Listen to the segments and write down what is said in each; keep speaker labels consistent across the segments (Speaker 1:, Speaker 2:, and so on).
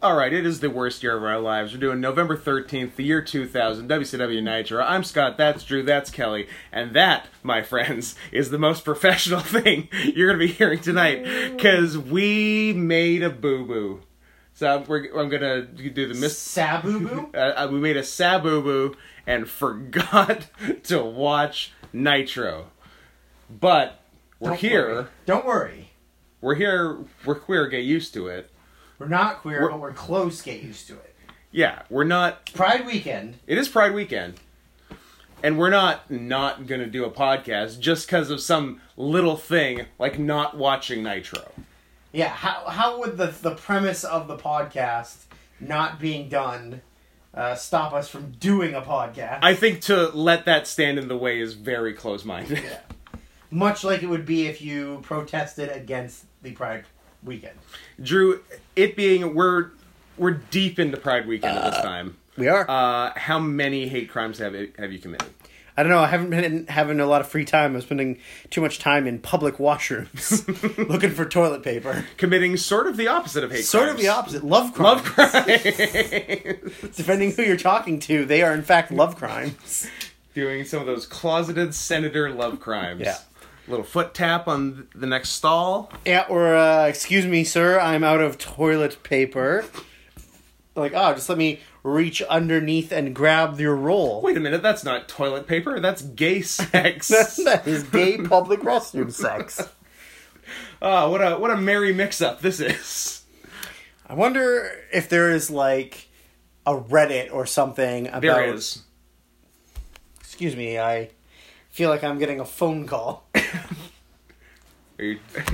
Speaker 1: All right, it is the worst year of our lives. We're doing November 13th, the year 2000, WCW Nitro. I'm Scott, that's Drew, that's Kelly. And that, my friends, is the most professional thing you're going to be hearing tonight because we made a boo boo. So we're, I'm going to do the miss.
Speaker 2: Sabubu?
Speaker 1: Uh, we made a sabubu and forgot to watch Nitro. But we're
Speaker 2: Don't
Speaker 1: here.
Speaker 2: worry. Don't worry.
Speaker 1: We're here. We're queer. Get used to it.
Speaker 2: We're not queer,
Speaker 1: We're-
Speaker 2: but we're close. Get used to it.
Speaker 1: Yeah, we're not
Speaker 2: Pride weekend.
Speaker 1: It is Pride Weekend, and we're not not gonna do a podcast just because of some little thing like not watching Nitro.
Speaker 2: Yeah. How how would the the premise of the podcast not being done uh, stop us from doing a podcast?
Speaker 1: I think to let that stand in the way is very close-minded.
Speaker 2: Yeah. Much like it would be if you protested against the Pride weekend.
Speaker 1: Drew, it being we're we're deep into Pride Weekend at this time.
Speaker 3: We are.
Speaker 1: Uh, how many hate crimes have have you committed?
Speaker 3: I don't know. I haven't been having a lot of free time. I'm spending too much time in public washrooms looking for toilet paper.
Speaker 1: Committing sort of the opposite of hate.
Speaker 3: Sort of
Speaker 1: crimes.
Speaker 3: the opposite. Love crimes.
Speaker 1: Love crime.
Speaker 3: Depending who you're talking to, they are in fact love crimes.
Speaker 1: doing some of those closeted senator love crimes.
Speaker 3: Yeah.
Speaker 1: Little foot tap on the next stall.
Speaker 3: yeah, or uh, excuse me, sir, I'm out of toilet paper. Like, oh, just let me reach underneath and grab your roll.
Speaker 1: Wait a minute, that's not toilet paper, that's gay sex.
Speaker 3: that is gay public restroom sex.
Speaker 1: oh, what a what a merry mix up this is.
Speaker 3: I wonder if there is like a Reddit or something about.
Speaker 1: There it is.
Speaker 3: Excuse me, I feel like I'm getting a phone call.
Speaker 1: Are you-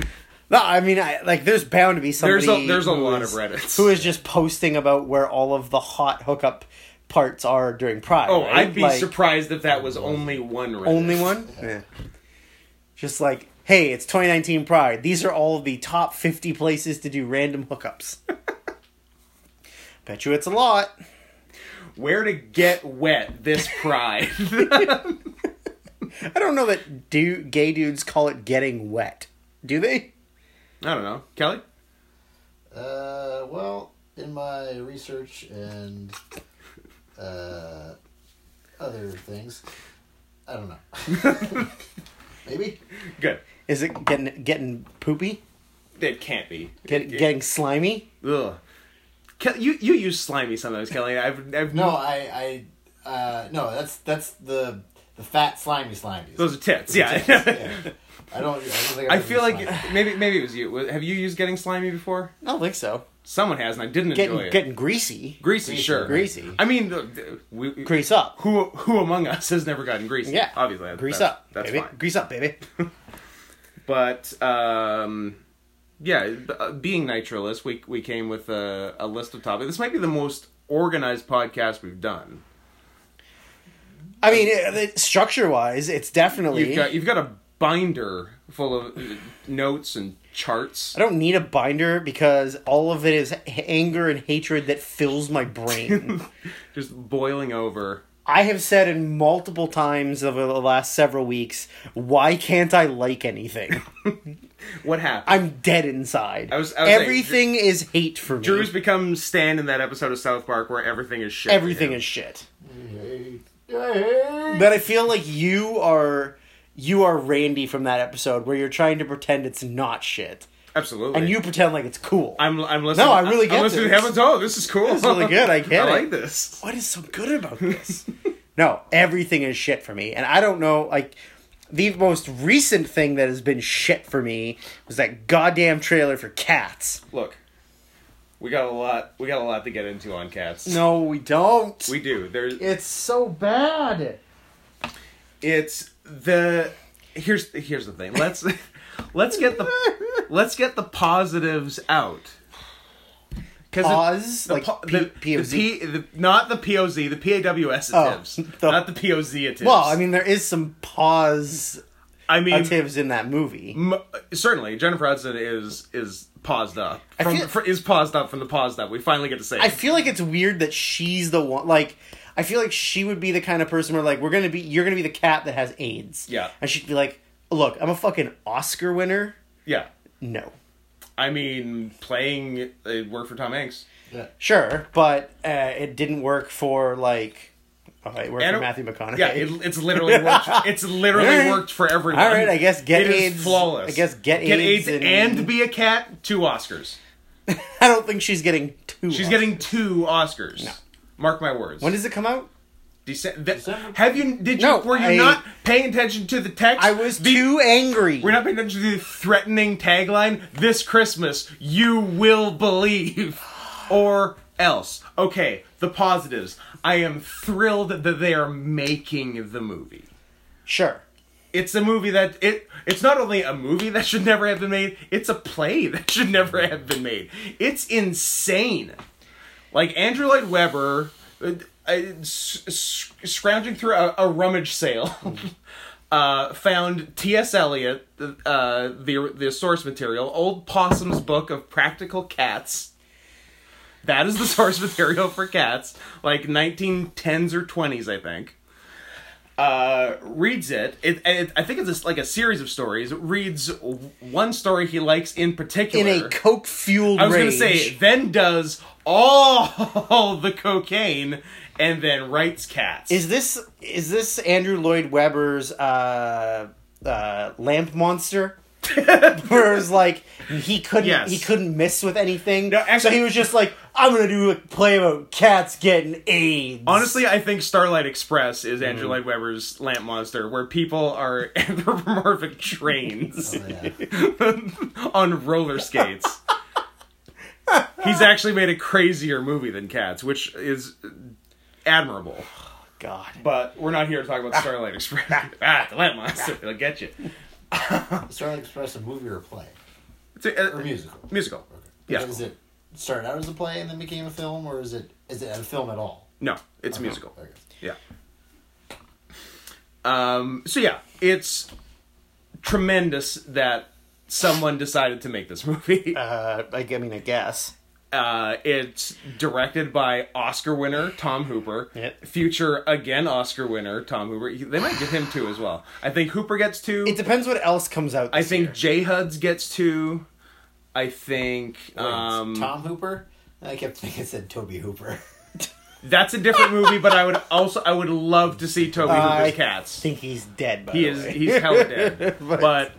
Speaker 3: No, I mean, I like. There's bound to be somebody.
Speaker 1: There's a there's a
Speaker 3: who
Speaker 1: lot of
Speaker 3: is-
Speaker 1: Reddits.
Speaker 3: Who is just posting about where all of the hot hookup parts are during Pride?
Speaker 1: Oh,
Speaker 3: right?
Speaker 1: I'd be
Speaker 3: Like,
Speaker 1: surprised if that was only one Reddit.
Speaker 3: Only one. Yeah. Just like, hey, it's 2019 Pride. These are all the top 50 places to do random hookups. Bet you it's a lot.
Speaker 1: Where to get wet this pride.
Speaker 3: I don't know that do gay dudes call it getting wet. Do they?
Speaker 1: I don't know. Kelly?
Speaker 4: Uh, well, in my research and uh, other things, I don't know. Maybe
Speaker 1: Good.
Speaker 3: Is it getting getting poopy?
Speaker 1: It can't be.
Speaker 3: Get, Getting slimy?
Speaker 1: Ugh. Ke- you you use slimy sometimes, Kelly. I've I've
Speaker 4: no. I I uh, no. That's that's the the fat slimy slimies.
Speaker 1: Those are tits. Yeah.
Speaker 4: yeah. I don't. I don't think. I've
Speaker 1: I
Speaker 4: ever
Speaker 1: feel
Speaker 4: been
Speaker 1: like
Speaker 4: slimy.
Speaker 1: maybe maybe it was you. Have you used getting slimy before?
Speaker 3: I don't think so.
Speaker 1: Someone has, and I didn't enjoy
Speaker 3: Getting
Speaker 1: it.
Speaker 3: getting greasy.
Speaker 1: greasy, sure.
Speaker 3: Greasy.
Speaker 1: I mean, uh, we,
Speaker 3: Grease up.
Speaker 1: Who who among us has never gotten greasy?
Speaker 3: Yeah.
Speaker 1: obviously. that-
Speaker 3: Grease
Speaker 1: that's-
Speaker 3: up.
Speaker 1: That's
Speaker 3: baby.
Speaker 1: fine.
Speaker 3: Grease up, baby.
Speaker 1: But um, yeah, b- uh, being nitroless, we we came with a, a list of topics. This might be the most organized podcast we've done.
Speaker 3: I mean, structure wise, it's definitely.
Speaker 1: You've got you've got a binder full of uh, notes and charts.
Speaker 3: I don't need a binder because all of it is h- anger and hatred that fills my brain.
Speaker 1: Just boiling over.
Speaker 3: I have said in multiple times over the last several weeks, why can't I like anything?
Speaker 1: What happened?
Speaker 3: I'm dead inside.
Speaker 1: I was- I was saying,
Speaker 3: everything is hate for me.
Speaker 1: Drew's become Stan in that episode of South Park where everything is shit.
Speaker 3: everything is shit.
Speaker 4: Hey, hey.
Speaker 3: But I feel like you are you are Randy from that episode where you're trying to pretend it's not shit,
Speaker 1: absolutely.
Speaker 3: and you pretend like it's cool.
Speaker 1: I'm I'm listening.
Speaker 3: No, I really get
Speaker 1: I'm listening to
Speaker 3: this.
Speaker 1: Heaven's. Oh, this is cool.
Speaker 3: This is really good. I get
Speaker 1: I
Speaker 3: it.
Speaker 1: like this.
Speaker 3: what is so good about this? no, everything is shit for me. And I don't know, like, the most recent thing that has been shit for me was that goddamn trailer for Cats.
Speaker 1: Look, we got a lot. We got a lot to get into on cats.
Speaker 3: No, we don't.
Speaker 1: we do. There's
Speaker 2: It's so bad.
Speaker 1: it's the here's here's the thing. Let's let's get the let's get the positives out. Cause it-
Speaker 3: Pause?
Speaker 1: the
Speaker 3: like,
Speaker 1: po-
Speaker 3: P-
Speaker 1: the,
Speaker 3: POZ?
Speaker 1: the P, the, not the POZ, the PAWS
Speaker 3: Oh,
Speaker 1: atives,
Speaker 3: the-
Speaker 1: not the POZ atives.
Speaker 3: well, I mean, there is some pause
Speaker 1: I mean,
Speaker 3: atives in that movie.
Speaker 1: M- certainly, Jennifer Hudson is is paused up.
Speaker 3: I
Speaker 1: From,
Speaker 3: feel-
Speaker 1: fr- is paused up from the paused up. We finally get to say. it.
Speaker 3: I feel like it's weird that she's the one, like, I feel like she would be the kind of person where, like, we're gonna be, you're gonna be the cat that has AIDS.
Speaker 1: Yeah.
Speaker 3: And she'd be like, look, I'm a fucking Oscar winner.
Speaker 1: yeah,
Speaker 3: No.
Speaker 1: I mean, playing it worked for Tom Hanks.
Speaker 4: Yeah.
Speaker 3: Sure, but uh, it didn't work for like. Oh, it worked
Speaker 1: And
Speaker 3: for
Speaker 1: it-
Speaker 3: Matthew McConaughey.
Speaker 1: Yeah, it, it's literally worked. It's literally
Speaker 3: All right.
Speaker 1: worked for everyone.
Speaker 3: All right, I guess Get
Speaker 1: It is
Speaker 3: AIDS-
Speaker 1: flawless.
Speaker 3: I guess Get AIDS
Speaker 1: and,
Speaker 3: and-
Speaker 1: Be a Cat two Oscars.
Speaker 3: I don't think she's getting two.
Speaker 1: She's
Speaker 3: Oscars.
Speaker 1: getting two Oscars. Mark my words.
Speaker 3: When does it come out?
Speaker 1: Dece- that-
Speaker 4: December?
Speaker 1: Have you? Did you?
Speaker 3: No,
Speaker 1: were you
Speaker 3: I-
Speaker 1: not paying attention to the text?
Speaker 3: I was
Speaker 1: The-
Speaker 3: too angry.
Speaker 1: We're not paying attention to the threatening tagline. This Christmas, you will believe, or else. Okay, the positives. I am thrilled that they are making the movie.
Speaker 3: sure.
Speaker 1: It's a movie that it. It's not only a movie that should never have been made. It's a play that should never have been made. It's insane. Like Andrew Lloyd Webber, uh, uh, s- s- scrounging through a, a rummage sale, uh, found T.S. Eliot, uh, the the source material, Old Possum's Book of Practical Cats. That is the source material for cats, like 1910s or 20s, I think. Uh, reads it. It, it. I think it's just like a series of stories. Reads w- one story he likes in
Speaker 3: In
Speaker 1: particular.
Speaker 3: a coke fueled
Speaker 1: I was
Speaker 3: rage.
Speaker 1: going to say, then does all the cocaine and then writes cats.
Speaker 3: Is this is this Andrew Lloyd Webber's uh, uh, lamp monster? Where it's like he couldn't
Speaker 1: Yes.
Speaker 3: he couldn't miss with anything. so
Speaker 1: actually-
Speaker 3: he was just like, I'm gonna do a play about cats getting AIDS.
Speaker 1: Honestly, I think Starlight Express is
Speaker 4: Mm-hmm.
Speaker 1: Andrew Lloyd Webber's lamp monster, where people are anthropomorphic trains
Speaker 4: Yeah.
Speaker 1: on roller skates. He's actually made a crazier movie than Cats, which is admirable.
Speaker 3: God.
Speaker 1: But we're not here to talk about Starlight Express. ah, the lamp monster. It'll get you.
Speaker 4: Starlight Express, a movie or a play?
Speaker 1: It's a,
Speaker 4: Or
Speaker 1: a-
Speaker 4: musical?
Speaker 1: musical. Yeah.
Speaker 4: Is it started out as a play and then became a film, or is it is it a film at all?
Speaker 1: No, it's musical.
Speaker 4: Uh-huh.
Speaker 1: Yeah.
Speaker 4: Okay.
Speaker 1: Um, so yeah, it's tremendous that someone decided to make this movie.
Speaker 3: Uh, I, I mean, I guess.
Speaker 1: Uh, it's directed by Oscar winner Tom Hooper,
Speaker 3: Yep.
Speaker 1: future again Oscar winner Tom Hooper. He- They might give him two as well. I think Hooper gets two.
Speaker 3: It depends what else comes out.
Speaker 1: I
Speaker 3: this
Speaker 1: think
Speaker 3: year.
Speaker 1: J Huds gets two. I think um,
Speaker 4: Tom Hooper? I kept thinking it said Toby Hooper.
Speaker 1: that's a different movie, but I would also I would love to see Toby
Speaker 3: Uh,
Speaker 1: Hooper's
Speaker 3: I
Speaker 1: cats.
Speaker 3: think he's dead. By
Speaker 1: He
Speaker 3: the
Speaker 1: is
Speaker 3: way.
Speaker 1: he's hella dead.
Speaker 3: But-
Speaker 1: but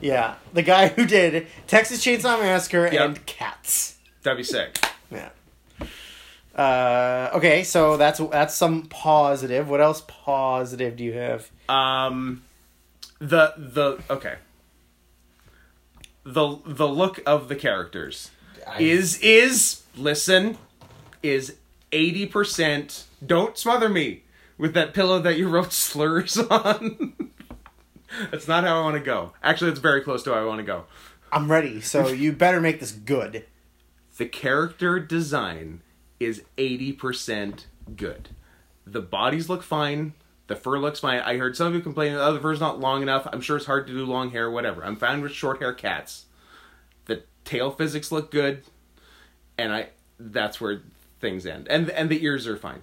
Speaker 3: yeah, the guy who did Texas Chainsaw Massacre
Speaker 1: Yep.
Speaker 3: and Cats.
Speaker 1: that'd be sick.
Speaker 3: Yeah. Uh, okay, so that's that's some positive. What else positive do you have?
Speaker 1: Um, the the okay. The the look of the characters
Speaker 4: I-
Speaker 1: is is listen is eighty percent. Don't smother me with that pillow that you wrote slurs on. That's not how I want to go. Actually, it's very close to how I want to go.
Speaker 3: I'm ready, so you better make this good.
Speaker 1: The character design is 80% good. The bodies look fine. The fur looks fine. I heard some of you complaining oh, the fur's not long enough. I'm sure it's hard to do long hair, whatever. I'm fine with short hair cats. The tail physics look good. And I that's where things end. And and the ears are fine.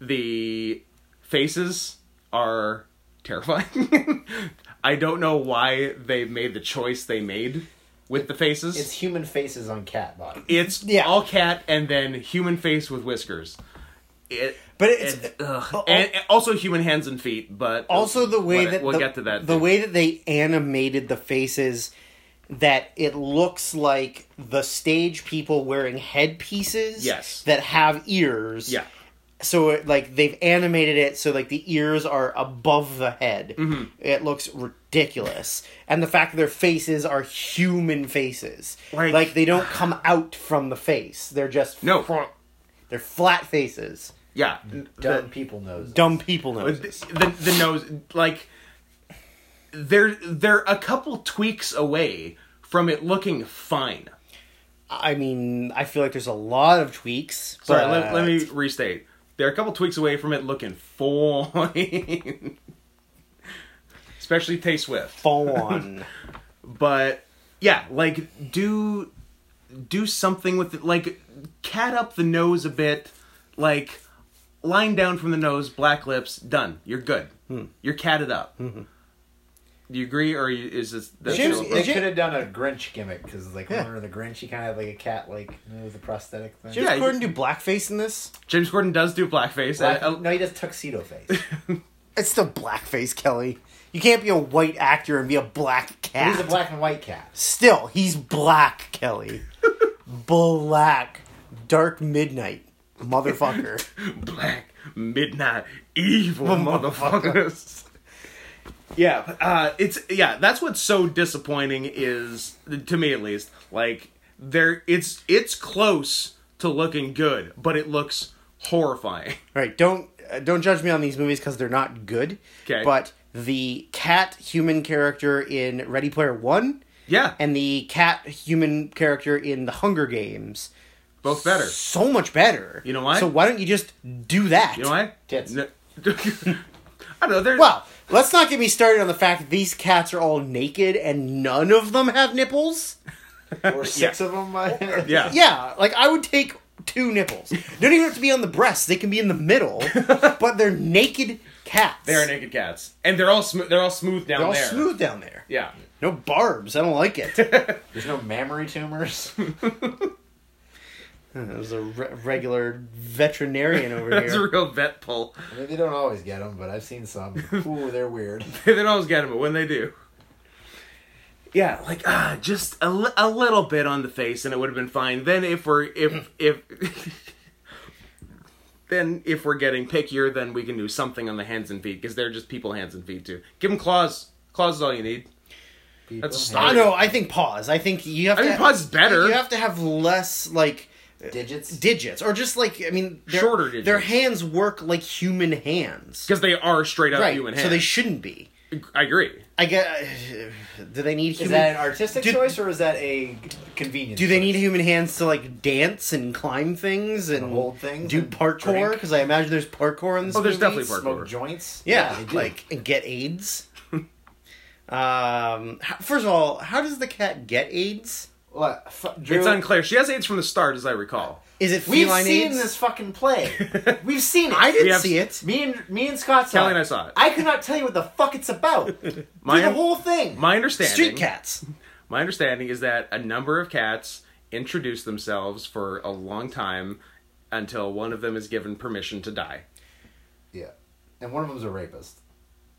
Speaker 1: The faces are terrifying. I don't know why they made the choice they made with the faces
Speaker 4: It's human faces on cat body.
Speaker 1: it's
Speaker 3: Yeah.
Speaker 1: all cat and then human face with whiskers. It,
Speaker 3: But it's uh,
Speaker 1: and, ugh. and, and also human hands and feet, but
Speaker 3: also the way
Speaker 1: what-
Speaker 3: that
Speaker 1: we'll
Speaker 3: the,
Speaker 1: get to that.
Speaker 3: the
Speaker 1: too.
Speaker 3: way that they animated the faces that it looks like the stage people wearing headpieces
Speaker 1: Yes.
Speaker 3: that have ears.
Speaker 1: yeah,
Speaker 3: so it, like they've animated it so like the ears are above the head
Speaker 1: Mm-hmm.
Speaker 3: it looks ridiculous and the fact that their faces are human faces
Speaker 1: Like-
Speaker 3: like, they don't come out from the face they're just
Speaker 1: No.
Speaker 3: front- they're flat faces
Speaker 1: yeah.
Speaker 4: Dumb people knows.
Speaker 3: dumb people know
Speaker 1: the, the the nose like they're they're a couple tweaks away from it looking fine.
Speaker 3: i mean i feel like there's a lot of tweaks
Speaker 1: Sorry,
Speaker 3: but-
Speaker 1: let, let me restate. They're a couple tweaks away from it looking fine. Especially Tay Swift.
Speaker 3: fawn
Speaker 1: but yeah like do do something with it like cat up the nose a bit like line down from the nose black lips done you're good you're catted up Do you agree, or you, is this that's
Speaker 3: James-
Speaker 1: still
Speaker 4: They
Speaker 3: Jim-
Speaker 4: could have done a Grinch gimmick because, like,
Speaker 3: Yeah.
Speaker 4: remember the Grinch? He kind of had like a cat, like you know, with a prosthetic thing.
Speaker 3: James
Speaker 1: Yeah, you-
Speaker 3: Corden do blackface in this?
Speaker 1: James Gordon does do blackface.
Speaker 4: Black-
Speaker 1: I- I-
Speaker 4: no, he does tuxedo face.
Speaker 3: It's still blackface, Kelly. You can't be a white actor and be a black cat.
Speaker 4: He's a black and white cat.
Speaker 3: Still, he's black, Kelly. black. Dark midnight. Motherfucker.
Speaker 1: black midnight evil motherfuckers. yeah, uh, it's yeah. That's what's so disappointing is to me at least. Like there, it's it's close to looking good, but it looks horrifying.
Speaker 3: right, don't uh, don't judge me on these movies cuz they're not good.
Speaker 1: 'Kay.
Speaker 3: But the cat human character in Ready Player 1
Speaker 1: Yeah,
Speaker 3: and the cat human character in The Hunger Games
Speaker 1: both better.
Speaker 3: so much better.
Speaker 1: You know why?
Speaker 3: So why don't you just do that?
Speaker 1: You know why?
Speaker 4: Tits.
Speaker 1: No- I don't know. There's,
Speaker 3: Well, let's not get me started on the fact that these cats are all naked and none of them have nipples.
Speaker 4: Or six of them. uh,
Speaker 1: yeah,
Speaker 3: Yeah, like I would take two nipples. They don't even have to be on the breast; they can be in the middle. but they're naked cats.
Speaker 1: They are naked cats, and they're all smooth. They're all smooth down
Speaker 3: They're all
Speaker 1: there.
Speaker 3: smooth down there.
Speaker 1: Yeah.
Speaker 3: No barbs. I don't like it. it
Speaker 4: There's no mammary tumors.
Speaker 3: Hmm, was a re- regular veterinarian over
Speaker 1: That's a
Speaker 3: here.
Speaker 1: real vet pull.
Speaker 4: I mean, they don't always get them, but I've seen some. Ooh, they're weird.
Speaker 1: they don't always get them, but when they do. Yeah, like ah, just a, li- a little bit on the face, and it would have been fine. Then if we're if if then if we're getting pickier, then we can do something on the hands and feet because they're just people hands and feet too. Give them claws. Claws is all you need.
Speaker 4: People
Speaker 1: That's a
Speaker 3: I
Speaker 1: start.
Speaker 4: have
Speaker 3: know. I think pause. I think you have.
Speaker 1: I
Speaker 3: to
Speaker 1: mean, pause is better.
Speaker 3: You have to have less like
Speaker 4: Digits.
Speaker 3: digits, or just like I mean, their-
Speaker 1: Shorter digits.
Speaker 3: Their hands work like human hands.
Speaker 1: Because they are straight up
Speaker 3: Right.
Speaker 1: human hands.
Speaker 3: So they shouldn't be.
Speaker 1: I agree.
Speaker 3: I get. uh, Do they need
Speaker 4: Is
Speaker 3: human?
Speaker 4: that an artistic
Speaker 3: Do-
Speaker 4: choice or is that a convenience?
Speaker 3: do they
Speaker 4: choice?
Speaker 3: need human hands to like dance and climb things and,
Speaker 4: hold things
Speaker 3: Do
Speaker 4: and
Speaker 3: parkour?
Speaker 4: drink?
Speaker 3: Because I imagine there's parkour in this.
Speaker 1: Oh, there's
Speaker 3: movie.
Speaker 1: definitely
Speaker 4: smoke
Speaker 1: parkour.
Speaker 4: joints?
Speaker 3: Yeah,
Speaker 4: they do.
Speaker 3: like and get AIDS. um, h- first of all, how does the cat get AIDS?
Speaker 4: what? F- Drew,
Speaker 1: It's unclear. She has AIDS from the start, as I recall.
Speaker 3: Is it
Speaker 4: We've
Speaker 3: feline
Speaker 4: seen
Speaker 3: AIDS?
Speaker 4: this fucking play. We've seen it.
Speaker 3: I didn't
Speaker 1: We have-
Speaker 3: see it.
Speaker 4: Me and me and Scott saw
Speaker 1: Kelly
Speaker 4: it.
Speaker 1: and I saw it.
Speaker 4: I could not tell you what the fuck it's about.
Speaker 1: My-
Speaker 4: Through the whole thing.
Speaker 1: My understanding.
Speaker 3: Street cats.
Speaker 1: My understanding is that a number of cats introduce themselves for a long time until one of them is given permission to die.
Speaker 4: yeah, and one of them's a rapist.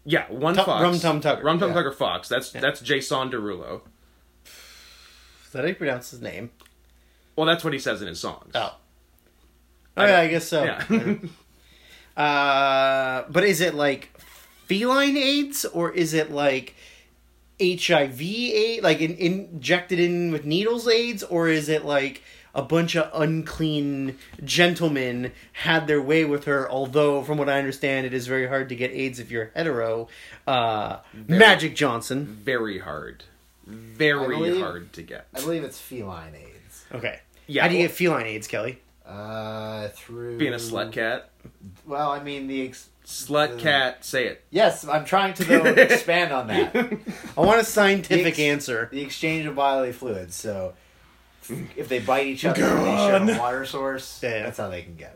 Speaker 1: Yeah, one
Speaker 3: Tu-
Speaker 1: fox.
Speaker 3: Rum Tum Tugger.
Speaker 1: Rum Tum
Speaker 4: Yeah.
Speaker 1: Tugger Fox. That's that's Jason Derulo.
Speaker 3: Is that how you pronounce his name?
Speaker 1: Well, that's what he says in his songs.
Speaker 3: Oh.
Speaker 1: I
Speaker 3: Okay,
Speaker 1: don't-
Speaker 3: I guess so.
Speaker 1: Yeah.
Speaker 3: Uh, but is it like feline AIDS or is it like HIV AIDS, like in, injected in with needles AIDS, or is it like a bunch of unclean gentlemen had their way with her? Although, from what I understand, it is very hard to get AIDS if you're hetero. Uh, Magic Johnson.
Speaker 1: Very hard. Very
Speaker 4: I believe-
Speaker 1: hard to get.
Speaker 4: I believe it's feline AIDS.
Speaker 3: Okay.
Speaker 1: Yeah,
Speaker 3: How do you
Speaker 1: well-
Speaker 3: get feline AIDS, Kelly?
Speaker 4: Uh, through
Speaker 1: Being a slut cat.
Speaker 4: Well, I mean the. Ex-
Speaker 1: Slut
Speaker 4: Uh,
Speaker 1: cat, say it.
Speaker 4: yes, I'm trying to though, expand on that.
Speaker 3: I want a scientific
Speaker 4: Ex-
Speaker 3: answer.
Speaker 4: the exchange of bodily fluids. So if they bite each other, and they share a water source.
Speaker 3: Yeah.
Speaker 4: That's how they can get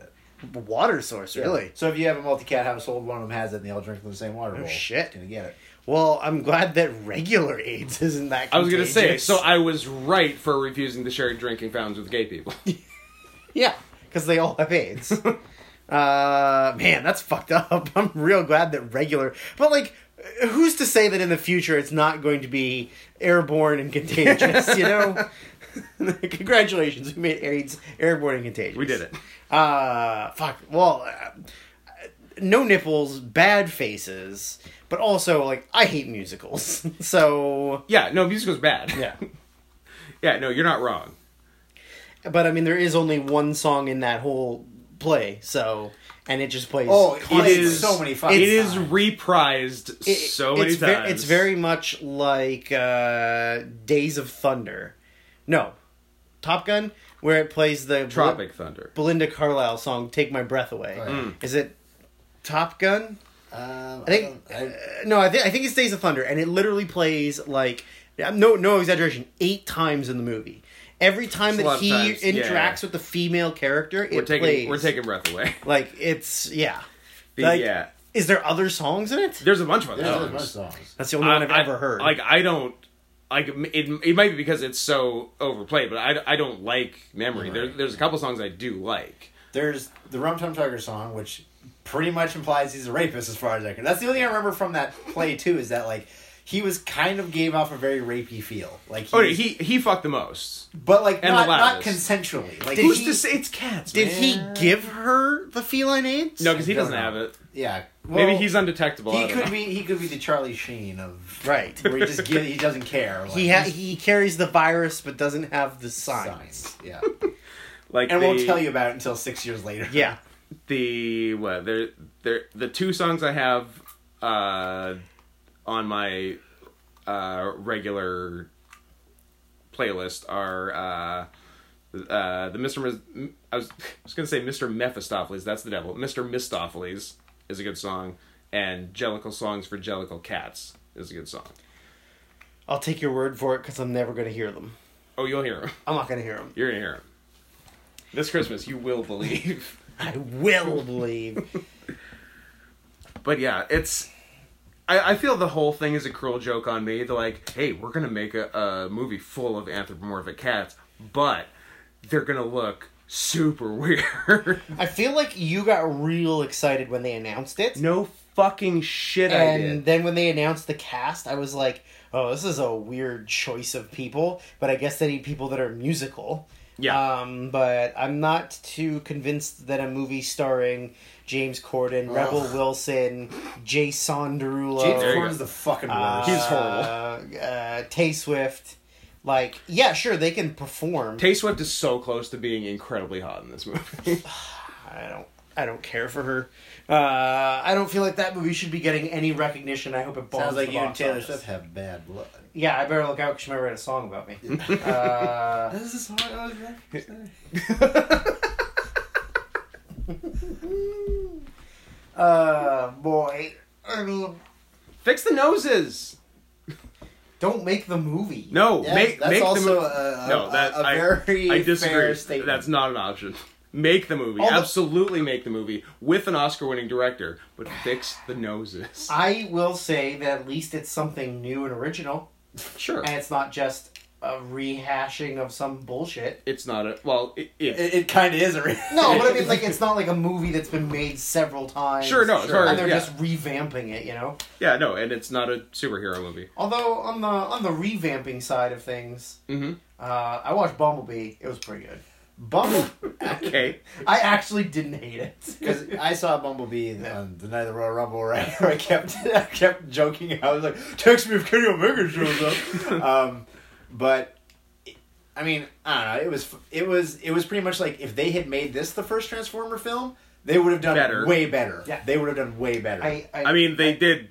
Speaker 4: it.
Speaker 3: Water source, really.
Speaker 4: So if you have a multi-cat household, one of them has it, and they all drink from the same water bowl.
Speaker 3: shit.
Speaker 4: Gonna get it.
Speaker 3: Well, I'm glad that regular AIDS isn't that.
Speaker 1: I was going to say,
Speaker 3: contagious.
Speaker 1: so I was right for refusing to share drinking fountains with gay people.
Speaker 3: Yeah, because they all have AIDS. uh, man, that's fucked up. I'm real glad that regular, but like, who's to say that in the future it's not going to be airborne and contagious? you know. Congratulations, we made AIDS airborne and contagious.
Speaker 1: We did it.
Speaker 3: Uh, fuck. Well, uh, no nipples, bad faces, but also like I hate musicals, so
Speaker 1: Yeah, no, musical's bad.
Speaker 3: yeah.
Speaker 1: Yeah, no, you're not wrong.
Speaker 3: But I mean, there is only one song in that whole play, so and it just plays.
Speaker 4: Oh, it
Speaker 3: constantly.
Speaker 1: is-
Speaker 4: so many fucking
Speaker 1: It is
Speaker 4: times.
Speaker 1: reprised
Speaker 3: It-
Speaker 1: so many
Speaker 3: it's
Speaker 1: times.
Speaker 3: ver- it's very much like uh, Days of Thunder, no, Top Gun, where it plays the Bel-
Speaker 1: Tropic Thunder.
Speaker 3: Belinda Carlisle song "Take My Breath Away."
Speaker 4: Oh, yeah. Mm.
Speaker 3: Is it Top Gun?
Speaker 4: Um, I
Speaker 3: think-
Speaker 4: don't- I-
Speaker 3: Uh, no, I think I think it's Days of Thunder, and it literally plays like no no exaggeration eight times in the movie. Every time
Speaker 1: It's a lot
Speaker 3: that
Speaker 1: of
Speaker 3: he
Speaker 1: times,
Speaker 3: interacts
Speaker 1: yeah.
Speaker 3: with the female character,
Speaker 1: We're
Speaker 3: it
Speaker 1: taking
Speaker 3: plays.
Speaker 1: we're taking breath away.
Speaker 3: like it's yeah.
Speaker 1: The-
Speaker 3: Like-
Speaker 1: yeah,
Speaker 3: Is there other songs in it?
Speaker 1: There's a bunch of other
Speaker 4: There's
Speaker 1: songs.
Speaker 4: other songs.
Speaker 3: That's the only one I've
Speaker 1: I-
Speaker 3: ever heard.
Speaker 1: Like I don't like it. It might be because it's so overplayed, but I, I don't like memory. There, there's a couple songs I do like.
Speaker 4: There's the Rum Tum Tugger song, which pretty much implies he's a rapist, as far as I can. That's the only thing I remember from that play too. Is that like he was kind of gave off a very rapey feel, like he,
Speaker 1: Oh,
Speaker 4: was-
Speaker 1: he he fucked the most.
Speaker 4: but like
Speaker 1: and
Speaker 4: not,
Speaker 1: the
Speaker 4: not
Speaker 1: loudest.
Speaker 4: consensually. Like
Speaker 1: Who's
Speaker 4: he-
Speaker 1: to say it's cats?
Speaker 3: Did
Speaker 1: man?
Speaker 3: he give her the feline AIDS?
Speaker 1: No, because he
Speaker 4: I don't
Speaker 1: doesn't
Speaker 4: know.
Speaker 1: have it.
Speaker 4: Yeah,
Speaker 1: Maybe
Speaker 4: well,
Speaker 1: he's undetectable. I
Speaker 4: he
Speaker 1: don't
Speaker 4: could
Speaker 1: know.
Speaker 4: be he could be the Charlie Sheen of
Speaker 3: Right.
Speaker 4: where he just give, he doesn't care. Like,
Speaker 3: He ha- he carries the virus but doesn't have the signs.
Speaker 4: signs. Yeah,
Speaker 1: like
Speaker 4: and
Speaker 1: the,
Speaker 4: won't tell you about it until six years later.
Speaker 3: Yeah.
Speaker 1: the what there there the two songs I have uh on my uh regular playlist are uh uh the Mr. Mis- I was I was going to say Mr. Mephistopheles that's the devil Mr. Mistopheles is a good song and Jellicle songs for Jellicle cats is a good song
Speaker 3: I'll take your word for it because I'm never going to hear them.
Speaker 1: oh you'll hear them
Speaker 3: I'm not going to hear them.
Speaker 1: you're gonna hear them this Christmas you will believe
Speaker 3: I will believe.
Speaker 1: But yeah, it's. I, I feel the whole thing is a cruel joke on me. They're like, hey, we're gonna make a, a movie full of anthropomorphic cats, but they're gonna look super weird.
Speaker 3: I feel like you got real excited when they announced it.
Speaker 1: no fucking shit, I
Speaker 3: and
Speaker 1: did.
Speaker 3: then when they announced the cast, I was like, "Oh, this is a weird choice of people." But I guess they need people that are musical.
Speaker 1: Yeah.
Speaker 3: Um, but I'm not too convinced that a movie starring James Corden, Rebel Wilson, Jason Derulo,
Speaker 4: James
Speaker 1: There you
Speaker 4: Corden's
Speaker 1: go.
Speaker 4: the fucking
Speaker 3: uh,
Speaker 4: worst.
Speaker 1: He's horrible.
Speaker 3: Uh, Tay Swift, like, yeah, sure, they can perform.
Speaker 1: Tay Swift is so close to being incredibly hot in this movie.
Speaker 3: I don't. I don't care for her. Uh, I don't feel like that movie should be getting any recognition. I hope it bombs
Speaker 4: Sounds like
Speaker 3: the
Speaker 4: you and
Speaker 3: box
Speaker 4: Taylor
Speaker 3: office.
Speaker 4: Swift have bad blood.
Speaker 3: Yeah, I better look out because she might write a song about me. uh,
Speaker 4: This is hard. I was right.
Speaker 3: uh, boy. I mean,
Speaker 1: Fix the noses.
Speaker 3: don't make the movie.
Speaker 1: No,
Speaker 4: Yeah,
Speaker 1: make
Speaker 4: that's
Speaker 1: make the
Speaker 4: also
Speaker 1: movie.
Speaker 4: a- a-
Speaker 1: no, that,
Speaker 4: a
Speaker 1: I-
Speaker 4: very
Speaker 1: I, disagree.
Speaker 4: fair statement.
Speaker 1: That's not an option. Make the movie.
Speaker 3: Although-
Speaker 1: Absolutely make the movie with an Oscar-winning director, but fix the noses.
Speaker 3: I will say that at least it's something new and original,
Speaker 1: sure.
Speaker 3: and it's not just a rehashing of some bullshit.
Speaker 1: it's not a well. It, it,
Speaker 4: It, it kind of is a. re-
Speaker 3: No, but I mean, like, it's not like a movie that's been made several times.
Speaker 1: Sure, no, it's hard,
Speaker 3: and they're
Speaker 1: yeah.
Speaker 3: just revamping it, you know.
Speaker 1: yeah, no, and it's not a superhero movie.
Speaker 3: Although on the on the revamping side of things,
Speaker 1: Mhm.
Speaker 3: uh, I watched Bumblebee. It was pretty good.
Speaker 4: Bumble.
Speaker 1: Okay,
Speaker 3: I actually didn't hate it.
Speaker 4: Because I saw Bumblebee on the night of the Royal Rumble, right? Where I kept, I kept joking. I was like, "Text me if Kenny Omega shows up." um, but I mean, I don't know. It was, it was, it was pretty much like if they had made this the first Transformer film, they would have done
Speaker 1: Better.
Speaker 4: way better.
Speaker 3: Yeah.
Speaker 4: they would have done way better.
Speaker 3: I, I,
Speaker 1: I mean they did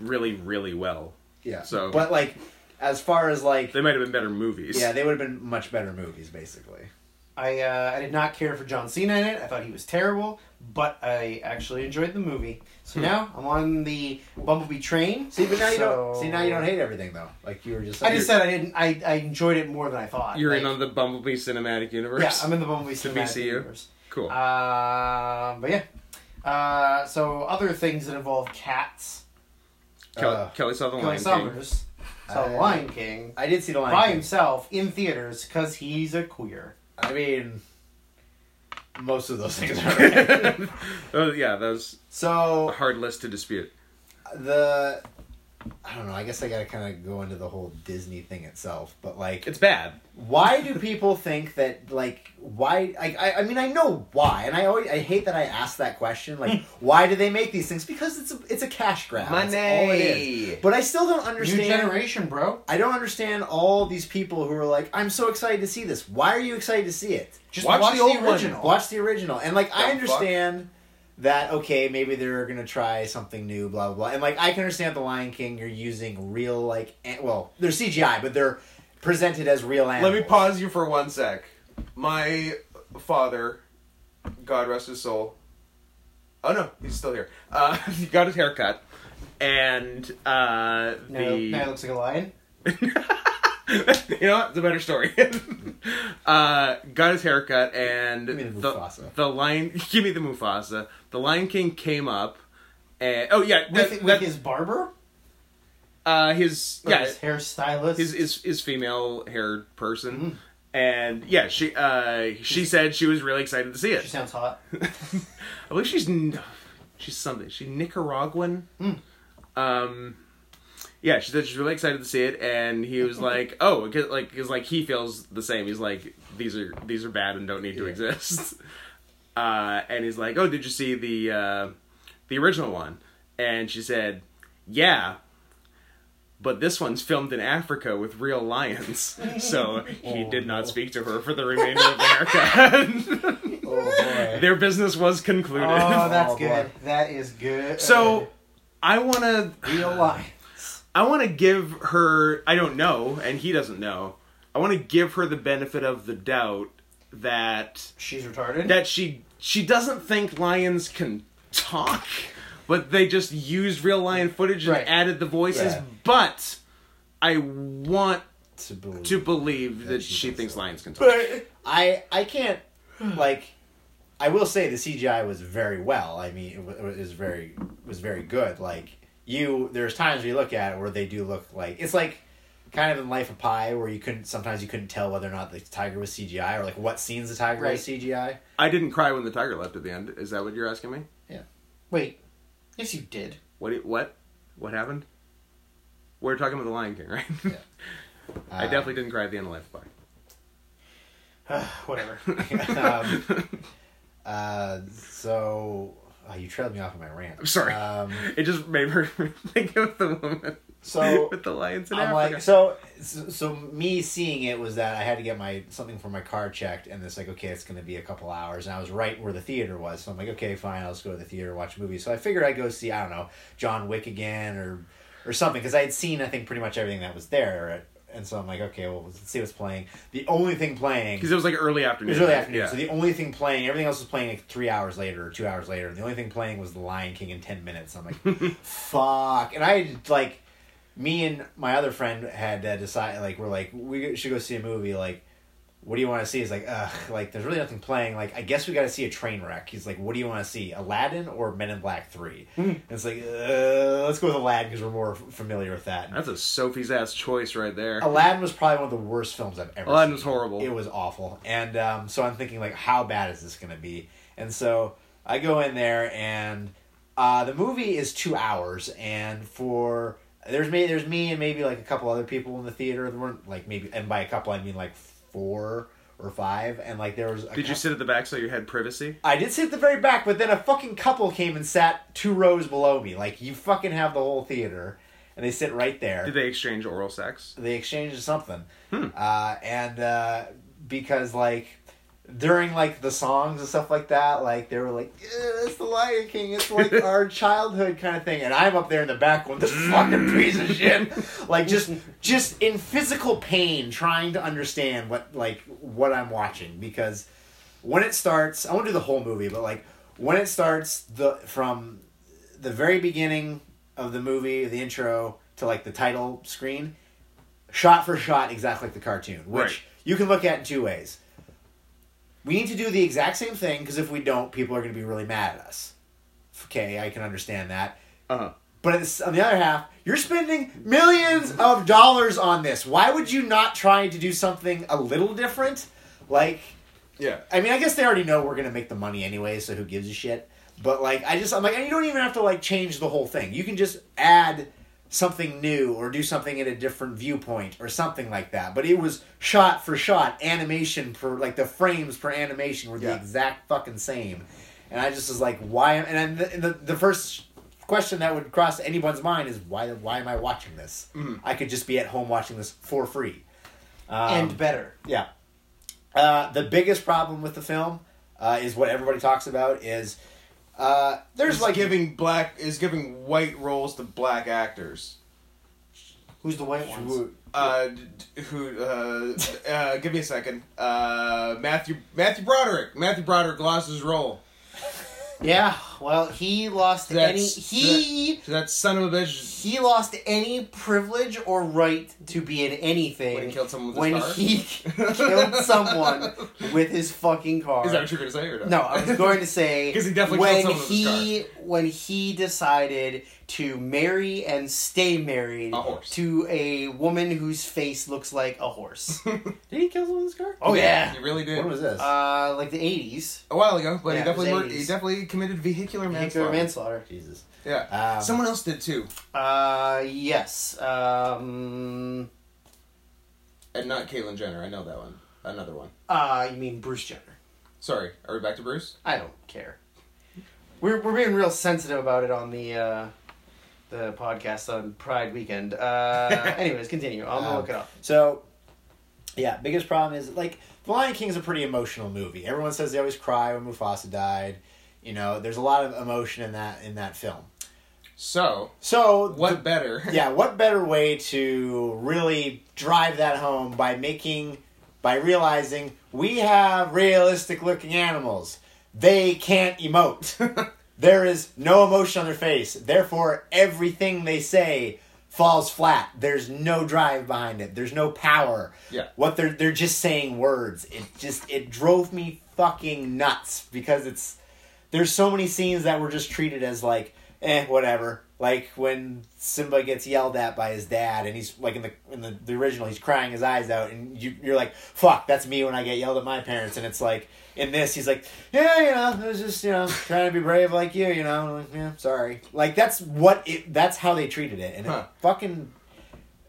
Speaker 1: really, really well.
Speaker 4: yeah.
Speaker 1: So-
Speaker 4: but like, as far as like,
Speaker 1: They might have been better movies.
Speaker 4: yeah, they would have been much better movies, basically.
Speaker 3: I uh, I did not care for John Cena in it. I thought he was terrible, but I actually enjoyed the movie. So now I'm on the Bumblebee train.
Speaker 4: See, but now you don't.
Speaker 3: So-
Speaker 4: See, now you don't hate everything though. Like you were just.
Speaker 3: I just said I didn't. I, I enjoyed it more than I thought.
Speaker 1: you're in
Speaker 3: Like,
Speaker 1: on the Bumblebee cinematic universe.
Speaker 3: yeah. I'm in the Bumblebee
Speaker 1: To
Speaker 3: cinematic
Speaker 1: VCU.
Speaker 3: universe.
Speaker 1: cool.
Speaker 3: Uh, but yeah. Uh, so other things that involve cats,
Speaker 1: Kel-
Speaker 4: uh,
Speaker 1: Kelly saw the
Speaker 3: Kelly
Speaker 1: Lion King.
Speaker 3: Summers, saw The
Speaker 4: I-
Speaker 3: Lion King
Speaker 4: I did see the line.
Speaker 3: by himself in theaters because he's a queer.
Speaker 4: I mean, most of those things are. Right.
Speaker 1: Oh yeah, that was a
Speaker 4: so
Speaker 1: hard list to dispute.
Speaker 4: the, I don't know. I guess I gotta kind of go into the whole Disney thing itself, but like,
Speaker 1: It's bad.
Speaker 4: why do people think that like why? I I, I mean, I know why, and I always I hate that I ask that question. Like, why do they make these things? Because it's a it's a cash grab. That's all it is. But I still don't
Speaker 3: New
Speaker 4: understand.
Speaker 3: generation, bro.
Speaker 4: I don't understand all these people who are like, I'm so excited to see this. Why are you excited to see it?
Speaker 3: Just
Speaker 1: Watch
Speaker 3: watch,
Speaker 1: the
Speaker 3: the,
Speaker 1: old one.
Speaker 3: original.
Speaker 4: Watch the original. And like I
Speaker 1: Dumb
Speaker 4: understand that okay, maybe they're gonna try something new, blah blah blah. And like I can understand the Lion King, you're using real like an- well, they're CGI, but they're presented as real animals.
Speaker 1: you for one sec. My father, God rest his soul. Oh no, he's still here. Uh, he got his haircut, and uh,
Speaker 3: Now, now it looks like a lion.
Speaker 1: you know what? It's a better story. uh, got his haircut and
Speaker 4: Give me the
Speaker 1: the,
Speaker 4: Mufasa.
Speaker 1: the lion. Give me the Mufasa. The Lion King came up, And, oh yeah, that,
Speaker 3: with, with
Speaker 1: that-
Speaker 3: his barber,
Speaker 1: uh, his
Speaker 3: Or
Speaker 1: yeah
Speaker 3: his hairstylist.
Speaker 1: his his, his female haired person.
Speaker 4: Mm-hmm.
Speaker 1: And yeah, she uh, she said she was really excited to see
Speaker 3: she
Speaker 1: it.
Speaker 3: sounds hot.
Speaker 1: I believe she's N- she's something. She's Nicaraguan. Um, yeah, she said she's really excited to see it, and he was like, "Oh, 'cause, like, cause like he feels the same. He's like, these are these are bad and don't need to exist." Uh, and he's like, "Oh, did you see the uh, the original one?" And she said, "Yeah." But this one's filmed in Africa with real lions, so he did not speak to her for the remainder of America.
Speaker 4: Oh boy.
Speaker 1: Their business was concluded.
Speaker 3: Oh, that's
Speaker 4: Oh, boy.
Speaker 3: good. That is good.
Speaker 1: So I want to
Speaker 3: real life.
Speaker 1: I want to give her I don't know and he doesn't know. I want to give her the benefit of the doubt that
Speaker 3: She's retarded.
Speaker 1: that she she doesn't think lions can talk, but they just used real lion footage and
Speaker 3: Right.
Speaker 1: added the voices,
Speaker 4: Yeah.
Speaker 1: but I want
Speaker 4: To believe.
Speaker 1: to believe that
Speaker 4: she
Speaker 1: she
Speaker 4: thinks
Speaker 1: thinks
Speaker 4: so.
Speaker 1: lions can talk.
Speaker 4: But I I can't
Speaker 1: Hmm.
Speaker 4: like I will say the CGI was very well. I mean, it wa- it was very was very good. Like you, there's times we look at it where they do look like it's like kind of in Life of Pi where you couldn't sometimes you couldn't tell whether or not the tiger was CGI or like what scenes the tiger
Speaker 3: Right.
Speaker 4: was CGI.
Speaker 1: I didn't cry when the tiger left at the end. Is that what you're asking me?
Speaker 3: Wait, yes, you did.
Speaker 1: What what what happened? We're talking about the Lion King, right? I
Speaker 4: Uh,
Speaker 1: definitely didn't cry at the end of Life Bar.
Speaker 3: Whatever.
Speaker 4: um, uh, so oh, you trailed me off on my rant.
Speaker 1: I'm sorry.
Speaker 4: Um,
Speaker 1: It just made her think of the woman
Speaker 4: so
Speaker 1: with the lions in
Speaker 4: I'm
Speaker 1: Africa.
Speaker 4: like so, so so me seeing it was that I had to get my something for my car checked and it's like okay it's gonna be a couple hours and I was right where the theater was so I'm like okay fine I'll just go to the theater watch a movie so I figured I'd go see I don't know John Wick again or or something because I had seen I think pretty much everything that was there and so I'm like okay well let's see what's playing the only thing playing
Speaker 1: because it was like early
Speaker 4: it
Speaker 1: afternoon.
Speaker 4: was early afternoon,
Speaker 1: Yeah.
Speaker 4: so the only thing playing, everything else was playing like three hours later or two hours later. And the only thing playing was The Lion King in ten minutes. I'm like, fuck. And I had, like, me and my other friend had uh, decided like we're like we should go see a movie. Like, what do you want to see? He's like, ugh, like there's really nothing playing. Like, I guess we got to see a train wreck. He's like, what do you want to see? Aladdin or Men in Black Three?
Speaker 1: Hmm.
Speaker 4: and it's like, uh, let's go with Aladdin because we're more f- familiar with that.
Speaker 1: That's a Sophie's ass choice right there.
Speaker 4: Aladdin was probably one of the worst films I've ever
Speaker 1: Aladdin
Speaker 4: seen.
Speaker 1: was horrible.
Speaker 4: It was awful. And um, so I'm thinking, like, how bad is this going to be? And so I go in there, and uh, the movie is two hours. And for. There's me, there's me, and maybe like a couple other people in the theater. There weren't like maybe, and by a couple I mean like four or five. And like there was. A
Speaker 1: Did you
Speaker 4: cou-
Speaker 1: sit at the back so you had privacy?
Speaker 4: I did sit at the very back, but then a fucking couple came and sat two rows below me. Like you fucking have the whole theater, and they sit right there
Speaker 1: Did they exchange oral sex?
Speaker 4: they exchanged something uh, and uh, because like during like the songs and stuff like that like they were like "Yeah, it's the lion king it's like our childhood kind of thing and i'm up there in the back going this fucking piece of shit like just just in physical pain trying to understand what like what i'm watching because when it starts i won't do the whole movie but like when it starts the from the very beginning of the movie the intro to like the title screen shot for shot exactly like the cartoon which
Speaker 1: Right.
Speaker 4: you can look at in two ways we need to do the exact same thing because if we don't people are going to be really mad at us okay i can understand that
Speaker 1: Uh huh.
Speaker 4: but it's, on the other half, you're spending millions of dollars on this. Why would you not try to do something a little different? Like,
Speaker 1: Yeah.
Speaker 4: I mean, I guess they already know we're gonna make the money anyway, so who gives a shit? But like, I just I'm like, and you don't even have to like change the whole thing. You can just add something new or do something at a different viewpoint or something like that. But it was shot for shot, animation per like the frames per animation were the
Speaker 1: Yeah.
Speaker 4: exact fucking same. And I just was like, why? Am, and then the, the the first question that would cross anyone's mind is why why am I watching this? I could just be at home watching this for free. Um,
Speaker 3: and better.
Speaker 4: yeah. Uh, the biggest problem with the film uh, is what everybody talks about is uh, there's like
Speaker 1: giving black is giving white roles to black actors.
Speaker 3: Who's the white ones?
Speaker 1: Uh, who? Uh, uh, give me a second. Uh, Matthew Matthew Broderick. Matthew Broderick lost his role.
Speaker 3: Yeah, well, he lost
Speaker 1: That's-
Speaker 3: any he
Speaker 1: That son of a bitch.
Speaker 3: he lost any privilege or right to be in anything
Speaker 1: When he killed someone with
Speaker 3: when
Speaker 1: his car?
Speaker 3: he killed someone with his fucking car.
Speaker 1: Is that what you're gonna say or not?
Speaker 3: no, I was going to say
Speaker 1: 'Cause he definitely killed
Speaker 3: when
Speaker 1: someone with his
Speaker 3: he when he decided to marry and stay married
Speaker 1: A horse.
Speaker 3: to a woman whose face looks like a horse.
Speaker 4: Did he kill someone in this car?
Speaker 3: oh yeah,
Speaker 1: He really did.
Speaker 4: When was this?
Speaker 3: uh, like the eighties.
Speaker 1: a while ago, but
Speaker 3: Yeah,
Speaker 1: he
Speaker 3: it
Speaker 1: definitely
Speaker 3: was
Speaker 1: mur- he
Speaker 3: 80s.
Speaker 1: definitely committed vehicular manslaughter.
Speaker 3: Manslaughter. manslaughter.
Speaker 4: Jesus.
Speaker 1: yeah.
Speaker 3: Ah.
Speaker 4: Um,
Speaker 1: Someone else did too,
Speaker 3: Uh, yes. Um,
Speaker 1: and not Caitlyn Jenner. I know that one. Another one.
Speaker 3: uh, you mean Bruce Jenner?
Speaker 1: Sorry. Are we back to Bruce?
Speaker 3: I don't care. We're we're being real sensitive about it on the uh, the podcast on Pride Weekend. Uh, anyways, continue. I'm gonna
Speaker 4: Um,
Speaker 3: look it up.
Speaker 4: So, yeah, biggest problem is like The Lion King is a pretty emotional movie. Everyone says they always cry when Mufasa died. You know, there's a lot of emotion in that in that film.
Speaker 1: So
Speaker 4: So
Speaker 1: what
Speaker 4: the-
Speaker 1: better?
Speaker 4: yeah, what better way to really drive that home by making by realizing we have realistic looking animals. They can't emote. there is no emotion on their face. Therefore, everything they say falls flat. There's no drive behind it. There's no power.
Speaker 1: Yeah.
Speaker 4: What they're they're just saying words. It just it drove me fucking nuts because it's there's so many scenes that were just treated as like eh whatever like when simba gets yelled at by his dad and he's like in the in the, the original he's crying his eyes out and you, you're like fuck that's me when i get yelled at my parents and it's like in this he's like yeah you know it was just you know trying to be brave like you you know like, yeah sorry like that's what it that's how they treated it and
Speaker 1: Huh.
Speaker 4: it fucking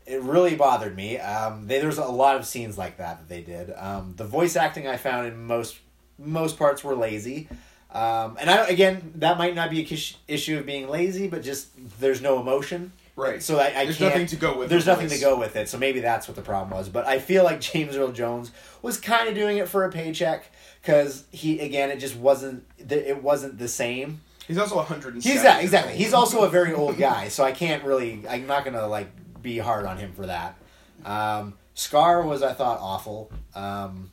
Speaker 4: it really bothered me um they, there's a lot of scenes like that that they did um the voice acting i found in most most parts were lazy um, and I don't- again, that might not be a kish- issue of being lazy, but just there's no emotion.
Speaker 1: Right.
Speaker 4: So I, I
Speaker 1: There's
Speaker 4: can't-
Speaker 1: nothing to go with
Speaker 4: There's
Speaker 1: the
Speaker 4: nothing to
Speaker 1: voice.
Speaker 4: go with it. So maybe that's what the problem was. But I feel like James Earl Jones was kind of doing it for a paycheck because he again it just wasn't th- it wasn't the same.
Speaker 1: He's also 107.
Speaker 4: He's that exactly. He's also a very old guy, so I can't really. I'm not gonna like be hard on him for that. Um, Scar was I thought awful. Um,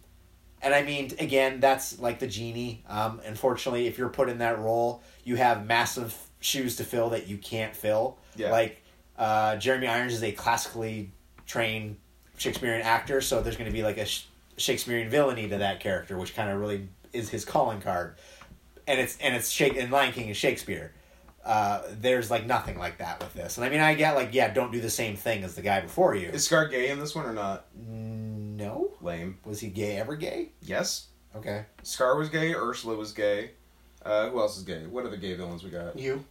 Speaker 4: and I mean, again, that's like the genie. Um, unfortunately, if you're put in that role, you have massive shoes to fill that you can't fill.
Speaker 1: Yeah.
Speaker 4: Like, uh, Jeremy Irons is a classically trained Shakespearean actor, so there's going to be like a sh- Shakespearean villainy to that character, which kind of really is his calling card. And it's and it's Shake and Lion King is Shakespeare. Uh, there's like nothing like that with this. And I mean, I get like, yeah, don't do the same thing as the guy before you.
Speaker 1: Is Scar gay in this one or not?
Speaker 4: no,
Speaker 1: Lame.
Speaker 4: was he gay ever gay?
Speaker 1: Yes.
Speaker 4: Okay.
Speaker 1: Scar was gay. Ursula was gay. Uh, who else is gay? What other gay villains we got?
Speaker 3: You.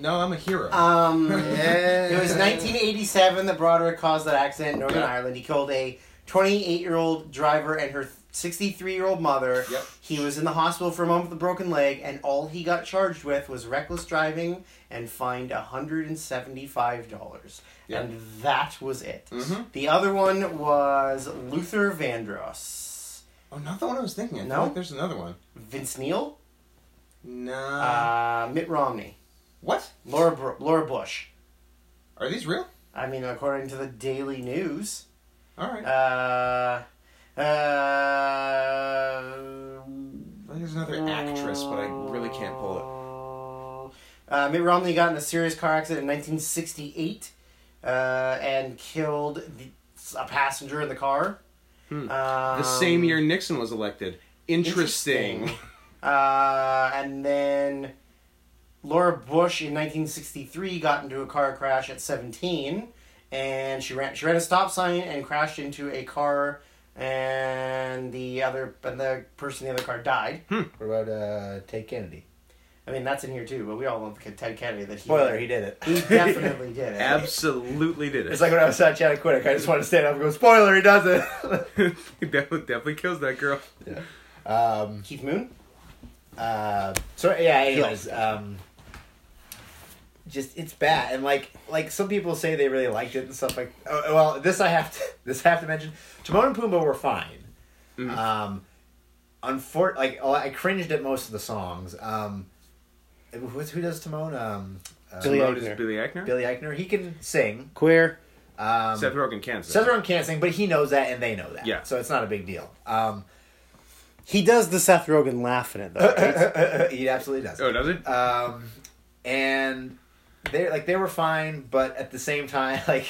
Speaker 1: No, I'm a hero.
Speaker 3: Um,
Speaker 1: Yeah.
Speaker 3: it was 1987 that Broderick caused that accident in Northern
Speaker 1: Yeah.
Speaker 3: Ireland. He killed a 28 year old driver and her 63 year old mother.
Speaker 1: Yep.
Speaker 3: He was in the hospital for a month with a broken leg, and all he got charged with was reckless driving and fined $175.
Speaker 1: Yeah.
Speaker 3: And that was it.
Speaker 1: Mhm.
Speaker 3: The other one was Luther Vandross.
Speaker 1: oh, not the one I was thinking. I
Speaker 3: No?
Speaker 1: feel like there's another one.
Speaker 3: Vince Neil,
Speaker 1: No. Uh-huh.
Speaker 3: uh, Mitt Romney,
Speaker 1: what?
Speaker 3: Laura, Bro- Laura Bush.
Speaker 1: Are these real?
Speaker 3: I mean, according to the Daily News.
Speaker 1: All right.
Speaker 3: Uh, uh,
Speaker 1: I think there's another actress, but I really can't pull
Speaker 3: Uh, Mitt Romney got in a serious car accident in 1968 uh, and killed the, a passenger in the car.
Speaker 1: Hmm. it.
Speaker 3: Um,
Speaker 1: The same year Nixon was elected. Interesting.
Speaker 3: Interesting. Uh, and then Laura Bush in 1963 got into a car crash at 17, and she ran she ran a stop sign and crashed into a car, and the other and the person in the other car died.
Speaker 4: What about uh, Tate Kennedy?
Speaker 3: I mean that's in here too, but we all love Ted Kennedy that he
Speaker 4: Spoiler, he did it.
Speaker 3: he definitely did it.
Speaker 1: Absolutely did
Speaker 4: It's like when I was at Chad Quinnick, I just want to stand up and go, spoiler, he does it.
Speaker 1: he definitely, definitely kills that girl.
Speaker 4: um,
Speaker 3: Keith Moon.
Speaker 4: uh, so, yeah, anyways, um, just, it's bad. And, like, like some people say they really liked it and stuff like oh, Well, this I have to, this I have to mention. Timon and Pumbaa were fine.
Speaker 5: Mm.
Speaker 1: Mhm.
Speaker 4: Um, unfor- like, oh, I cringed at most of the songs. Um, who's, who does Timon? Um, uh,
Speaker 5: Billy
Speaker 1: Mode
Speaker 5: Eichner.
Speaker 1: is Billy Eichner.
Speaker 4: Billy Eichner. He can sing.
Speaker 5: Queer.
Speaker 4: Um,
Speaker 1: Seth Rogen can't. sing.
Speaker 4: Says Rogen can't sing, but he knows that and they know that.
Speaker 1: Yeah.
Speaker 4: So it's not a big deal. Um,
Speaker 3: He does the Seth Rogen laugh in it though. Right?
Speaker 4: he absolutely does.
Speaker 1: Oh, does it?
Speaker 4: Um, and they like they were fine, but at the same time, like,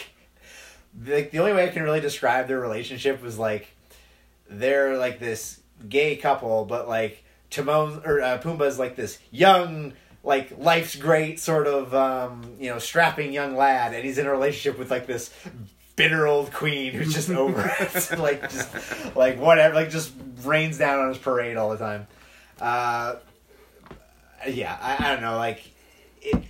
Speaker 4: like the only way I can really describe their relationship was like they're like this gay couple, but like Timon or uh, Pumbaa's like this young, like life's great sort of um, you know strapping young lad, and he's in a relationship with like this bitter old queen who's just over it, like just like whatever, like just rains down on his parade all the time. Uh, yeah, I, I don't know, like it,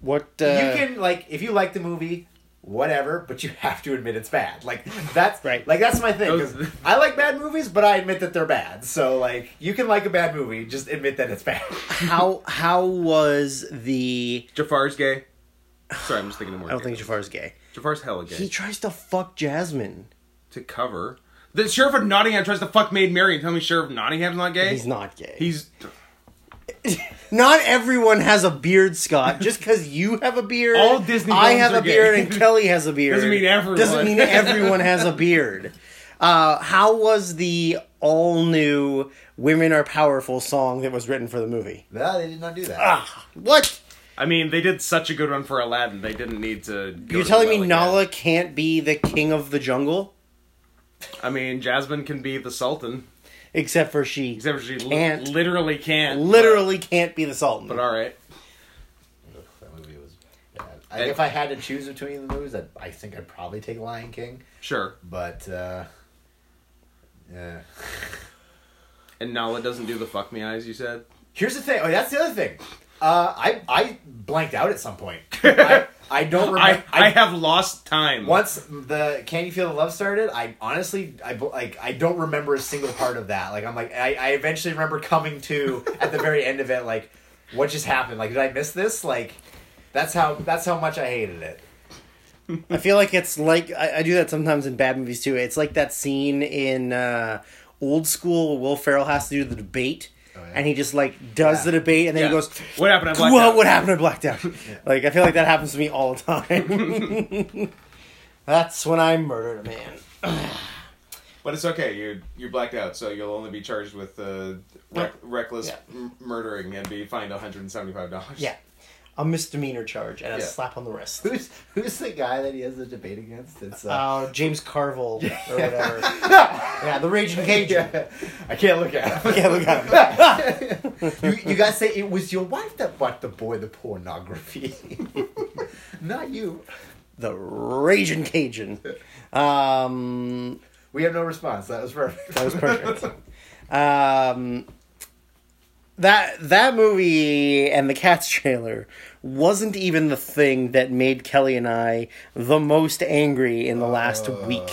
Speaker 5: What uh,
Speaker 4: you can like if you like the movie whatever but you have to admit it's bad like that's
Speaker 5: Right.
Speaker 4: like that's my thing 'cause
Speaker 1: Those-
Speaker 4: i like bad movies but i admit that they're bad so like you can like a bad movie just admit that it's bad
Speaker 5: how how was the?
Speaker 1: Jafar's gay. Sorry, I'm just thinking of more.
Speaker 5: I don't
Speaker 1: gay
Speaker 5: think Jafar's gay.
Speaker 1: ones. Jafar's hella gay.
Speaker 3: He tries to fuck Jasmine.
Speaker 1: To cover. The Sheriff of Nottingham tries to fuck Maid Mary and tell me Sheriff Nottingham's not gay?
Speaker 3: He's not gay.
Speaker 1: He's.
Speaker 3: Not everyone has a beard, Scott. Just because you have a beard,
Speaker 1: All Disney
Speaker 3: I
Speaker 1: villains
Speaker 3: have
Speaker 1: are
Speaker 3: a beard,
Speaker 1: gay.
Speaker 3: and Kelly has a beard
Speaker 1: Doesn't mean everyone.
Speaker 3: Doesn't mean everyone has a beard. Uh, how was the all new "Women Are Powerful" song that was written for the movie?
Speaker 4: no they did not do that
Speaker 3: Ah. What?
Speaker 1: I mean, they did such a good one for Aladdin. They didn't need to. go
Speaker 5: You're
Speaker 1: to
Speaker 5: telling
Speaker 1: the
Speaker 5: me
Speaker 1: well
Speaker 5: Nala
Speaker 1: again.
Speaker 5: can't be the king of the jungle
Speaker 1: I mean, Jasmine can be the Sultan,
Speaker 5: except for she
Speaker 1: except she li-
Speaker 5: Can't.
Speaker 1: literally can't.
Speaker 5: literally can't be the sultan.
Speaker 1: But, but all right.
Speaker 4: Ugh, that movie was bad I, if i had to choose between the movies i, I think i'd probably take lion king
Speaker 1: Sure.
Speaker 4: but uh yeah
Speaker 1: And Nala doesn't do the fuck me eyes, you said?
Speaker 4: Here's the thing. Oh, that's the other thing. Uh, I I blanked out at some point. I, I don't
Speaker 1: I,
Speaker 4: remember.
Speaker 1: I, have lost time.
Speaker 4: once the Can You Feel the Love started, I honestly I bl- like I don't remember a single part of that. Like I'm like I, I eventually remember coming to at the very end of it like what just happened? Like did I miss this? Like that's how that's how much I hated it.
Speaker 5: I feel like it's like I, I do that sometimes in bad movies too. It's like that scene in uh, old school where Will Ferrell has to do the debate,
Speaker 4: yeah.
Speaker 5: and he just like does
Speaker 4: Yeah.
Speaker 5: the debate, and then
Speaker 1: Oh, Yeah.
Speaker 5: he goes,
Speaker 1: What happened? I blacked
Speaker 5: "Whoa,
Speaker 1: out.
Speaker 5: what happened? I blacked out." Like I feel like that happens to me all the time.
Speaker 3: That's when I murdered a man.
Speaker 1: But it's okay. You're you're blacked out, so you'll only be charged with uh, rec- reckless
Speaker 3: Yeah.
Speaker 1: m- murdering and be fined one hundred and seventy five dollars.
Speaker 3: Yeah, a misdemeanor charge and a
Speaker 1: Yeah.
Speaker 3: slap on the wrist.
Speaker 4: Who's who's the guy that he has the debate against? It's
Speaker 3: Uh, James Carville or whatever. yeah, the Raging Cajun.
Speaker 4: I can't look at him.
Speaker 3: Yeah, look at him.
Speaker 4: you, you guys say it was your wife that bought the boy the pornography, not you.
Speaker 3: The Raging Cajun. Um,
Speaker 4: We have no response. That was perfect.
Speaker 3: that was perfect. Um, that that movie and the Cats trailer wasn't even the thing that made Kelly and I the most angry in the last week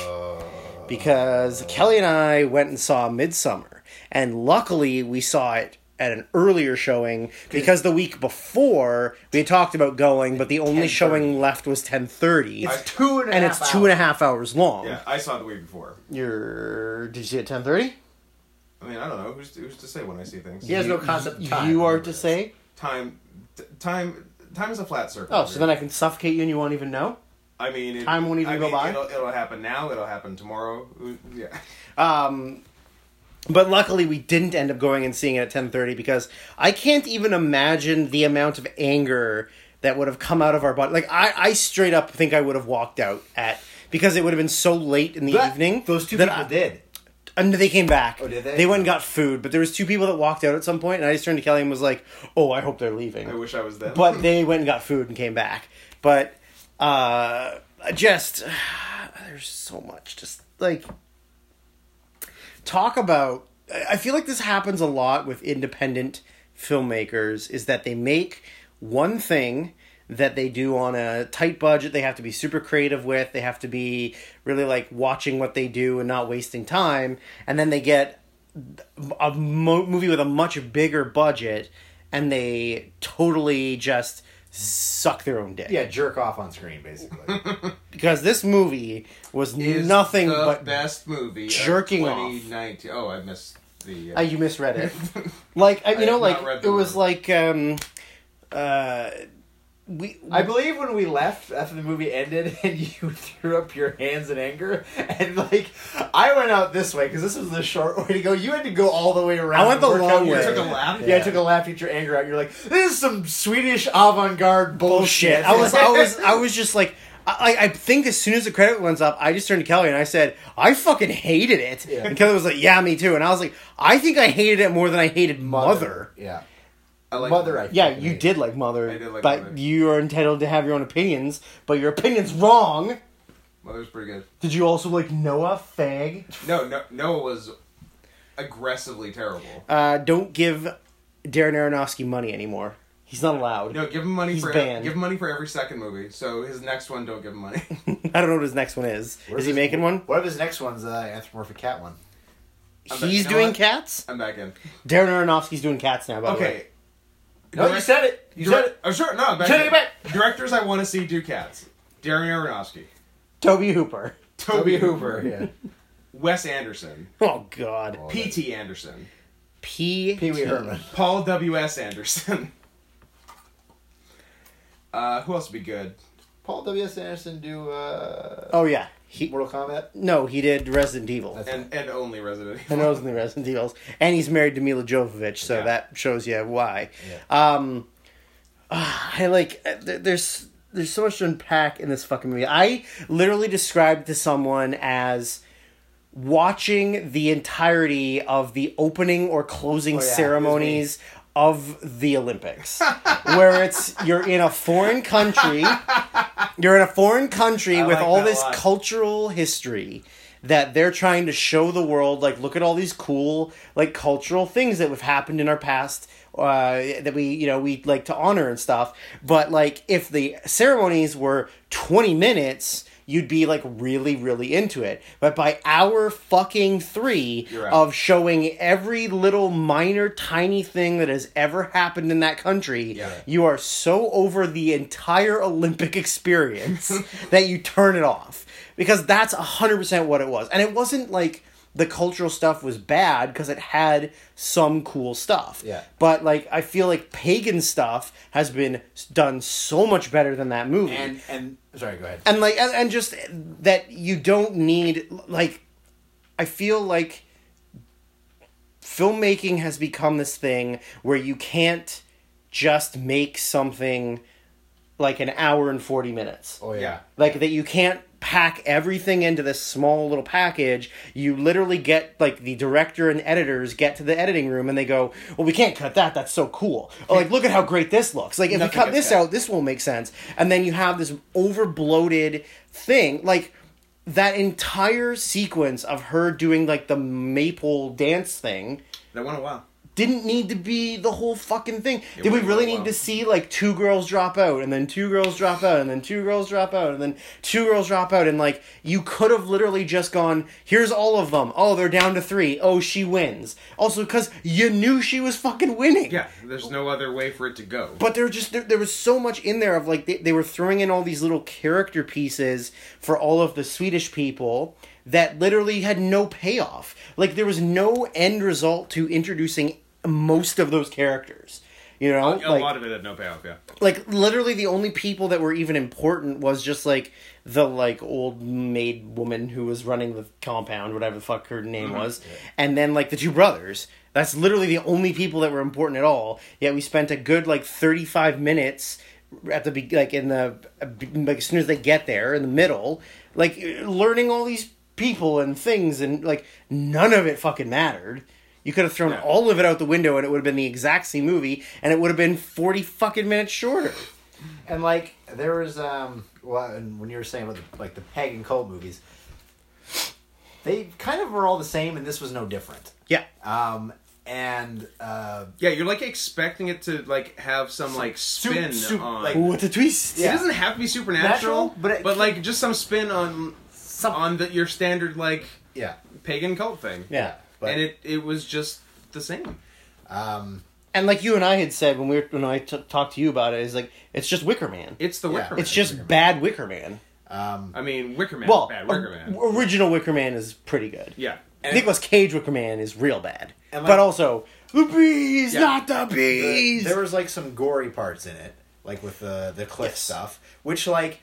Speaker 3: because Kelly and I went and saw Midsummer, and luckily we saw it at an earlier showing because the week before we had talked about going, but the only
Speaker 4: 10:30.
Speaker 3: showing left was ten thirty,
Speaker 1: I-
Speaker 4: two and a half.
Speaker 3: and it's two and a half hours long.
Speaker 1: yeah. I saw it the week before.
Speaker 3: You're did you see it ten thirty?
Speaker 1: I mean, I don't know who's who's to say when I see things.
Speaker 4: He has no concept of time.
Speaker 3: You are to say.
Speaker 1: Time, t- time, time is a flat circle.
Speaker 3: Oh, so then I can suffocate you and you won't even know.
Speaker 1: I mean, it,
Speaker 3: time won't even
Speaker 1: I
Speaker 3: go
Speaker 1: mean,
Speaker 3: by?
Speaker 1: It'll, it'll happen now. It'll happen tomorrow. Who- Yeah.
Speaker 3: Um, but luckily, we didn't end up going and seeing it at ten thirty because I can't even imagine the amount of anger that would have come out of our body. Like I, I straight up think I would have walked out at because it would have been so late in the
Speaker 4: But
Speaker 3: evening.
Speaker 4: Those two
Speaker 3: that
Speaker 4: people
Speaker 3: I-
Speaker 4: did.
Speaker 3: And they came back.
Speaker 4: Oh, did they?
Speaker 3: They went and got food, but there was two people that walked out at some point, and I just turned to Kelly and was like, "Oh, I hope they're leaving."
Speaker 1: I wish I was there.
Speaker 3: but they went and got food and came back. But uh, just there's so much. Just like talk about. I I feel like this happens a lot with independent filmmakers. Is that they make one thing that they do on a tight budget. They have to be super creative with. They have to be really like watching what they do and not wasting time. And then they get a mo- movie with a much bigger budget and they totally just suck their own dick.
Speaker 4: Yeah, jerk off on screen basically.
Speaker 3: Because this movie was
Speaker 1: Is
Speaker 3: nothing
Speaker 1: the
Speaker 3: but.
Speaker 1: best movie. of
Speaker 3: jerking off.
Speaker 1: 2019. Oh, I missed the. Uh,
Speaker 3: Uh, you misread it. like, I, you
Speaker 1: I have
Speaker 3: know,
Speaker 1: not
Speaker 3: like,
Speaker 1: read the
Speaker 3: it was
Speaker 1: word.
Speaker 3: like. um uh we
Speaker 4: I believe when we left after the movie ended and you threw up your hands in anger and like I went out this way because this was the short way to go. You had to go all the way around.
Speaker 3: I went the
Speaker 4: and work
Speaker 3: long
Speaker 4: out your-
Speaker 3: way.
Speaker 1: Took a lap?
Speaker 4: Yeah,
Speaker 3: Yeah.
Speaker 4: I took a lap. Get your anger out. You're like, this is some Swedish avant-garde bullshit.
Speaker 3: I was, I was, I was just like, I, I think as soon as the credit runs up, I just turned to Kelly and I said, I fucking hated it.
Speaker 4: Yeah.
Speaker 3: And Kelly was like, Yeah, me too. And I was like, I think I hated it more than I hated Mother.
Speaker 4: yeah,
Speaker 1: I like
Speaker 4: mother. I
Speaker 3: Yeah,
Speaker 4: fucking
Speaker 3: you
Speaker 4: hate.
Speaker 3: did like Mother,
Speaker 1: I did like
Speaker 3: but
Speaker 1: Mother.
Speaker 3: you are entitled to have your own opinions. But your opinion's wrong.
Speaker 1: Mother's pretty good.
Speaker 3: Did you also like Noah Fag?
Speaker 1: No, no, Noah was aggressively terrible.
Speaker 3: Uh, don't give Darren Aronofsky money anymore. He's not allowed.
Speaker 1: No, give him money
Speaker 3: He's
Speaker 1: for e-,
Speaker 3: banned.
Speaker 1: give him money for every second movie. So his next one, don't give him money.
Speaker 3: I don't know what his next one is.
Speaker 4: What
Speaker 3: is he
Speaker 4: his-
Speaker 3: making one?
Speaker 4: What if his next one's the anthropomorphic cat one?
Speaker 1: I'm back-
Speaker 3: He's
Speaker 1: you know
Speaker 3: doing
Speaker 1: what?
Speaker 3: cats.
Speaker 1: I'm back in.
Speaker 3: Darren Aronofsky's doing cats now. By the way.
Speaker 1: Okay.
Speaker 4: No, you said it. You said it.
Speaker 1: Oh, sure. No, I'm back
Speaker 4: Take
Speaker 1: in.
Speaker 4: it back.
Speaker 1: Directors I want to see do cats. Darren Aronofsky,
Speaker 3: Toby Hooper.
Speaker 1: Toby Hooper,
Speaker 4: Yeah.
Speaker 1: Wes Anderson,
Speaker 3: Oh God.
Speaker 1: P.T. Anderson,
Speaker 3: P.
Speaker 4: Pee Wee Herman.
Speaker 1: Paul W.S. Anderson. Uh, who else would be good?
Speaker 4: Paul W. S. Anderson do uh,
Speaker 3: Oh yeah. He
Speaker 4: Mortal Kombat.
Speaker 3: no, he did Resident Evil.
Speaker 4: That's-
Speaker 1: And and only Resident
Speaker 3: I
Speaker 1: Evil.
Speaker 3: know it was in the Resident Evils, and he's married to Mila Jovovich, so
Speaker 1: Yeah.
Speaker 3: that shows you why. Um, ah, I like uh, there- there's there's so much to unpack in this fucking movie. I literally described to someone as watching the entirety of the opening or closing
Speaker 4: Oh, yeah, it was me.
Speaker 3: ceremonies of the Olympics, where it's you're in a foreign country, you're in a foreign country
Speaker 1: I
Speaker 3: with
Speaker 1: like
Speaker 3: all
Speaker 1: that a
Speaker 3: this
Speaker 1: lot.
Speaker 3: cultural history that they're trying to show the world like look at all these cool like cultural things that have happened in our past uh, that we you know we like to honor and stuff but like if the ceremonies were 20 minutes you'd be like really really into it but by hour fucking three
Speaker 1: You're out.
Speaker 3: of showing every little minor tiny thing that has ever happened in that country
Speaker 1: Yeah.
Speaker 3: you are so over the entire Olympic experience that you turn it off because that's 100% what it was. And it wasn't like the cultural stuff was bad because it had some cool stuff.
Speaker 4: Yeah.
Speaker 3: But like I feel like pagan stuff has been s- done so much better than that movie
Speaker 4: And and sorry, go ahead.
Speaker 3: and like and, and just that you don't need like i feel like filmmaking has become this thing where you can't just make something like an hour and 40 minutes
Speaker 4: Oh
Speaker 1: Yeah.
Speaker 4: yeah.
Speaker 3: like that you can't pack everything into this small little package you literally get like the director and editors get to the editing room and they go well we can't cut that that's so cool or like look at how great this looks like if we
Speaker 1: Nothing
Speaker 3: cut
Speaker 1: gets
Speaker 3: this
Speaker 1: cut.
Speaker 3: out this won't make sense and then you have this over bloated thing like that entire sequence of her doing like the maple dance thing
Speaker 1: That went a while.
Speaker 3: didn't need to be the whole fucking thing. Did we
Speaker 1: would've
Speaker 3: really
Speaker 1: been
Speaker 3: need
Speaker 1: wild.
Speaker 3: to see like two girls drop out and then two girls drop out and then two girls drop out and then two girls drop out and like you could have literally just gone, here's all of them. Oh, they're down to three. Oh, she wins. Also, because you knew she was fucking winning.
Speaker 1: Yeah, there's no other way for it to go.
Speaker 3: But there just there, there was so much in there of like they, they were throwing in all these little character pieces for all of the Swedish people that literally had no payoff. Like there was no end result to introducing most of those characters. You
Speaker 1: a
Speaker 3: know, like
Speaker 1: lot of it had no payoff. Yeah.
Speaker 3: like literally the only people that were even important was just like the like old maid woman who was running the compound whatever the fuck her name was and then like the two brothers that's literally the only people that were important at all yet we spent a good like 35 minutes at the be- like in the like as soon as they get there in the middle like learning all these people and things and like none of it fucking mattered you could have thrown
Speaker 1: Yeah.
Speaker 3: all of it out the window and it would have been the exact same movie and it would have been 40 fucking minutes shorter.
Speaker 4: And like there was um well and when you were saying about the, like the pagan cult movies, they kind of were all the same, and this was no different.
Speaker 3: Yeah.
Speaker 4: Um and uh
Speaker 1: Yeah, you're like expecting it to like have some like spin
Speaker 4: sup-
Speaker 1: on.
Speaker 4: like-
Speaker 3: Ooh, what a twist.
Speaker 1: It
Speaker 4: Yeah.
Speaker 1: doesn't have to be supernatural,
Speaker 4: Natural, but it-
Speaker 1: but like just some spin on
Speaker 4: some
Speaker 1: on the, your standard like
Speaker 4: yeah
Speaker 1: pagan cult thing.
Speaker 3: Yeah.
Speaker 4: but
Speaker 1: and it it was just the same.
Speaker 4: um
Speaker 3: And like you and I had said when we were, when I t- talked to you about it, is like it's just Wicker Man.
Speaker 1: It's the
Speaker 4: Yeah.
Speaker 1: Wicker Man.
Speaker 3: It's just bad Wicker Man.
Speaker 4: um
Speaker 1: I mean, Wicker Man.
Speaker 3: Well,
Speaker 1: bad Wicker Man.
Speaker 3: o- original Wicker Man is pretty good.
Speaker 1: yeah.
Speaker 3: Nicholas Cage Wicker Man is real bad,
Speaker 4: And, like-
Speaker 3: but also the bees,
Speaker 1: Yeah.
Speaker 3: not the
Speaker 4: the-
Speaker 3: bees.
Speaker 4: there was like some gory parts in it. like with the the cliff
Speaker 3: Yes.
Speaker 4: stuff, which like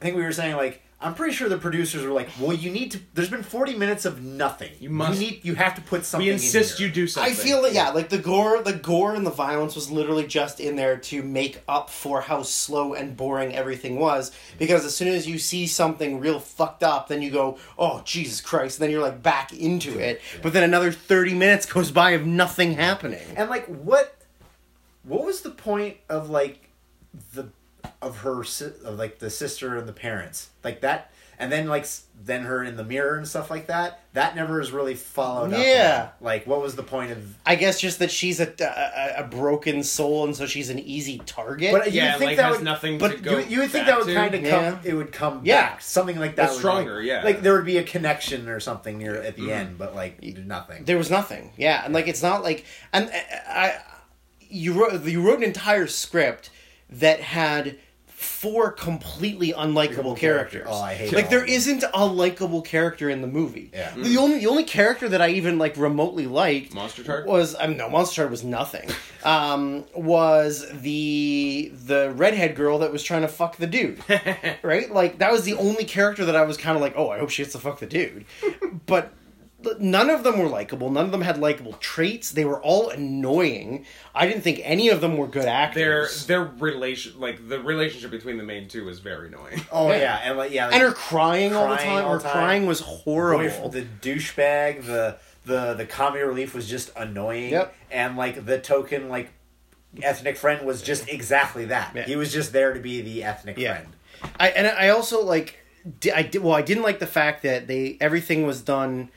Speaker 4: I think we were saying like I'm pretty sure the producers were like, well, you need to. There's been 40 minutes of nothing. You
Speaker 1: must-
Speaker 4: You, need, you have to put something.
Speaker 1: we insist
Speaker 4: in
Speaker 1: you
Speaker 4: here.
Speaker 1: do something.
Speaker 3: I feel that yeah, like the gore, the gore and the violence was literally just in there to make up for how slow and boring everything was. Because as soon as you see something real fucked up, then you go, "Oh Jesus Christ!" And then you're like back into it. But then another thirty minutes goes by of nothing happening.
Speaker 4: And like, what? What was the point of like the of her si- of like the sister and the parents like that? And then like s- then her in the mirror and stuff like that. That never is really followed up.
Speaker 3: Yeah.
Speaker 4: on. Like, what was the point of?
Speaker 3: I guess just that she's a, a a- a broken soul, and so she's an easy target.
Speaker 4: But you
Speaker 1: Yeah,
Speaker 4: would think
Speaker 1: like
Speaker 4: that
Speaker 1: has
Speaker 4: would,
Speaker 1: nothing
Speaker 4: But
Speaker 1: to
Speaker 4: you-
Speaker 1: go.
Speaker 4: you, would think that would kind of
Speaker 1: of.
Speaker 4: come.
Speaker 3: Yeah.
Speaker 4: It would come
Speaker 3: Yeah.
Speaker 4: back. Something like that.
Speaker 1: It's
Speaker 4: would,
Speaker 1: stronger,
Speaker 4: like-
Speaker 1: yeah.
Speaker 4: Like there would be a connection or something near at the end, but like nothing.
Speaker 3: There was nothing. Mm-hmm. Yeah, and like it's not like and uh, I, I you wrote you wrote an entire script that had four completely unlikable
Speaker 4: Unlikable characters.
Speaker 3: characters.
Speaker 4: Oh, I hate
Speaker 3: Like
Speaker 4: all
Speaker 3: there
Speaker 4: of them.
Speaker 3: isn't a likable character in the movie.
Speaker 4: Yeah.
Speaker 3: The only the only character that I even like remotely liked
Speaker 1: Monster Tart?
Speaker 3: was I mean, no Monster Tart was nothing. Um, was the the redhead girl that was trying to fuck the dude. right? Like that was the only character that I was kind of like, oh, I hope she gets to fuck the dude. but none of them were likable. None of them had likable traits. They were all annoying. I didn't think any of them were good
Speaker 1: Their
Speaker 3: actors.
Speaker 1: their relation, like the relationship between the main two, is very annoying.
Speaker 4: Oh
Speaker 3: Yeah.
Speaker 4: yeah, and like yeah, like,
Speaker 3: and her crying, all the
Speaker 4: Crying
Speaker 3: time.
Speaker 4: all
Speaker 3: her
Speaker 4: the time.
Speaker 3: crying was horrible.
Speaker 4: boyf- the douchebag, the the the comedy relief was just annoying,
Speaker 3: Yep.
Speaker 4: and like the token like ethnic friend was just exactly that.
Speaker 3: Yeah.
Speaker 4: He was just there to be the ethnic
Speaker 3: Yeah.
Speaker 4: friend.
Speaker 3: I and I also like di- I did well. I didn't like the fact that they everything was done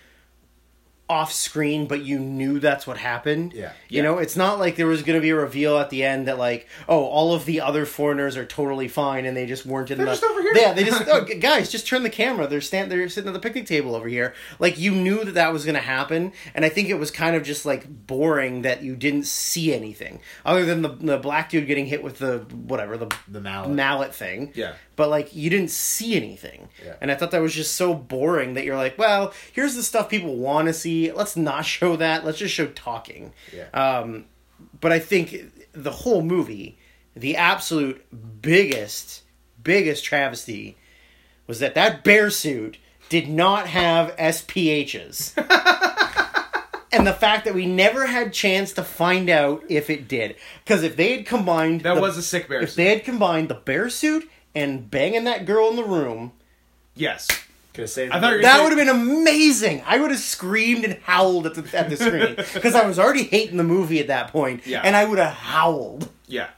Speaker 3: off screen, but you knew that's what happened.
Speaker 4: Yeah.
Speaker 3: you know, it's not like there was going to be a reveal at the end that like, oh, all of the other foreigners are totally fine and they just weren't in the.
Speaker 1: just over here.
Speaker 3: Yeah, they just oh, g- guys, just turn the camera. They're stand. They're sitting at the picnic table over here. Like you knew that that was going to happen, and I think it was kind of just like boring that you didn't see anything other than the the black dude getting hit with the whatever the
Speaker 4: The mallet.
Speaker 3: mallet thing.
Speaker 1: Yeah.
Speaker 3: But like you didn't see anything.
Speaker 4: Yeah.
Speaker 3: And I thought that was just so boring that you're like, well, here's the stuff people want to see. Let's not show that. Let's just show talking.
Speaker 4: Yeah.
Speaker 3: Um but I think the whole movie, the absolute biggest biggest travesty was that that bear suit did not have SPHs. And the fact that we never had chance to find out if it did, because if they had combined
Speaker 1: That
Speaker 3: the-
Speaker 1: was a sick bear.
Speaker 3: if they had combined the bear suit and banging that girl in the room,
Speaker 1: yes,
Speaker 4: Could have saved.
Speaker 1: I
Speaker 4: the
Speaker 1: thought you
Speaker 4: movie.
Speaker 1: were
Speaker 3: that would have been amazing. I would have screamed and howled at the, at the screen because I was already hating the movie at that point,
Speaker 1: Yeah.
Speaker 3: and I would have howled.
Speaker 1: yeah,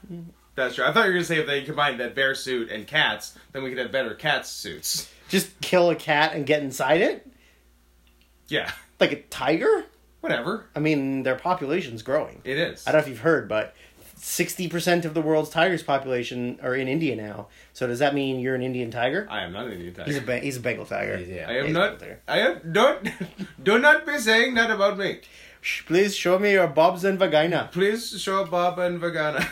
Speaker 1: that's true. I thought you were gonna say if they combined that bear suit and cats, then we could have better cat suits.
Speaker 3: Just kill a cat and get inside it
Speaker 1: Yeah,
Speaker 3: like a tiger.
Speaker 1: whatever.
Speaker 3: I mean, their population's growing.
Speaker 1: It is.
Speaker 3: I don't know if you've heard, but sixty percent of the world's tigers population are in India now. So does that mean you're an Indian tiger?
Speaker 1: I am not an Indian
Speaker 3: He's
Speaker 1: tiger.
Speaker 3: a ba- he's a Bengal tiger.
Speaker 4: Yeah.
Speaker 1: I am
Speaker 3: he's
Speaker 1: not.
Speaker 3: older.
Speaker 1: I am don't. Do not be saying that about me.
Speaker 3: Shh, Please show me your bobs and vagina.
Speaker 1: Please show Bob and Vagana.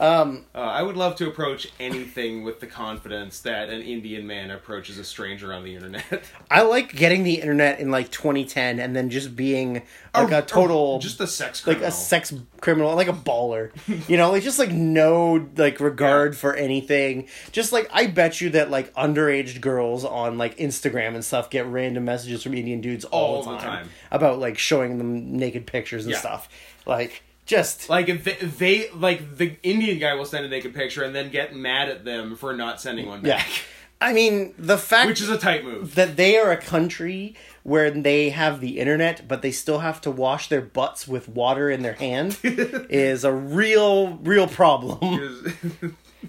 Speaker 3: Um,
Speaker 1: Uh, I would love to approach anything with the confidence that an Indian man approaches a stranger on the internet.
Speaker 3: I like getting the internet in like 2010 and then just being like a,
Speaker 1: Or- or
Speaker 3: total
Speaker 1: just a sex
Speaker 3: like
Speaker 1: criminal.
Speaker 3: a sex criminal, like a baller. you know, like just like no like regard for anything. Just like I bet you that like underage girls on like Instagram and stuff get random messages from Indian dudes all,
Speaker 1: All
Speaker 3: the,
Speaker 1: the
Speaker 3: time
Speaker 1: time.
Speaker 3: about like showing them naked pictures and
Speaker 1: Yeah.
Speaker 3: stuff. Like just
Speaker 1: Like if they, they like the Indian guy will send a naked picture and then get mad at them for not sending one
Speaker 3: yeah.
Speaker 1: back,
Speaker 3: I mean, the fact
Speaker 1: which is a tight move.
Speaker 3: that they are a country where they have the internet but they still have to wash their butts with water in their hand is a real real problem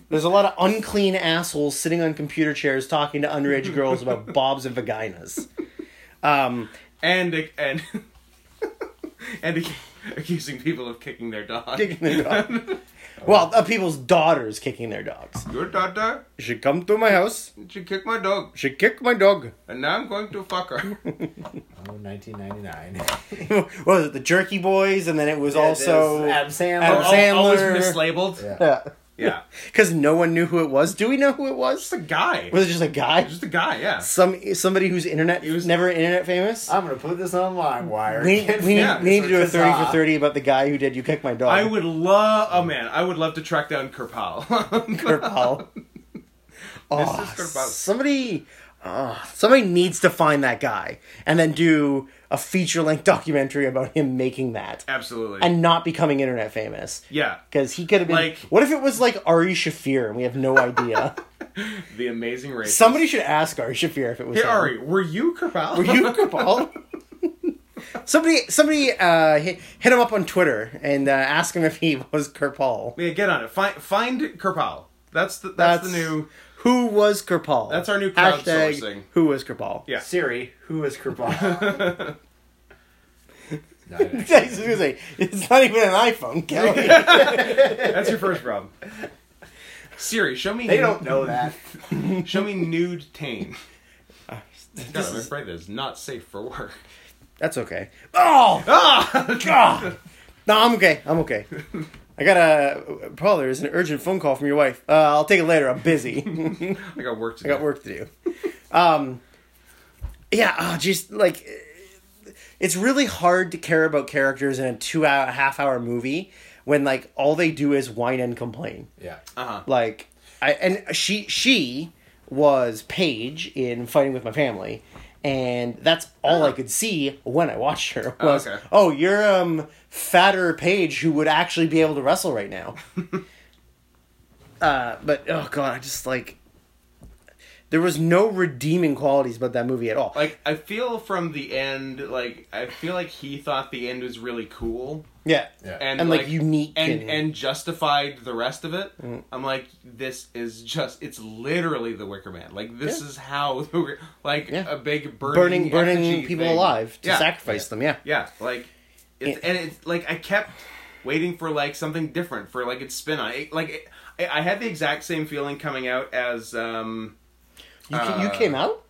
Speaker 3: there's a lot of unclean assholes sitting on computer chairs talking to underage girls about bobs and vaginas um,
Speaker 1: and and and ac- accusing people of kicking their dog.
Speaker 3: kicking their dog. well uh, people's daughters kicking their dogs
Speaker 1: Your daughter,
Speaker 3: she come to my house
Speaker 1: she kicked my dog,
Speaker 3: she kicked my dog
Speaker 1: and now I'm going to fuck her.
Speaker 4: Oh, 1999.
Speaker 3: what was it the jerky boys and then it was also
Speaker 4: Adam Sandler.
Speaker 3: Adam
Speaker 1: Al- always
Speaker 3: Sandler.
Speaker 1: mislabeled.
Speaker 4: Yeah.
Speaker 3: yeah
Speaker 1: Yeah.
Speaker 3: because no one knew who it was. Do we know who it was?
Speaker 1: Just a guy.
Speaker 3: Was it just a guy?
Speaker 1: Just a guy, yeah.
Speaker 3: Some somebody who's internet
Speaker 1: It was-
Speaker 3: never internet famous.
Speaker 4: I'm gonna put this on LimeWire.
Speaker 3: we
Speaker 4: Get
Speaker 3: we,
Speaker 1: yeah,
Speaker 4: this
Speaker 3: we need to do a
Speaker 4: artist
Speaker 3: thirty for
Speaker 4: off.
Speaker 3: thirty about the guy who did "You Kick My Dog."
Speaker 1: I would love. Oh man, I would love to track down Kerpal.
Speaker 3: Kurt Paul. oh,
Speaker 1: This is Kurt Paul.
Speaker 3: somebody, oh, somebody needs to find that guy and then do a feature length documentary about him making that
Speaker 1: Absolutely.
Speaker 3: and not becoming internet famous.
Speaker 1: yeah.
Speaker 3: Because he could have been.
Speaker 1: Like-
Speaker 3: what if it was like Ari Shafir and we have no idea?
Speaker 1: The amazing race.
Speaker 3: Somebody should ask Ari Shafir if it was.
Speaker 1: Hey
Speaker 3: him.
Speaker 1: Ari, were you Kerpal?
Speaker 3: Were you Kripal? somebody, somebody uh, hit, hit him up on Twitter and uh, ask him if he was Kripal.
Speaker 1: Yeah, get on it. Find find Kerpal. That's the that's,
Speaker 3: That's
Speaker 1: the new.
Speaker 3: Who was Kripal?
Speaker 1: That's our new crowdsourcing.
Speaker 3: Who was Kripal?
Speaker 1: Yeah.
Speaker 4: Siri, who is Kripal? No, no.
Speaker 3: I was gonna say, it's not even an iPhone, Kelly.
Speaker 1: That's your first problem. Siri, show me.
Speaker 4: They don't know that.
Speaker 1: Show me nude Tane. God,
Speaker 3: this
Speaker 1: I'm
Speaker 3: is-
Speaker 1: afraid that is not safe for work.
Speaker 3: That's okay. Oh
Speaker 1: Ah,
Speaker 3: God! No, I'm okay. I'm okay. I got a Paul. There's an urgent phone call from your wife. Uh, I'll take it later. I'm busy.
Speaker 1: I got work to
Speaker 3: I
Speaker 1: do.
Speaker 3: got work to do. Um, yeah, oh, just like it's really hard to care about characters in a two-hour, half-hour movie when like all they do is whine and complain.
Speaker 4: Yeah.
Speaker 1: Uh-huh.
Speaker 3: like I and she she was Paige in Fighting with My Family, and that's all I could see when I watched her was oh,
Speaker 1: Ah. okay.
Speaker 3: you're um fatter Paige who would actually be able to wrestle right now. uh, but oh god, I just like there was no redeeming qualities about that movie at all.
Speaker 1: Like I feel from the end, like I feel like he thought the end was really cool.
Speaker 3: yeah,
Speaker 4: Yeah.
Speaker 1: and,
Speaker 3: And, like, unique
Speaker 1: and
Speaker 3: and-
Speaker 1: and justified the rest of it.
Speaker 3: Mm.
Speaker 1: I'm like, this is just it's literally the Wicker Man. Like this
Speaker 3: Yeah.
Speaker 1: is how the Wicker- like
Speaker 3: Yeah.
Speaker 1: a big burning
Speaker 3: burning burning
Speaker 1: effigy
Speaker 3: people
Speaker 1: thing.
Speaker 3: alive to
Speaker 1: yeah.
Speaker 3: sacrifice them. Yeah,
Speaker 1: Yeah, like it's,
Speaker 3: It-
Speaker 1: and it's like I kept waiting for like something different for like its spin on it. Like it, I I had the exact same feeling coming out as um
Speaker 3: you ca- you
Speaker 1: Uh,
Speaker 3: came out.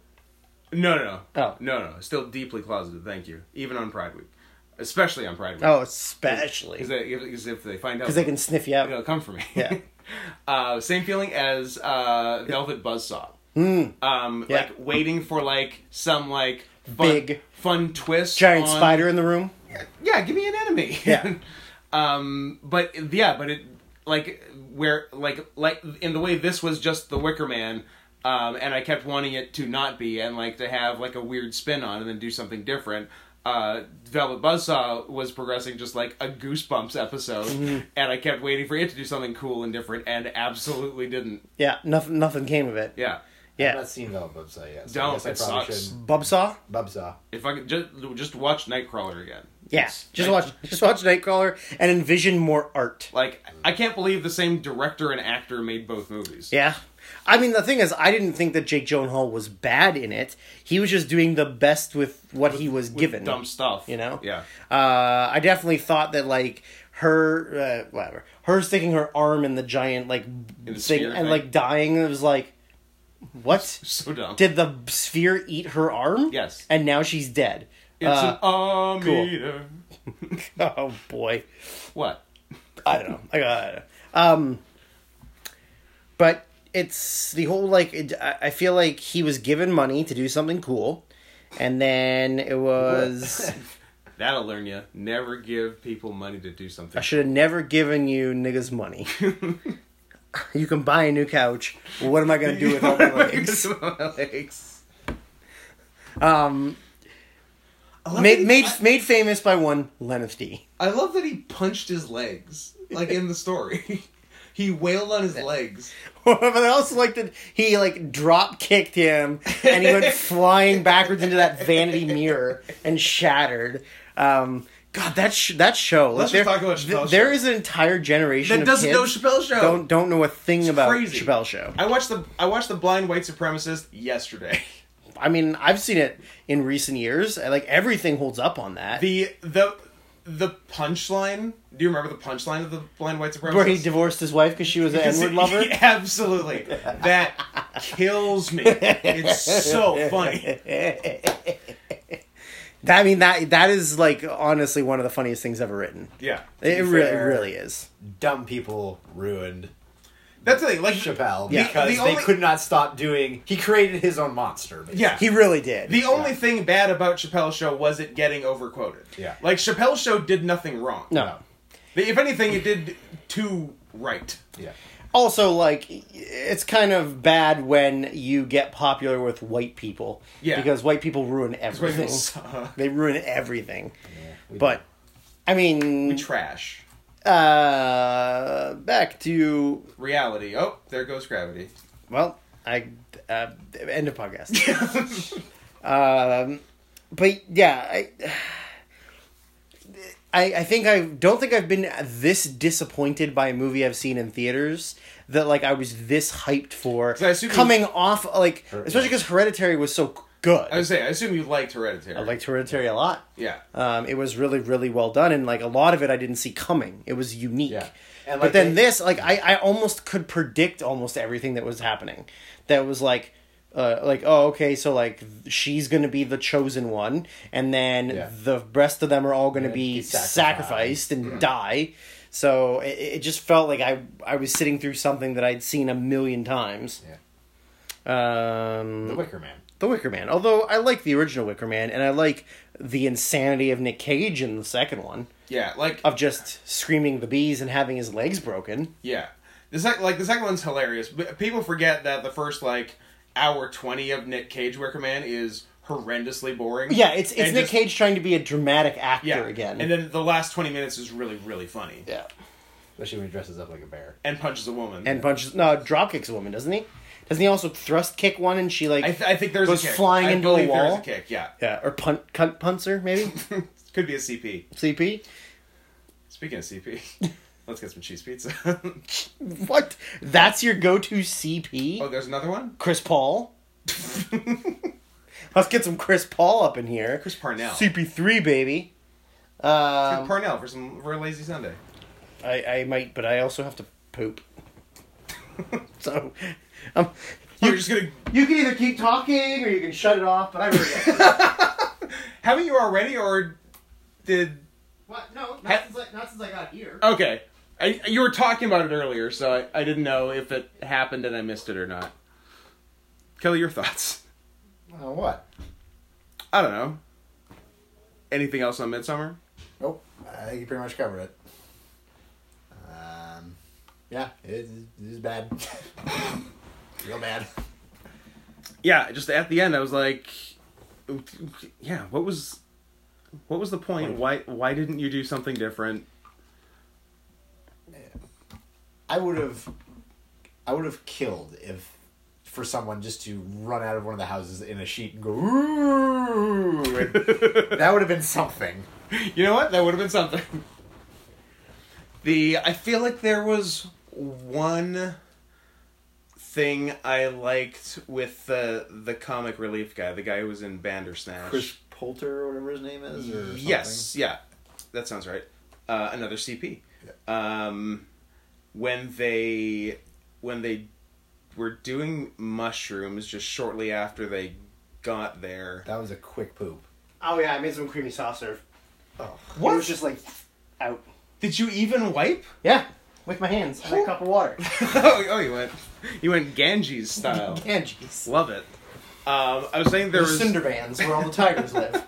Speaker 1: no no no
Speaker 3: Oh.
Speaker 1: no no still deeply closeted. Thank you, even on Pride Week, especially on Pride Week.
Speaker 3: Oh, especially
Speaker 1: Because if, if they find out,
Speaker 3: because they can sniff you out.
Speaker 1: It'll come for me.
Speaker 3: Yeah.
Speaker 1: uh, same feeling as uh, Velvet Buzzsaw. Um,
Speaker 3: Hmm. Yeah.
Speaker 1: Like waiting for like some like fun,
Speaker 3: Big
Speaker 1: fun twist.
Speaker 3: Giant
Speaker 1: on-
Speaker 3: spider in the room.
Speaker 1: Yeah, give me an enemy.
Speaker 3: Yeah.
Speaker 1: um, but yeah, but it like where like like in the way this was just the Wicker Man. Um, and I kept wanting it to not be, and like to have like a weird spin on, it and then do something different. Uh, Velvet Buzzsaw was progressing just like a Goosebumps episode,
Speaker 3: Mm-hmm.
Speaker 1: and I kept waiting for it to do something cool and different, and absolutely didn't.
Speaker 3: Yeah, nothing nothing came of it.
Speaker 1: Yeah,
Speaker 4: I've
Speaker 3: Yeah.
Speaker 4: not seen Velvet Bubsaw yet. So I
Speaker 1: Don't,
Speaker 4: guess I
Speaker 1: it
Speaker 4: probably
Speaker 1: sucks.
Speaker 4: shouldn't.
Speaker 3: Bubsaw?
Speaker 4: Bubsaw.
Speaker 1: if I could just just watch Nightcrawler again.
Speaker 3: Yes. Just watch just watch Nightcrawler and envision more art.
Speaker 1: Like I can't believe the same director and actor made both movies.
Speaker 3: Yeah. I mean the thing is I didn't think that Jake Gyllenhaal was bad in it. He was just doing the best with what he was
Speaker 1: with
Speaker 3: given.
Speaker 1: dumb stuff.
Speaker 3: you know?
Speaker 1: Yeah.
Speaker 3: Uh I definitely thought that like her uh, whatever. Her sticking her arm in the giant like
Speaker 1: the
Speaker 3: thing
Speaker 1: sphere
Speaker 3: and
Speaker 1: thing?
Speaker 3: like dying it was like what?
Speaker 1: So dumb.
Speaker 3: Did the sphere eat her arm?
Speaker 1: Yes.
Speaker 3: And now she's dead.
Speaker 1: it's
Speaker 3: Uh,
Speaker 1: an arm
Speaker 3: cool.
Speaker 1: eater.
Speaker 3: oh boy.
Speaker 1: What?
Speaker 3: I don't know. I got. Um, but it's the whole like. It, I I feel like he was given money to do something cool, and then it was.
Speaker 1: That'll learn you. Never give people money to do something.
Speaker 3: I should have never given you niggas money. you can buy a new couch. Well, what am I gonna do with all my legs?
Speaker 1: Alex.
Speaker 3: Um,
Speaker 1: I love, that
Speaker 3: made
Speaker 1: he,
Speaker 3: made made famous by one Lenisty.
Speaker 1: I love that he punched his legs, like in the story. he wailed on his legs.
Speaker 3: but I also like that he like drop kicked him and he went flying backwards into that vanity mirror and shattered. Um, God, that sh- that show.
Speaker 1: Let's
Speaker 3: like,
Speaker 1: just talk about
Speaker 3: th-
Speaker 1: Chappelle's
Speaker 3: There
Speaker 1: Show.
Speaker 3: is an entire generation
Speaker 1: That
Speaker 3: of
Speaker 1: doesn't know
Speaker 3: kids
Speaker 1: Chappelle's show.
Speaker 3: Don't don't know a thing about
Speaker 1: crazy.
Speaker 3: Chappelle show.
Speaker 1: I watched the I watched the blind white supremacist yesterday.
Speaker 3: I mean, I've seen it in recent years. and, Like everything holds up on that.
Speaker 1: The the the punchline. Do you remember the punchline of the blind white supremacist?
Speaker 3: where he divorced his wife because she was an
Speaker 1: Because
Speaker 3: N-word
Speaker 1: it-
Speaker 3: lover.
Speaker 1: Absolutely. That kills me. It's so funny.
Speaker 3: That- I mean that that is like honestly one of the funniest things ever written.
Speaker 1: Yeah.
Speaker 3: It really, it
Speaker 4: fair.
Speaker 3: really is.
Speaker 4: Dumb people ruined
Speaker 1: That's the thing. Like
Speaker 4: Chappelle
Speaker 1: Yeah.
Speaker 4: because
Speaker 1: The
Speaker 4: they
Speaker 1: only-
Speaker 4: could not stop doing. He created his own monster. basically.
Speaker 1: Yeah.
Speaker 3: He really did.
Speaker 1: The only thing bad about Chappelle's show was it getting overquoted.
Speaker 4: Yeah.
Speaker 1: Like Chappelle's show did nothing wrong.
Speaker 3: no.
Speaker 1: If anything, it did too right.
Speaker 4: yeah.
Speaker 3: Also, like, it's kind of bad when you get popular with white people.
Speaker 1: Yeah.
Speaker 3: Because white people ruin everything.
Speaker 1: people suck.
Speaker 3: They ruin everything.
Speaker 4: we
Speaker 3: but, I
Speaker 1: We
Speaker 3: mean,
Speaker 1: trash.
Speaker 3: uh, back to,
Speaker 1: Reality. Oh, there goes gravity.
Speaker 3: well, I, uh, end of podcast. um, but yeah, I, I, I think I don't think I've been this disappointed by a movie I've seen in theaters that like I was this hyped for
Speaker 1: 'Cause I assume you-
Speaker 3: coming off like
Speaker 4: Her-
Speaker 3: especially because Hereditary was so good.
Speaker 1: I was saying, I assume you liked Hereditary.
Speaker 3: I liked Hereditary a lot.
Speaker 1: Yeah.
Speaker 3: Um, it was really really well done and like a lot of it I didn't see coming. It was unique.
Speaker 4: Yeah. And,
Speaker 3: but
Speaker 4: like,
Speaker 3: then
Speaker 4: they-
Speaker 3: this like I I almost could predict almost everything that was happening. That was like. Uh, like oh okay so like she's gonna be the chosen one and then
Speaker 4: Yeah.
Speaker 3: the rest of them are all gonna
Speaker 4: Yeah,
Speaker 3: be
Speaker 4: be sacrificed.
Speaker 3: sacrificed and die so it, it just felt like I I was sitting through something that I'd seen a million times
Speaker 4: Yeah.
Speaker 3: um
Speaker 4: The Wicker Man.
Speaker 3: the Wicker Man. Although I like the original Wicker Man, and I like the insanity of Nick Cage in the second one
Speaker 1: Yeah. Like.
Speaker 3: of just screaming the bees and having his legs broken.
Speaker 1: Yeah. The sec- like the second one's hilarious. But people forget that the first like hour twenty of Nick Cage Wicker Man is horrendously boring.
Speaker 3: Yeah, it's it's
Speaker 1: And
Speaker 3: Nick
Speaker 1: just-
Speaker 3: Cage trying to be a dramatic actor
Speaker 1: Yeah.
Speaker 3: again.
Speaker 1: And then the last twenty minutes is really really funny.
Speaker 3: yeah,
Speaker 4: Especially when he dresses up like a bear.
Speaker 1: And punches a woman.
Speaker 3: and punches no drop kicks a woman, doesn't he? Doesn't he also thrust kick one and she like
Speaker 1: I, th- I think there's
Speaker 3: Goes
Speaker 1: a kick.
Speaker 3: flying
Speaker 1: I
Speaker 3: into a
Speaker 1: believe
Speaker 3: wall.
Speaker 1: There's a kick. Yeah.
Speaker 3: yeah or punt cunt punts her maybe
Speaker 1: Could be a CP.
Speaker 3: CP
Speaker 1: Speaking of CP, let's get some cheese pizza.
Speaker 3: what that's your go to CP
Speaker 1: oh, there's another one.
Speaker 3: Chris Paul. Let's get some Chris Paul up in here.
Speaker 1: Chris Parnell.
Speaker 3: CP3 baby. Um,
Speaker 1: Parnell for some for a lazy Sunday.
Speaker 3: I, I might, but I also have to poop. so, um,
Speaker 1: You're
Speaker 3: you,
Speaker 1: just gonna.
Speaker 3: you can either keep talking or you can shut it off, but I really
Speaker 1: Haven't you already, or did?
Speaker 3: What? No, not,
Speaker 1: Ha-
Speaker 3: since I, not since I got here.
Speaker 1: Okay, I, you were talking about it earlier, so I, I didn't know if it happened and I missed it or not. Kelly, your thoughts?
Speaker 4: Oh, what?
Speaker 1: I don't know. Anything else on Midsummer?
Speaker 4: Nope. I think you pretty much covered it. Um, yeah, it is, it is bad. Real bad.
Speaker 1: Yeah, just at the end, I was like, yeah, what was, what was the point? Why why didn't you do something different?
Speaker 4: I would have, I would have killed if, for someone just to run out of one of the houses in a sheet and go ooh, and that would have been something.
Speaker 1: You know what? That would have been something. The I feel like there was one thing I liked with the the comic relief guy, the guy who was in Bandersnatch.
Speaker 4: Poulter or whatever his name is, or something.
Speaker 1: yes, yeah, that sounds right. Uh, another CP. Um, when they when they were doing mushrooms, just shortly after they got there.
Speaker 4: that was a quick poop.
Speaker 3: Oh, yeah, I made some creamy soft serve.
Speaker 4: Oh,
Speaker 3: It was just like out.
Speaker 1: Did you even wipe?
Speaker 3: Yeah, with my hands and a cup of water.
Speaker 1: oh, oh, you went you went Ganges style.
Speaker 3: and jeez.
Speaker 1: Love it. Um, I was saying there
Speaker 3: There's
Speaker 1: was
Speaker 3: cinder bands where all the tigers live.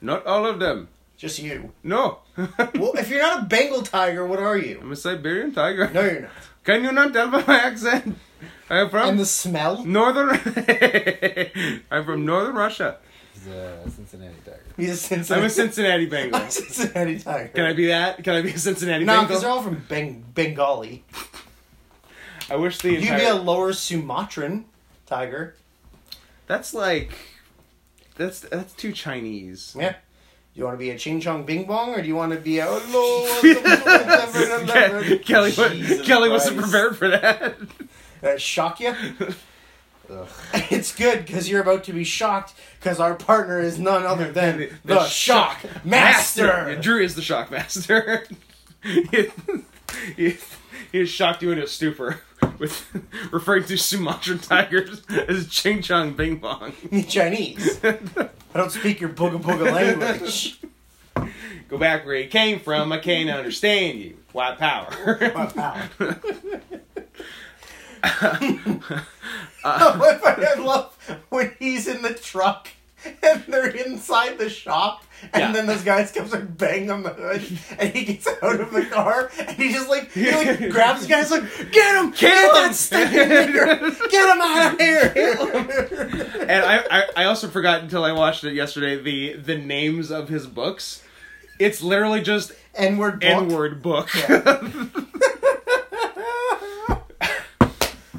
Speaker 1: not all of them.
Speaker 3: Just you.
Speaker 1: No, I'm
Speaker 3: Well, if you're not a Bengal tiger, what are you?
Speaker 1: a Siberian tiger.
Speaker 3: No, you're not.
Speaker 1: Can you not tell by my accent? I am from
Speaker 3: And the smell?
Speaker 1: northern. I'm from northern Russia.
Speaker 4: he's a Cincinnati tiger.
Speaker 3: He's a Cincinnati.
Speaker 1: I'm a Cincinnati Bengal.
Speaker 3: Cincinnati tiger.
Speaker 1: Can I be that? Can I be a Cincinnati
Speaker 3: No, because they're
Speaker 1: Bengal?
Speaker 3: all from Beng- Bengali.
Speaker 1: I wish the
Speaker 3: You'd
Speaker 1: entire.
Speaker 3: be a lower Sumatran tiger.
Speaker 1: That's like. That's that's too Chinese.
Speaker 3: Yeah. You want to be a Ching Chong Bing Bong, or do you want to be a.
Speaker 1: Ke- Kelly, wa-
Speaker 4: Jesus
Speaker 1: Kelly wasn't
Speaker 4: Christ.
Speaker 1: prepared for that.
Speaker 3: That Uh, shock you?
Speaker 4: Ugh.
Speaker 3: It's good because you're about to be shocked because our partner is none other than the, Shock, Master.
Speaker 1: Drew is the shock master. he, he, he has shocked you into a stupor with referring to Sumatran tigers as Ching Chong Bing Bong.
Speaker 3: Chinese. I don't speak your booga booga language.
Speaker 1: Go back where
Speaker 3: uh,
Speaker 1: you came from. I can't understand you. White power.
Speaker 3: Wow.
Speaker 1: Uh,
Speaker 3: What I love when he's in the truck and they're inside the shop, and
Speaker 1: Yeah.
Speaker 3: then those guys comes like bang on the hood, and he gets out of the car, and he just like he like grabs the guys like get him,
Speaker 1: Kill
Speaker 3: get
Speaker 1: him!"
Speaker 3: that stick in there, get him out of here.
Speaker 1: and I, I, I also forgot until I watched it yesterday the the names of his books. It's literally just
Speaker 3: N word,
Speaker 1: N word book.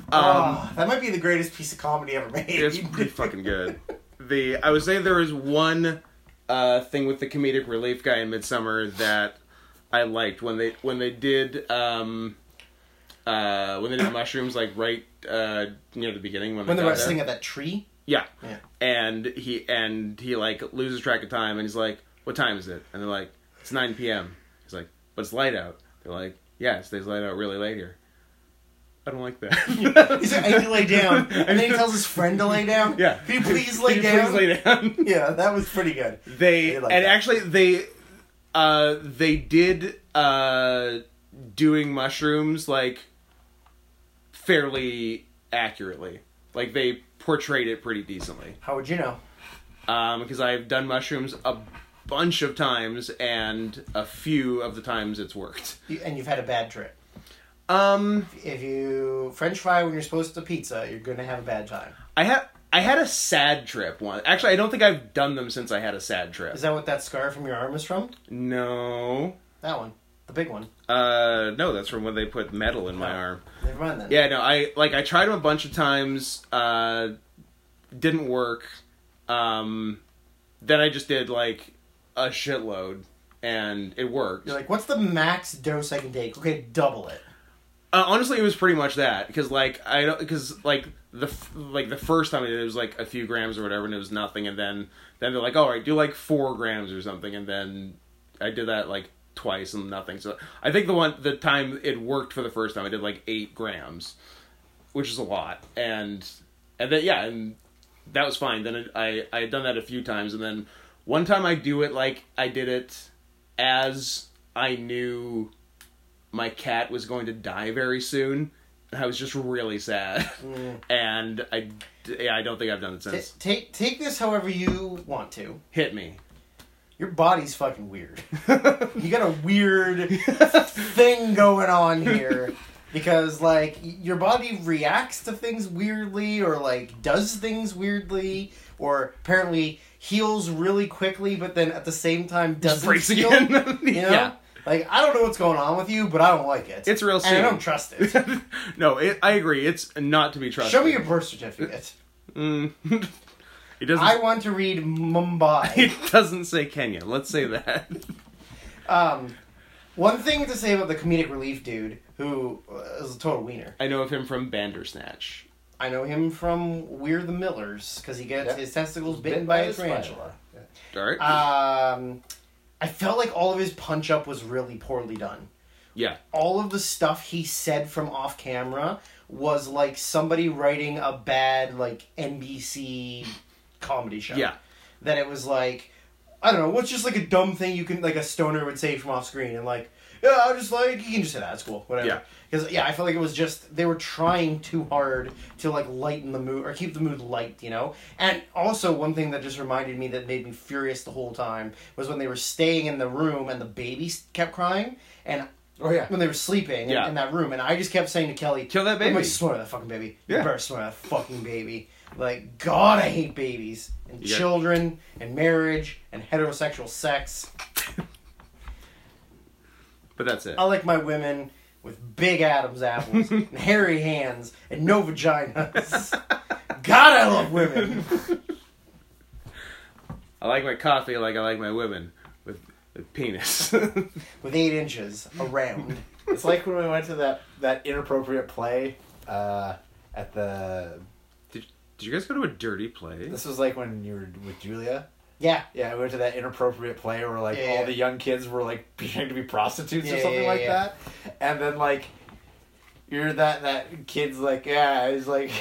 Speaker 1: Um,
Speaker 3: Ah, that might be the greatest piece of comedy ever made.
Speaker 1: it's pretty fucking good. The I would say there is one uh, thing with the comedic relief guy in Midsummer that I liked when they when they did um, uh, when they did mushrooms like right uh, near the beginning when,
Speaker 3: when
Speaker 1: they
Speaker 3: they're
Speaker 1: got there.
Speaker 3: wrestling at that tree.
Speaker 1: Yeah.
Speaker 3: Yeah.
Speaker 1: And he and he like loses track of time and he's like, What time is it? And they're like, It's nine PM. He's like, But it's light out. They're like, Yeah, it stays light out really late here. I don't like that.
Speaker 3: He's like, I need to lay down. And then he tells his friend to lay down.
Speaker 1: Yeah.
Speaker 3: Can you please lay
Speaker 1: Can you
Speaker 3: down?
Speaker 1: Please lay down.
Speaker 3: Yeah, that was pretty good.
Speaker 1: They
Speaker 3: I like
Speaker 1: and
Speaker 3: that.
Speaker 1: actually they uh they did uh doing mushrooms like fairly accurately. Like they portrayed it pretty decently.
Speaker 3: How would you know?
Speaker 1: because I've done mushrooms a bunch of times, and a few of the times it's worked.
Speaker 3: You, and you've had a bad trip.
Speaker 1: Um,
Speaker 3: If you French fry when you're supposed to pizza, you're gonna have a bad time.
Speaker 1: I had I had a sad trip once. Actually, I don't think I've done them since I had a sad trip.
Speaker 3: Is that what that scar from your arm is from?
Speaker 1: No,
Speaker 3: That one, the big one.
Speaker 1: uh, no, that's from when they put metal in my
Speaker 3: Oh.
Speaker 1: arm.
Speaker 3: Never mind then.
Speaker 1: Yeah, no, I like I tried them a bunch of times. Uh, didn't work. Um, then I just did like a shitload, and it worked.
Speaker 3: You're like, what's the max dose I can take? Okay, double it.
Speaker 1: Uh, honestly, it was pretty much that because like I don't because like the f- like the first time I did it, it was like a few grams or whatever and it was nothing and then then they're like all right do like four grams or something and then I did that like twice and nothing so I think the one the time it worked for the first time I did like eight grams which is a lot and and then yeah and that was fine then it, I I had done that a few times and then one time I do it like I did it as I knew my cat was going to die very soon. And I was just really sad,
Speaker 3: Mm.
Speaker 1: and I, d- yeah, I don't think I've done it
Speaker 3: T-
Speaker 1: since.
Speaker 3: take take this however you want to.
Speaker 1: Hit me.
Speaker 3: Your body's fucking weird. you got a weird thing going on here because like y- your body reacts to things weirdly or like does things weirdly or apparently heals really quickly but then at the same time doesn't
Speaker 1: breaks
Speaker 3: heal,
Speaker 1: again.
Speaker 3: you know?
Speaker 1: Yeah.
Speaker 3: Like I don't know what's going on with you, but I don't like it.
Speaker 1: It's real
Speaker 3: And I
Speaker 1: soon.
Speaker 3: don't trust it.
Speaker 1: no, it, I agree. It's not to be trusted.
Speaker 3: Show me your birth certificate.
Speaker 1: Mm. it doesn't.
Speaker 3: I want to read Mumbai.
Speaker 1: it doesn't say Kenya. Let's say that.
Speaker 3: Um, one thing to say about the comedic relief dude who uh, is a total wiener.
Speaker 1: I know of him from Bandersnatch.
Speaker 3: I know him from We're the Millers because he gets
Speaker 4: Yeah.
Speaker 3: his testicles bitten by a tarantula.
Speaker 1: All right.
Speaker 3: Um, I felt like all of his punch up was really poorly done.
Speaker 1: yeah.
Speaker 3: All of the stuff he said from off camera was like somebody writing a bad like NBC comedy show.
Speaker 1: Yeah.
Speaker 3: That it was like, I don't know, what's just like a dumb thing you can like a stoner would say from off screen and like, yeah, I just like you can just say that. It's cool,
Speaker 1: Yeah.
Speaker 3: whatever. Because yeah. I felt like it was just they were trying too hard to like lighten the mood or keep the mood light, you know. And also one thing that just reminded me that made me furious the whole time was when they were staying in the room and the baby s- kept crying and.
Speaker 4: Oh, yeah.
Speaker 3: When they were sleeping in-
Speaker 1: Yeah.
Speaker 3: in, that room, and I just kept saying to Kelly,
Speaker 1: Kill that
Speaker 3: I'm
Speaker 1: baby.
Speaker 3: like, snore that fucking baby.
Speaker 1: Yeah.
Speaker 3: You better snore that fucking baby. Like, God, I hate babies and
Speaker 1: You got-
Speaker 3: children and marriage and heterosexual sex.
Speaker 1: But that's it.
Speaker 3: I like my women with big Adam's apples and hairy hands and no vaginas. God, I love women.
Speaker 1: I like my coffee like I like my women with, with penis.
Speaker 3: With eight inches around.
Speaker 4: It's like when we went to that that inappropriate play uh, at the.
Speaker 1: Did you guys go to a dirty play?
Speaker 4: This was like when you were with Julia.
Speaker 3: Yeah.
Speaker 4: Yeah, we went to that inappropriate play where like
Speaker 3: Yeah,
Speaker 4: all
Speaker 3: yeah.
Speaker 4: the young kids were like pretending to be prostitutes
Speaker 3: Yeah,
Speaker 4: or something
Speaker 3: yeah,
Speaker 4: like
Speaker 3: yeah.
Speaker 4: that, and then like you're that that kid's like yeah he's like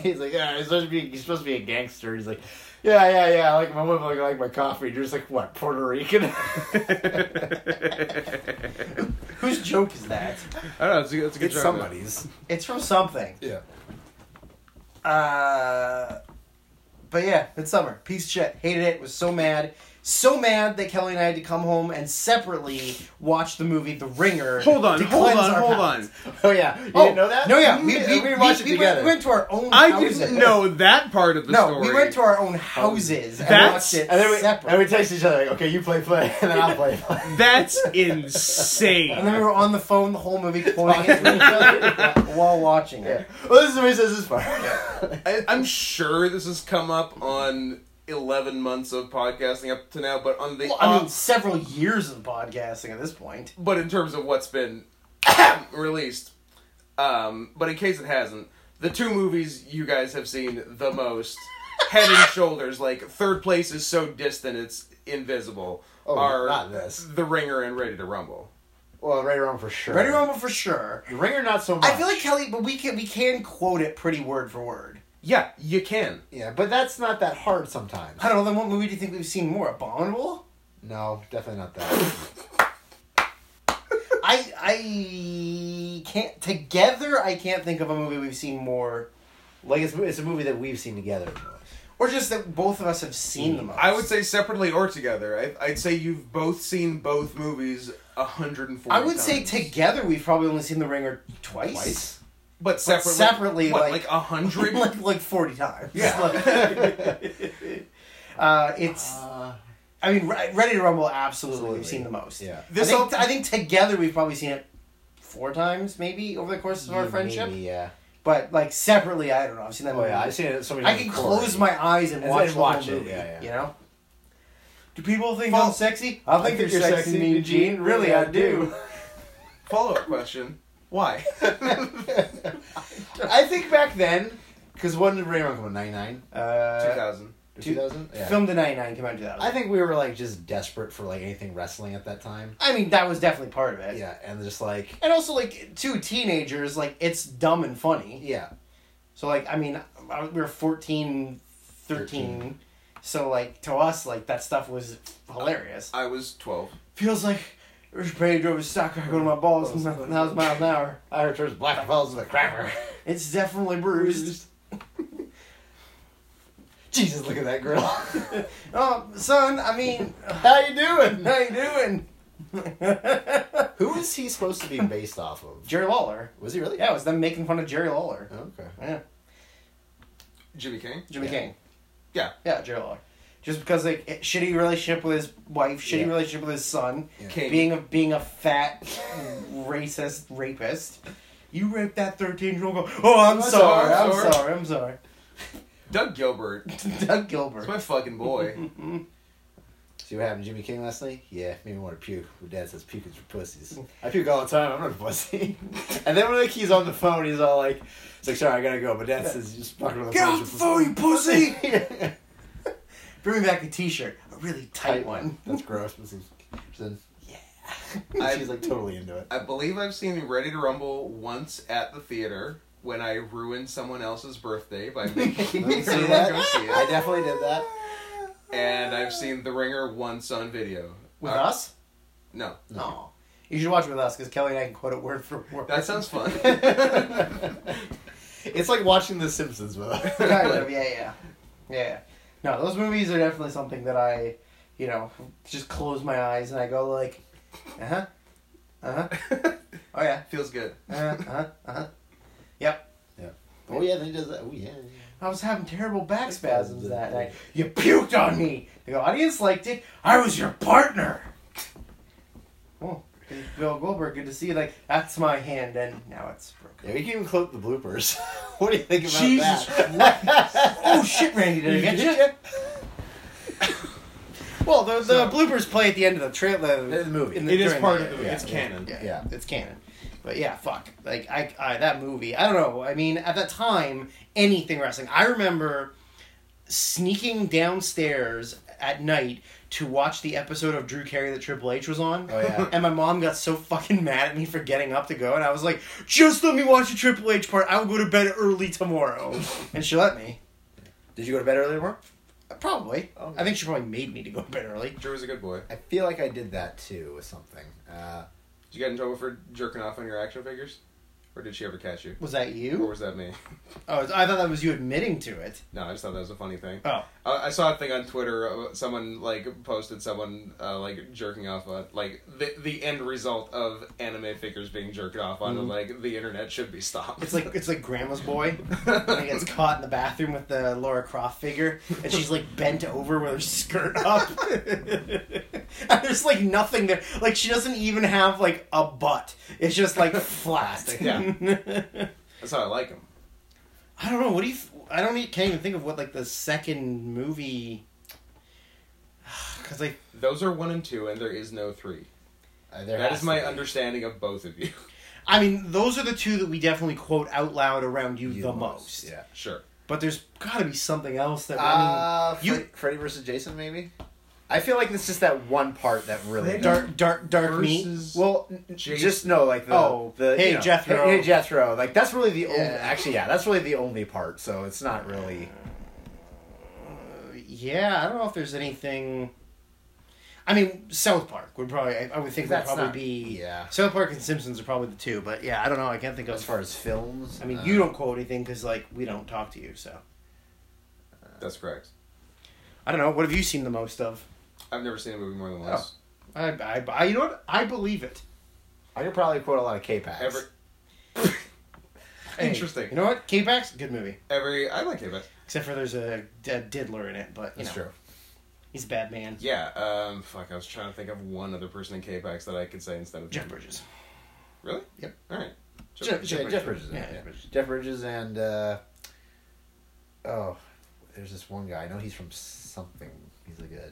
Speaker 4: he's like yeah he's supposed to be he's supposed to be a gangster he's like Yeah, yeah, yeah. I Like my woman, like, I like my coffee. You're just like what Puerto Rican?
Speaker 3: Whose joke is that?
Speaker 1: I don't know. It's a, it's a good
Speaker 4: it's
Speaker 1: job.
Speaker 4: somebody's.
Speaker 3: It's from something.
Speaker 4: Yeah.
Speaker 3: Uh, but yeah, it's summer. Piece of shit. Hated it. Was so mad. So mad that Kelly and I had to come home and separately watch the movie The Ringer.
Speaker 1: Hold on,
Speaker 3: to
Speaker 1: hold
Speaker 3: cleanse
Speaker 1: on,
Speaker 3: our
Speaker 1: hold
Speaker 3: palates.
Speaker 1: on.
Speaker 4: Oh yeah. You didn't know that?
Speaker 3: No, yeah, we,
Speaker 4: Yeah,
Speaker 3: we,
Speaker 4: we watched
Speaker 3: we-
Speaker 4: it
Speaker 3: we went-
Speaker 4: together.
Speaker 3: we went to our own.
Speaker 1: I
Speaker 3: houses.
Speaker 1: didn't know that part of the
Speaker 3: No,
Speaker 1: story. Oh.
Speaker 3: we went to our own houses and
Speaker 1: That's-
Speaker 3: watched it
Speaker 4: and then we
Speaker 3: separate.
Speaker 4: and we text each other like, okay, you play play, and then I'll play play.
Speaker 1: That's
Speaker 3: And then
Speaker 1: insane.
Speaker 3: we were on the phone the whole movie pointing at each other while watching
Speaker 4: yeah.
Speaker 3: it.
Speaker 4: Well, this is what he says this part.
Speaker 1: I, I'm sure this has come up on 11 months of podcasting up to now, but on the
Speaker 3: Well, I mean,
Speaker 1: off-
Speaker 3: several years of podcasting at this point.
Speaker 1: but in terms of what's been released, um, but in case it hasn't, the two movies you guys have seen the most, Head and Shoulders, like third place is so distant it's invisible,
Speaker 4: Oh,
Speaker 1: are
Speaker 4: not this.
Speaker 1: The Ringer and Ready to Rumble.
Speaker 4: Well, right around for sure.
Speaker 1: uh,
Speaker 3: Ready Rumble for sure.
Speaker 4: The ringer, not so much.
Speaker 3: I feel like Kelly, but we can we can quote it pretty word for word.
Speaker 1: Yeah, you can.
Speaker 4: Yeah, but that's not that hard sometimes.
Speaker 3: I don't know. Then what movie do you think we've seen more? Abominable.
Speaker 4: No, definitely not that.
Speaker 3: I I can't together. I can't think of a movie we've seen more,
Speaker 4: like it's it's a movie that we've seen together.
Speaker 3: or just that both of us have seen the most.
Speaker 1: I would say separately or together. I, I'd say you've both seen both movies 140
Speaker 3: I would say
Speaker 1: times.
Speaker 3: together we've probably only seen The Ringer twice,
Speaker 4: Twice?
Speaker 1: But separately,
Speaker 3: separately,
Speaker 1: what,
Speaker 3: like-
Speaker 1: like a hundred.
Speaker 3: like like forty times.
Speaker 1: Yeah.
Speaker 3: Like- uh, it's.
Speaker 4: Uh,
Speaker 3: I mean, Re- Ready to Rumble absolutely, we've
Speaker 4: Absolutely.
Speaker 3: seen the most.
Speaker 4: Yeah.
Speaker 1: This
Speaker 3: I think,
Speaker 1: all-
Speaker 3: I think together we've probably seen it four times maybe over the course of our friendship.
Speaker 4: Maybe, yeah.
Speaker 3: But like separately, I don't know. I've seen that
Speaker 4: Oh
Speaker 3: movie.
Speaker 4: yeah, I've seen it so many.
Speaker 3: I
Speaker 4: times
Speaker 3: can
Speaker 4: before.
Speaker 3: close my eyes and
Speaker 4: And
Speaker 3: watch
Speaker 4: then
Speaker 3: the
Speaker 4: watch
Speaker 3: whole
Speaker 4: it,
Speaker 3: movie.
Speaker 4: yeah, yeah.
Speaker 3: You know. Do people think
Speaker 1: Well,
Speaker 3: I'm sexy? I think, you're, sexy, mean Gene. Really, I do.
Speaker 1: Follow up question: Why?
Speaker 4: I think back then, because when did Ray Run come out? 99?
Speaker 1: Two
Speaker 3: Uh,
Speaker 1: thousand.
Speaker 3: two-
Speaker 4: 2000? Yeah.
Speaker 3: Filmed in '99, came out in 2000.
Speaker 4: I think we were like just desperate for like anything wrestling at that time.
Speaker 3: I mean, that was definitely part of it.
Speaker 4: Yeah, and just like,
Speaker 3: And also, like two teenagers, like it's dumb and funny.
Speaker 4: yeah.
Speaker 3: So like I mean I- we were 14, 13,
Speaker 4: Thirteen.
Speaker 3: So like to us like that stuff was hilarious.
Speaker 1: I was twelve.
Speaker 3: Feels like Rich Brady drove his stock car going to my balls and that was miles an hour.
Speaker 4: I returns Black Fells with a cracker.
Speaker 3: It's definitely bruised.
Speaker 4: Jesus, look at that girl.
Speaker 3: Oh son, I mean,
Speaker 4: How you doing?
Speaker 3: how you doing?
Speaker 4: Who is he supposed to be based off of?
Speaker 3: Jerry Lawler.
Speaker 4: Was he really?
Speaker 3: Yeah, it was them making fun of Jerry Lawler.
Speaker 4: Okay.
Speaker 3: Yeah,
Speaker 1: Jimmy King.
Speaker 3: Jimmy
Speaker 4: Yeah.
Speaker 3: King.
Speaker 1: Yeah.
Speaker 3: Yeah, Jerry Lawler. Just because like it- shitty relationship with his wife, shitty
Speaker 4: Yeah.
Speaker 3: relationship with his son,
Speaker 4: Yeah.
Speaker 1: King.
Speaker 3: being a being a fat racist rapist. You raped that thirteen year old girl. Oh, I'm,
Speaker 1: I'm
Speaker 3: sorry,
Speaker 1: sorry,
Speaker 3: I'm
Speaker 1: sorry."
Speaker 3: sorry. I'm sorry.
Speaker 1: Doug Gilbert.
Speaker 3: Doug
Speaker 1: That's
Speaker 3: Gilbert.
Speaker 1: my fucking boy.
Speaker 4: See what happened to Jimmy King last night? Yeah, made me want to puke. My dad says puke is for pussies. I puke all the time. I'm not a pussy. and then when like he's on the phone, he's all like, "It's like sorry, I gotta go." My dad says, "You just fucking on the
Speaker 3: Get
Speaker 4: phone,
Speaker 3: off the
Speaker 4: you
Speaker 3: phone, you pussy!
Speaker 4: pussy."
Speaker 3: Bring me back a T-shirt, a really tight one.
Speaker 4: That's gross. But she's, she's,
Speaker 1: I-
Speaker 4: she's like totally into it.
Speaker 1: I believe I've seen Ready to Rumble once at the theater when I ruined someone else's birthday by making
Speaker 4: Did you see
Speaker 1: everyone
Speaker 4: that?
Speaker 1: go see
Speaker 4: I
Speaker 1: it.
Speaker 4: definitely did that.
Speaker 1: And I've seen The Ringer once on video.
Speaker 3: With
Speaker 1: Uh,
Speaker 3: us?
Speaker 1: No,
Speaker 3: No. You should watch it with us because Kelly and I can quote it word for word.
Speaker 1: that sounds fun.
Speaker 4: It's like watching The Simpsons with
Speaker 3: kind
Speaker 4: us.
Speaker 3: of, yeah, yeah, yeah. No, those movies are definitely something that I, you know, just close my eyes and I go like, uh huh, uh huh, oh yeah,
Speaker 1: Feels good.
Speaker 3: uh huh, uh huh. Yep.
Speaker 4: oh yeah, then he does that. Oh yeah.
Speaker 3: I was having terrible back spasms that night. You puked on me. The audience liked it. I was your partner. Oh, Bill Goldberg, good to see you. Like that's my hand, and now it's broken.
Speaker 4: Yeah, we can even clip the bloopers. what do you think about
Speaker 3: Jesus
Speaker 4: that?
Speaker 3: Oh shit, Randy, did I get you? Well, the, the bloopers play at the end of the trailer.
Speaker 4: In the movie.
Speaker 1: It is
Speaker 3: during
Speaker 1: part of the movie.
Speaker 4: yeah,
Speaker 1: it's
Speaker 4: yeah.
Speaker 1: canon.
Speaker 3: Yeah,
Speaker 4: Yeah.
Speaker 3: it's canon. But yeah, fuck. Like I, I that movie. I don't know. I mean, at that time, anything wrestling. I remember sneaking downstairs at night to watch the episode of Drew Carey that Triple H was on.
Speaker 4: Oh, yeah.
Speaker 3: And my mom got so fucking mad at me for getting up to go, and I was like, "Just let me watch the Triple H part. I will go to bed early tomorrow." and she let me.
Speaker 4: Did you go to bed early tomorrow?
Speaker 3: Probably.
Speaker 4: Okay.
Speaker 3: I think she probably made me to go to bed early.
Speaker 1: Drew was a good boy.
Speaker 4: I feel like I did that too with something. Uh,
Speaker 1: Did you get in trouble for jerking off on your action figures? Or did she ever catch you?
Speaker 3: Was that
Speaker 1: Or
Speaker 3: you?
Speaker 1: was that me?
Speaker 3: Oh, I thought that was you admitting to it.
Speaker 1: No, I just thought that was a funny thing.
Speaker 3: Oh.
Speaker 1: I I saw a thing on Twitter. uh, Someone like posted someone uh, like jerking off on like the the end result of anime figures being jerked off on. and Like the internet should be stopped.
Speaker 3: It's like it's like Grandma's boy when he gets caught in the bathroom with the Laura Croft figure, and she's like bent over with her skirt up. and there's like nothing there. Like she doesn't even have like a butt. It's just like flat.
Speaker 1: Yeah. that's how I like them.
Speaker 3: I don't know. What do you? f- I don't. e- Can't even think of what like the second movie. Because like
Speaker 1: Those are one and two, and there is no three.
Speaker 4: uh, there
Speaker 1: that
Speaker 4: has
Speaker 1: is my
Speaker 4: to be.
Speaker 1: understanding of both of you.
Speaker 3: I mean, those are the two that we definitely quote out loud around you, the most.
Speaker 4: Yeah.
Speaker 1: sure.
Speaker 3: But there's got to be something else that I
Speaker 4: Uh,
Speaker 3: You-
Speaker 4: you Freddy versus Jason maybe. I feel like it's just that one part that really
Speaker 3: mean, dark, dark, dark meat.
Speaker 1: Versus-
Speaker 4: Well, n- n-
Speaker 1: Jason.
Speaker 4: just no, like the
Speaker 3: Oh,
Speaker 4: the
Speaker 3: hey,
Speaker 4: you know,
Speaker 3: Jethro.
Speaker 4: hey, hey, Jethro. Like that's really the only.
Speaker 3: Yeah.
Speaker 4: Actually, yeah, that's really the only part. So it's not really.
Speaker 3: Yeah, I don't know if there's anything. I mean, South Park would probably. I, I would think would
Speaker 4: That's
Speaker 3: probably
Speaker 4: not-
Speaker 3: be.
Speaker 4: yeah.
Speaker 3: South Park and Simpsons are probably the two, but yeah, I don't know. I can't think of
Speaker 4: As far as films,
Speaker 3: I mean,
Speaker 4: uh,
Speaker 3: you don't quote anything because like we don't talk to you, so
Speaker 1: That's correct.
Speaker 3: I don't know. What have you seen the most of?
Speaker 1: I've never seen a movie more than once.
Speaker 3: I, I, I you know what? I believe it.
Speaker 4: I could probably quote a lot of K-Pax.
Speaker 1: Every.
Speaker 3: Hey,
Speaker 1: Interesting.
Speaker 3: You know what? K-Pax, good movie.
Speaker 1: Every I like it, but
Speaker 3: Except for there's a, d- diddler in it, but you
Speaker 4: that's
Speaker 3: know,
Speaker 4: true.
Speaker 3: he's a bad man.
Speaker 1: yeah. Um, fuck. I was trying to think of one other person in K-Pax that I could say instead of
Speaker 3: Jeff Bridges.
Speaker 1: Really?
Speaker 3: Yep.
Speaker 1: All right.
Speaker 3: Jeff-
Speaker 4: Yeah, Jeff, Bridges.
Speaker 3: Yeah,
Speaker 4: Yeah,
Speaker 3: Jeff Bridges.
Speaker 4: Jeff Bridges and uh, oh, there's this one guy. I know he's from something. He's like a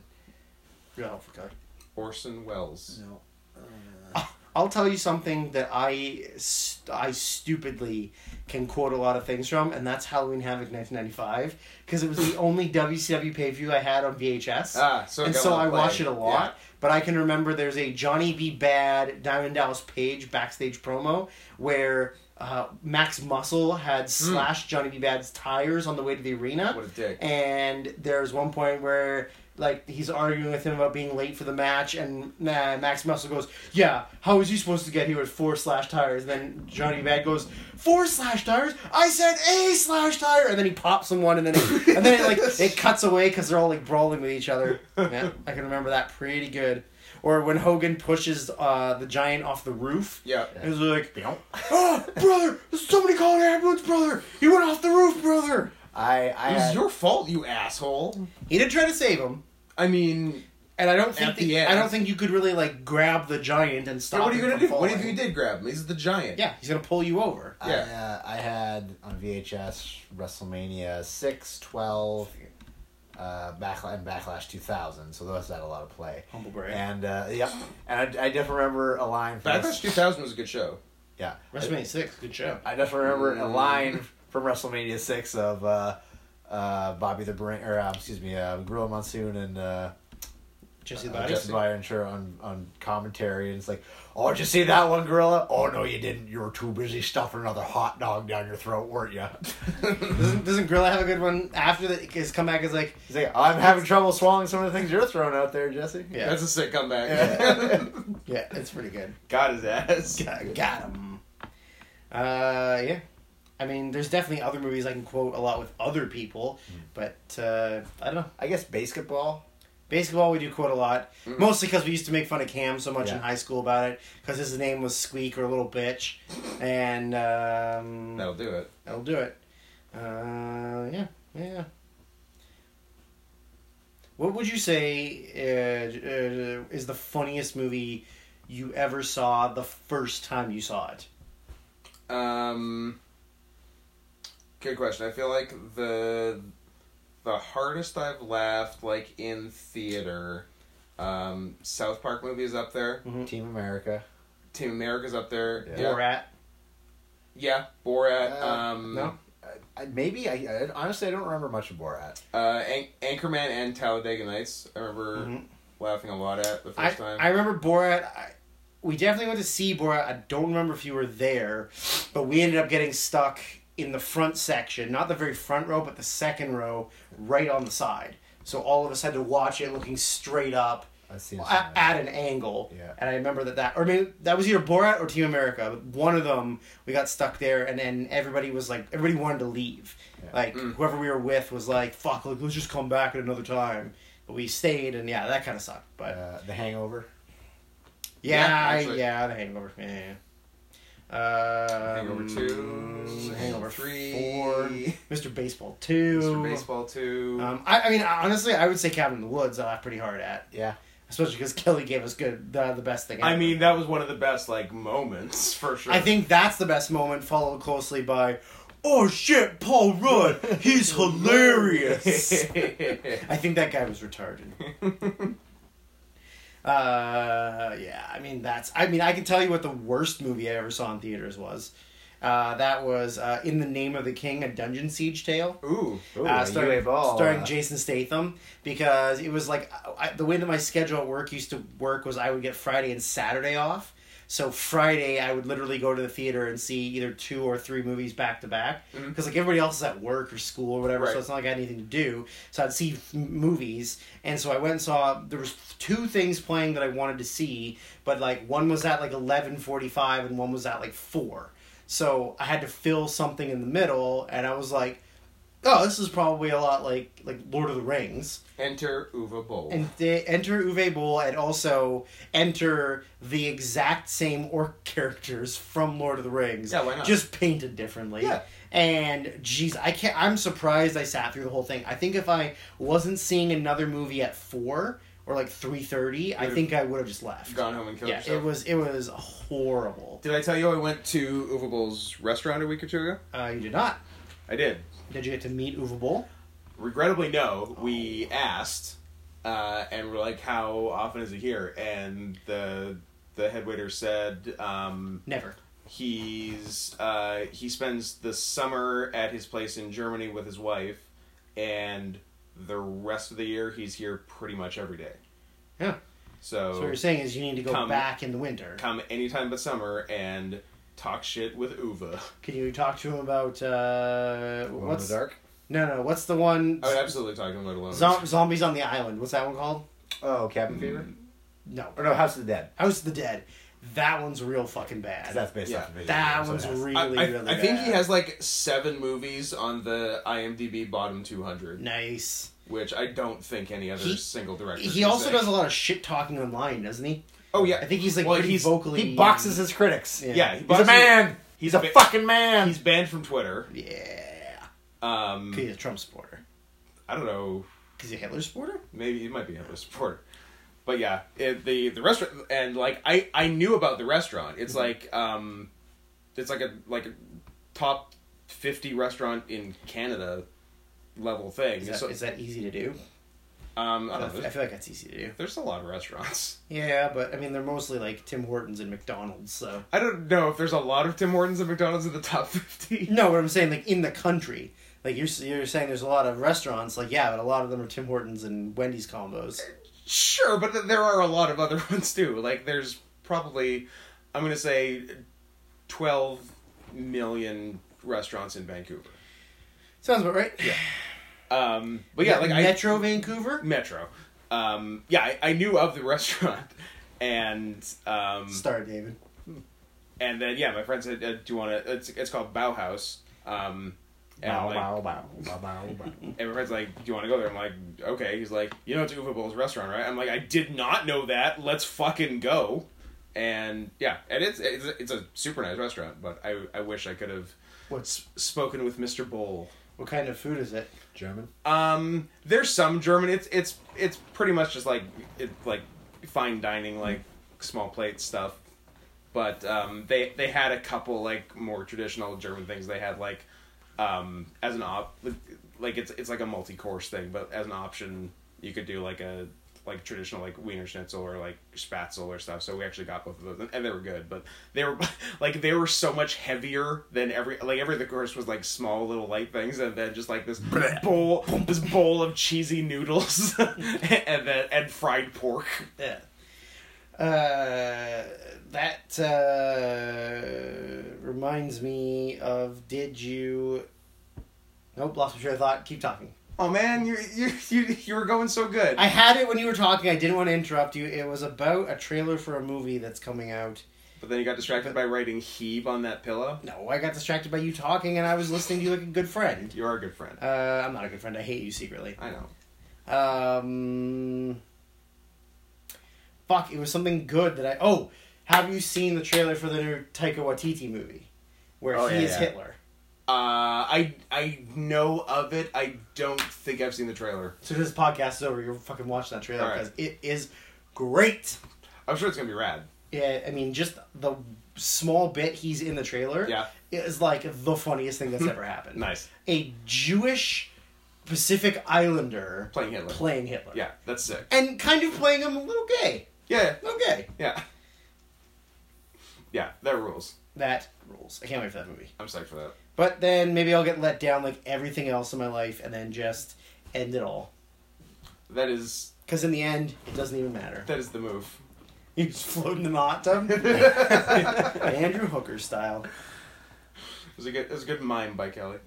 Speaker 3: Real helpful guy.
Speaker 1: Orson Welles.
Speaker 4: no.
Speaker 3: I'll tell you something that I st- I stupidly can quote a lot of things from, and that's Halloween Havoc 1995 because it was the only WCW pay per view I had on VHS,
Speaker 1: Ah, so it
Speaker 3: and
Speaker 1: got
Speaker 3: so
Speaker 1: well
Speaker 3: I
Speaker 1: played.
Speaker 3: watch it a lot. But I can remember there's a Johnny B. Bad Diamond Dallas Page backstage promo where uh, Max Muscle had slashed Johnny B. Bad's tires on the way to the arena.
Speaker 1: Hmm. What a dick.
Speaker 3: And there's one point where like he's arguing with him about being late for the match, and Ma- Max Muscle goes, "Yeah, how was he supposed to get here with four slash tires?" And then Johnny Bad goes, four slash tires? I said a slash tire!" And then he pops him one, and then it, and then it, like it cuts away because they're all like brawling with each other. Yeah, I can remember that pretty good. Or when Hogan pushes uh, the giant off the roof.
Speaker 1: Yeah.
Speaker 3: It was like,
Speaker 4: Beyonce.
Speaker 3: oh, brother, somebody called an ambulance, brother. He went off the roof, brother.
Speaker 4: I I
Speaker 1: It was
Speaker 4: had-
Speaker 1: your fault, you asshole.
Speaker 3: He did try to save him.
Speaker 1: I mean,
Speaker 3: And I don't think
Speaker 1: At the
Speaker 3: the-
Speaker 1: end.
Speaker 3: I don't think you could really like grab the giant and stop.
Speaker 1: what are you
Speaker 3: him
Speaker 1: gonna
Speaker 3: from
Speaker 1: do? What do you
Speaker 3: falling.
Speaker 1: think you did grab him? He's the giant.
Speaker 3: Yeah, he's gonna pull you over.
Speaker 4: I,
Speaker 1: Yeah.
Speaker 4: uh, I had on VHS WrestleMania 6, 12, uh, Backlash, and Backlash 2000. So those had a lot of play.
Speaker 3: Humble brag.
Speaker 4: And, uh, yep. And I, I just remember a line from.
Speaker 1: Backlash 2000 was a good show.
Speaker 4: Yeah.
Speaker 3: WrestleMania six, good show.
Speaker 4: I just remember
Speaker 3: Mm.
Speaker 4: a line from WrestleMania 6 of uh, uh, Bobby the Brain, or uh, excuse me, uh, Gorilla Monsoon and. Uh,
Speaker 3: Jesse
Speaker 4: uh,
Speaker 3: Body.
Speaker 4: Justin Bierenshire on, on commentary, and it's like, oh, did you see that one gorilla? Oh, no, you didn't. You were too busy stuffing another hot dog down your throat, weren't you?
Speaker 3: doesn't doesn't Gorilla have a good one after that? His comeback is like,
Speaker 4: He's like, I'm having trouble swallowing some of the things you're throwing out there, Jesse.
Speaker 3: yeah,
Speaker 1: That's a sick comeback.
Speaker 3: yeah, it's pretty good.
Speaker 1: Got his ass.
Speaker 3: Got, got him. Uh, yeah. I mean, there's definitely other movies I can quote a lot with other people, but uh, I don't know.
Speaker 4: I guess basketball.
Speaker 3: Basketball, we do quote a lot, Mostly 'cause mostly because we used to make fun of Cam so much in
Speaker 4: Yeah.
Speaker 3: high school about it, because his name was Squeak or Little Bitch, and um,
Speaker 1: That'll do it.
Speaker 3: that'll do it. Uh, yeah, yeah. What would you say uh, uh, is the funniest movie you ever saw the first time you saw it?
Speaker 1: Um, good question. I feel like the the hardest I've laughed like in theater. Um, South Park movie is up there.
Speaker 3: Mm.
Speaker 4: Team America.
Speaker 1: Team America's up there.
Speaker 4: Yeah.
Speaker 1: Yeah, Borat.
Speaker 3: Borat.
Speaker 1: Yeah, Borat.
Speaker 4: Uh,
Speaker 1: um,
Speaker 3: No.
Speaker 4: I, maybe, I, I honestly, I don't remember much of Borat.
Speaker 1: Uh, An- Anchorman and Talladega Nights. I remember
Speaker 3: Mhm.
Speaker 1: laughing a lot at the first
Speaker 3: I,
Speaker 1: time.
Speaker 3: I remember Borat. I, we definitely went to see Borat. I don't remember if you were there, but we ended up getting stuck in the front section, not the very front row, but the second row, right on the side. So all of us had to watch it looking straight up
Speaker 4: That seems
Speaker 3: well,
Speaker 4: familiar.
Speaker 3: at, at an angle.
Speaker 4: Yeah.
Speaker 3: And I remember that that or maybe that was either Borat or Team America. But one of them we got stuck there, and then everybody was like, everybody wanted to leave.
Speaker 4: Yeah.
Speaker 3: Like whoever we were with was like, "Fuck, like, let's just come back at another time." But we stayed, and yeah, that kind of sucked. But
Speaker 4: uh, The Hangover.
Speaker 1: Yeah,
Speaker 3: yeah, I- yeah,
Speaker 1: actually.
Speaker 3: the Hangover. Yeah, yeah, yeah. Uh,
Speaker 1: Hangover two,
Speaker 3: Hangover
Speaker 1: three,
Speaker 3: four, Mr. Baseball two,
Speaker 1: Mr. Baseball two.
Speaker 3: Um, I, I mean, honestly, I would say Cabin in the Woods. I laughed pretty hard at,
Speaker 4: Yeah.
Speaker 3: especially because Kelly gave us good the, the best thing.
Speaker 1: I
Speaker 3: ever.
Speaker 1: mean, that was one of the best like moments for sure.
Speaker 3: I think that's the best moment, followed closely by, "Oh shit, Paul Rudd, he's hilarious." I think that guy was retarded. uh, yeah, I mean that's. I mean, I can tell you what the worst movie I ever saw in theaters was. Uh, that was uh, in the name of the king, a dungeon siege tale.
Speaker 1: Ooh.
Speaker 4: Ooh,
Speaker 3: uh,
Speaker 4: a
Speaker 3: starring,
Speaker 4: UA ball,
Speaker 3: starring
Speaker 4: uh,
Speaker 3: Jason Statham because it was like I, the way that my schedule at work used to work was I would get Friday and Saturday off. So Friday I would literally go to the theater and see either two or three movies back to back because like everybody else is at work or school or whatever,
Speaker 1: Right.
Speaker 3: so it's not like I had anything to do. So I'd see f- movies, and so I went and saw there was two things playing that I wanted to see, but like one was at like eleven forty five and one was at like four. So I had to fill something in the middle, and I was like, oh, this is probably a lot like like Lord of the Rings.
Speaker 1: Enter Uva Bowl.
Speaker 3: And they enter Uwe Boll and also enter the exact same orc characters from Lord of the Rings.
Speaker 1: Yeah, why not?
Speaker 3: Just painted differently.
Speaker 1: Yeah.
Speaker 3: And geez, I can't. I'm surprised I sat through the whole thing. I think if I wasn't seeing another movie at four or like three thirty, I
Speaker 1: Would've
Speaker 3: think I would have just left.
Speaker 1: Gone home and killed
Speaker 3: yeah,
Speaker 1: yourself.
Speaker 3: it was it was horrible.
Speaker 1: Did I tell you I went to Uva Bowl's restaurant a week or two ago?
Speaker 3: Uh, you did not.
Speaker 1: I did.
Speaker 3: Did you get to meet Uwe Boll?
Speaker 1: Regrettably, no. We
Speaker 3: Oh.
Speaker 1: asked, uh, and we're like, "How often is he here?" And the the head waiter said, um,
Speaker 3: Never.
Speaker 1: he's uh, he spends the summer at his place in Germany with his wife, and the rest of the year he's here pretty much every day.
Speaker 3: Yeah. So what
Speaker 1: So
Speaker 3: you're saying is you need to go
Speaker 1: Come-
Speaker 3: back in the winter.
Speaker 1: come anytime but summer and talk shit with Uva.
Speaker 3: Can you talk to him about uh,
Speaker 4: Glow in
Speaker 3: what's
Speaker 4: the dark?
Speaker 3: no no what's the one
Speaker 1: I would absolutely talk to him about alone.
Speaker 3: Zom- zombies on the island? What's that one called?
Speaker 4: Oh, Cabin Fever.
Speaker 3: No,
Speaker 4: Or no, House of the Dead.
Speaker 3: House of the Dead. That one's real fucking
Speaker 4: 'Cause
Speaker 3: bad.
Speaker 4: That's based
Speaker 1: Yeah.
Speaker 4: off. Of video
Speaker 3: that
Speaker 4: games, so
Speaker 3: one's
Speaker 4: it has-
Speaker 3: really
Speaker 1: I, I,
Speaker 3: really.
Speaker 1: I think he
Speaker 3: bad.
Speaker 1: has like seven movies on the IMDb bottom 200,
Speaker 3: nice.
Speaker 1: which I don't think any other
Speaker 3: He-
Speaker 1: single director.
Speaker 3: He
Speaker 1: can
Speaker 3: also
Speaker 1: say.
Speaker 3: does a lot of shit talking online, doesn't he?
Speaker 1: Oh yeah,
Speaker 3: I think he's like
Speaker 1: Well,
Speaker 3: pretty
Speaker 1: he's-
Speaker 3: vocally.
Speaker 4: He boxes his critics.
Speaker 3: Yeah.
Speaker 1: yeah. he
Speaker 4: He's a
Speaker 1: boxes-
Speaker 4: man.
Speaker 1: He's
Speaker 4: He's
Speaker 1: a
Speaker 4: a
Speaker 1: ba-
Speaker 4: fucking man.
Speaker 1: He's banned from Twitter.
Speaker 3: Yeah,
Speaker 1: Um,
Speaker 3: 'Cause he's a Trump supporter.
Speaker 1: I don't know.
Speaker 3: Cause he's a Hitler supporter.
Speaker 1: Maybe it might be Hitler supporter. But yeah, it, the the restaurant and like I I knew about the restaurant.
Speaker 3: Mm-hmm.
Speaker 1: It's like um, it's like a like a top fifty restaurant in Canada level thing.
Speaker 3: Is that,
Speaker 1: So,
Speaker 3: is that easy to do?
Speaker 1: um, I
Speaker 3: I,
Speaker 1: don't know.
Speaker 3: feel like that's easy to do.
Speaker 1: There's a lot of restaurants.
Speaker 3: Yeah, but I mean they're mostly like Tim Hortons and McDonald's, so.
Speaker 1: I don't know if there's a lot of Tim Hortons and McDonald's in the top fifty.
Speaker 3: No, what I'm saying, like in the country, like you're you're saying, there's a lot of restaurants, like yeah, but a lot of them are Tim Hortons and Wendy's combos.
Speaker 1: Sure, but th- there are a lot of other ones too. Like there's probably I'm gonna say twelve million restaurants in Vancouver.
Speaker 3: Sounds about right.
Speaker 1: Um, but yeah, like I Mm.
Speaker 3: Metro Vancouver,
Speaker 1: Metro. Um, yeah, I, I knew of the restaurant, and um,
Speaker 3: Star David.
Speaker 1: and then yeah, my friend said, uh, "Do you want to?" It's it's called Bauhaus. Um, and
Speaker 4: Bow,
Speaker 1: like,
Speaker 4: bow, bow, bow, bow, bow.
Speaker 1: and my friend's like, "Do you want to go there?" I'm like, "Okay." He's like, "You know it's Uwe Boll's restaurant, right?" I'm like, "I did not know that. Let's fucking go." And yeah, and it's it's it's a super nice restaurant, but I I wish I could have
Speaker 3: What's
Speaker 1: spoken with Mr. Boll.
Speaker 3: what kind of food is it?
Speaker 4: German.
Speaker 1: Um, there's some German. It's it's it's pretty much just like it like fine dining, like small plate stuff. But um, they they had a couple like more traditional German things. They had like um, as an op like, like it's it's like a multi course thing, but as an option you could do like a like traditional like wiener schnitzel or like spatzel or stuff. So we actually got both of those, and- and they were good. But they were like they were so much heavier than every like every other course was like small little light things, and then just like this bowl this bowl of cheesy noodles and then and fried pork.
Speaker 3: Yeah. Uh, that uh, reminds me of. Did you? Nope, lost my train of thought. Keep talking.
Speaker 1: Oh man, you you you you were going so good.
Speaker 3: I had it when you were talking. I didn't want to interrupt you. It was about a trailer for a movie that's coming out.
Speaker 1: But then you got distracted by writing heave on that pillow.
Speaker 3: No, I got distracted by you talking, and I was listening to you like a good friend.
Speaker 1: You are a good friend.
Speaker 3: Uh, I'm not a good friend. I hate you secretly.
Speaker 1: I know.
Speaker 3: Um, fuck, it was something good that I. Oh, have you seen the trailer for the new Taika Waititi movie, where
Speaker 1: Oh,
Speaker 3: he
Speaker 1: yeah,
Speaker 3: is
Speaker 1: yeah.
Speaker 3: Hitler?
Speaker 1: Uh, I I know of it. I don't think I've seen the trailer.
Speaker 3: So this podcast is over. You're fucking watching that trailer
Speaker 1: Alright.
Speaker 3: because it is great.
Speaker 1: I'm sure it's gonna be rad.
Speaker 3: Yeah, I mean, just the small bit he's in the trailer
Speaker 1: Yeah.
Speaker 3: is like the funniest thing that's ever happened.
Speaker 1: Nice.
Speaker 3: A Jewish Pacific Islander
Speaker 1: Playing Hitler.
Speaker 3: playing Hitler.
Speaker 1: Yeah, that's sick.
Speaker 3: And kind of playing him a little gay.
Speaker 1: Yeah,
Speaker 3: A little gay.
Speaker 1: yeah, yeah. That rules.
Speaker 3: That rules. I can't wait for that movie.
Speaker 1: I'm psyched for that.
Speaker 3: But then maybe I'll get let down like everything else in my life and then just end it all.
Speaker 1: That is
Speaker 3: Because in the end, it doesn't even matter.
Speaker 1: that is the move.
Speaker 3: He was floating in the hot tub. Andrew Hooker style.
Speaker 1: It was a good, it was a good mime by Kelly.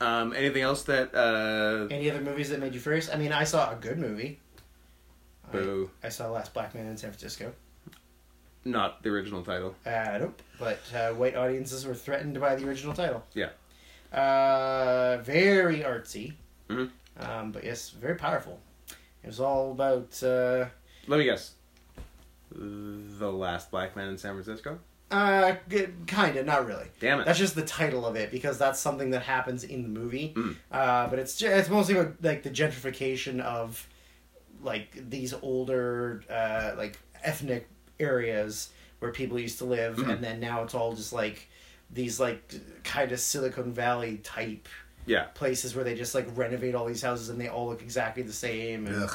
Speaker 1: um, anything else that uh,
Speaker 3: Any other movies that made you furious? I mean, I saw a good movie. I-
Speaker 1: boo?
Speaker 3: I, saw Last Black Man in San Francisco.
Speaker 1: Not the original title.
Speaker 3: Uh, nope. But uh, white audiences were threatened by the original title.
Speaker 1: Yeah.
Speaker 3: Uh, very artsy.
Speaker 1: Mhm.
Speaker 3: Um, but yes, very powerful. It was all about. Uh,
Speaker 1: Let me guess. The last black man in San Francisco.
Speaker 3: uh, g- kinda, not really.
Speaker 1: Damn it.
Speaker 3: That's just the title of it because that's something that happens in the movie.
Speaker 1: Mm.
Speaker 3: Uh, but it's ju- it's mostly about like the gentrification of like these older uh, like ethnic areas where people used to live,
Speaker 1: Mm-hmm.
Speaker 3: and then now it's all just like these like kind of Silicon Valley type
Speaker 1: yeah.
Speaker 3: places where they just like renovate all these houses and they all look exactly the same and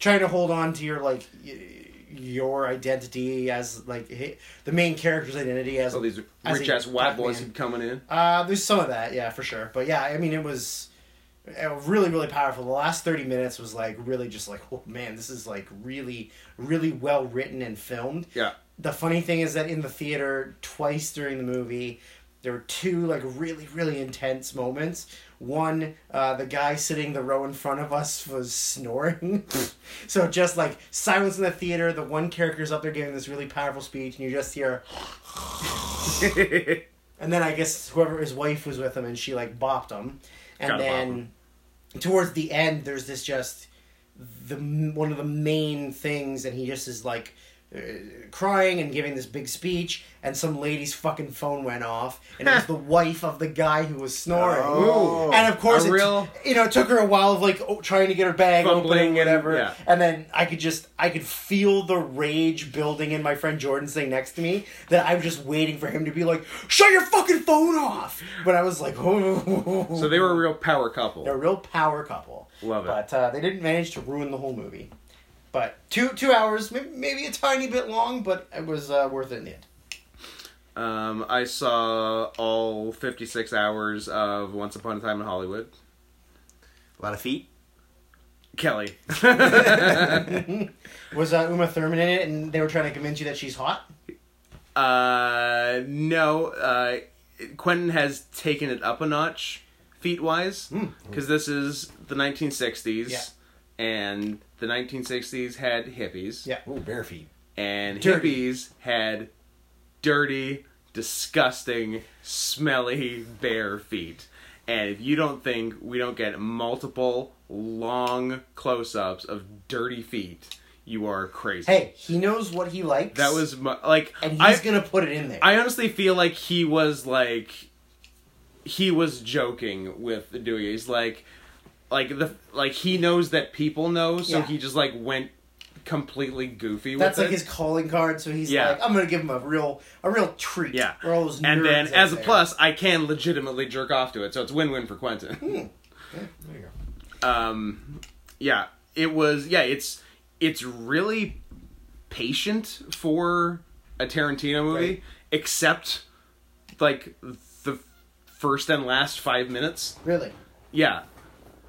Speaker 3: trying to hold on to your like y- your identity as like hi- the main character's identity as
Speaker 1: So these
Speaker 3: as a
Speaker 1: rich ass white
Speaker 3: black
Speaker 1: boys
Speaker 3: man.
Speaker 1: keep coming in.
Speaker 3: Uh, there's some of that, yeah, for sure. But yeah, I mean, it was uh, really, really powerful. The last 30 minutes was like really just like, oh man, this is like really, really well written and filmed.
Speaker 1: Yeah.
Speaker 3: The funny thing is that in the theater, twice during the movie, there were two like really, really intense moments. One, uh, the guy sitting the row in front of us was snoring. so just like silence in the theater, the one character's up there giving this really powerful speech, and you just hear. And then I guess whoever his wife was with him, and she like bopped him. And
Speaker 1: Gotta bop
Speaker 3: then towards the end, there's this just the one of the main things, and he just is like uh, crying and giving this big speech, and some lady's fucking phone went off, and it was the wife of the guy who was snoring.
Speaker 4: Oh.
Speaker 3: and of course,
Speaker 1: A
Speaker 3: it,
Speaker 1: real-
Speaker 3: you know, it took her a while of like oh, trying to get her bag open
Speaker 1: Fumbling and-
Speaker 3: and whatever,
Speaker 1: yeah.
Speaker 3: and then I could just I could feel the rage building in my friend Jordan sitting next to me that I was just waiting for him to be like, "Shut your fucking phone off!" But I was like, "Oh."
Speaker 1: So they were a real power couple.
Speaker 3: They're a real power couple.
Speaker 1: Love it.
Speaker 3: But uh, they didn't manage to ruin the whole movie. But two two hours, may- maybe a tiny bit long, but it was uh, worth it in the end.
Speaker 1: Um, I saw all 56 hours of Once Upon a Time in Hollywood.
Speaker 4: A lot of feet.
Speaker 1: Kelly.
Speaker 3: Was uh, Uma Thurman in it, and they were trying to convince you that she's hot?
Speaker 1: uh, no, uh, Quentin has taken it up a notch, feet wise, because this is the 1960s,
Speaker 3: Hmm. Yeah.
Speaker 1: and the 1960s had hippies,
Speaker 3: Yeah.
Speaker 4: Ooh, bare feet.
Speaker 1: and
Speaker 3: Dirty.
Speaker 1: hippies had dirty, disgusting, smelly, bare feet. And if you don't think we don't get multiple long close ups of dirty feet, you are crazy.
Speaker 3: Hey, he knows what he likes.
Speaker 1: That was my, like
Speaker 3: and he's
Speaker 1: I,
Speaker 3: gonna put it in there.
Speaker 1: I honestly feel like he was like he was joking with doing it. He's like like the like he knows that people know, so
Speaker 3: Yeah.
Speaker 1: he just like went completely goofy with
Speaker 3: That's
Speaker 1: it.
Speaker 3: like his calling card, so he's
Speaker 1: Yeah.
Speaker 3: like, "I'm gonna give him a real, a real treat."
Speaker 1: Yeah.
Speaker 3: we're all those
Speaker 1: and
Speaker 3: nerds
Speaker 1: then
Speaker 3: out
Speaker 1: as a
Speaker 3: there.
Speaker 1: plus, I can legitimately jerk off to it, so it's win-win for Quentin.
Speaker 4: There you go.
Speaker 1: um, yeah, it was. Yeah, it's it's really patient for a Tarantino movie,
Speaker 3: Right.
Speaker 1: except like the first and last five minutes.
Speaker 3: really,
Speaker 1: Yeah.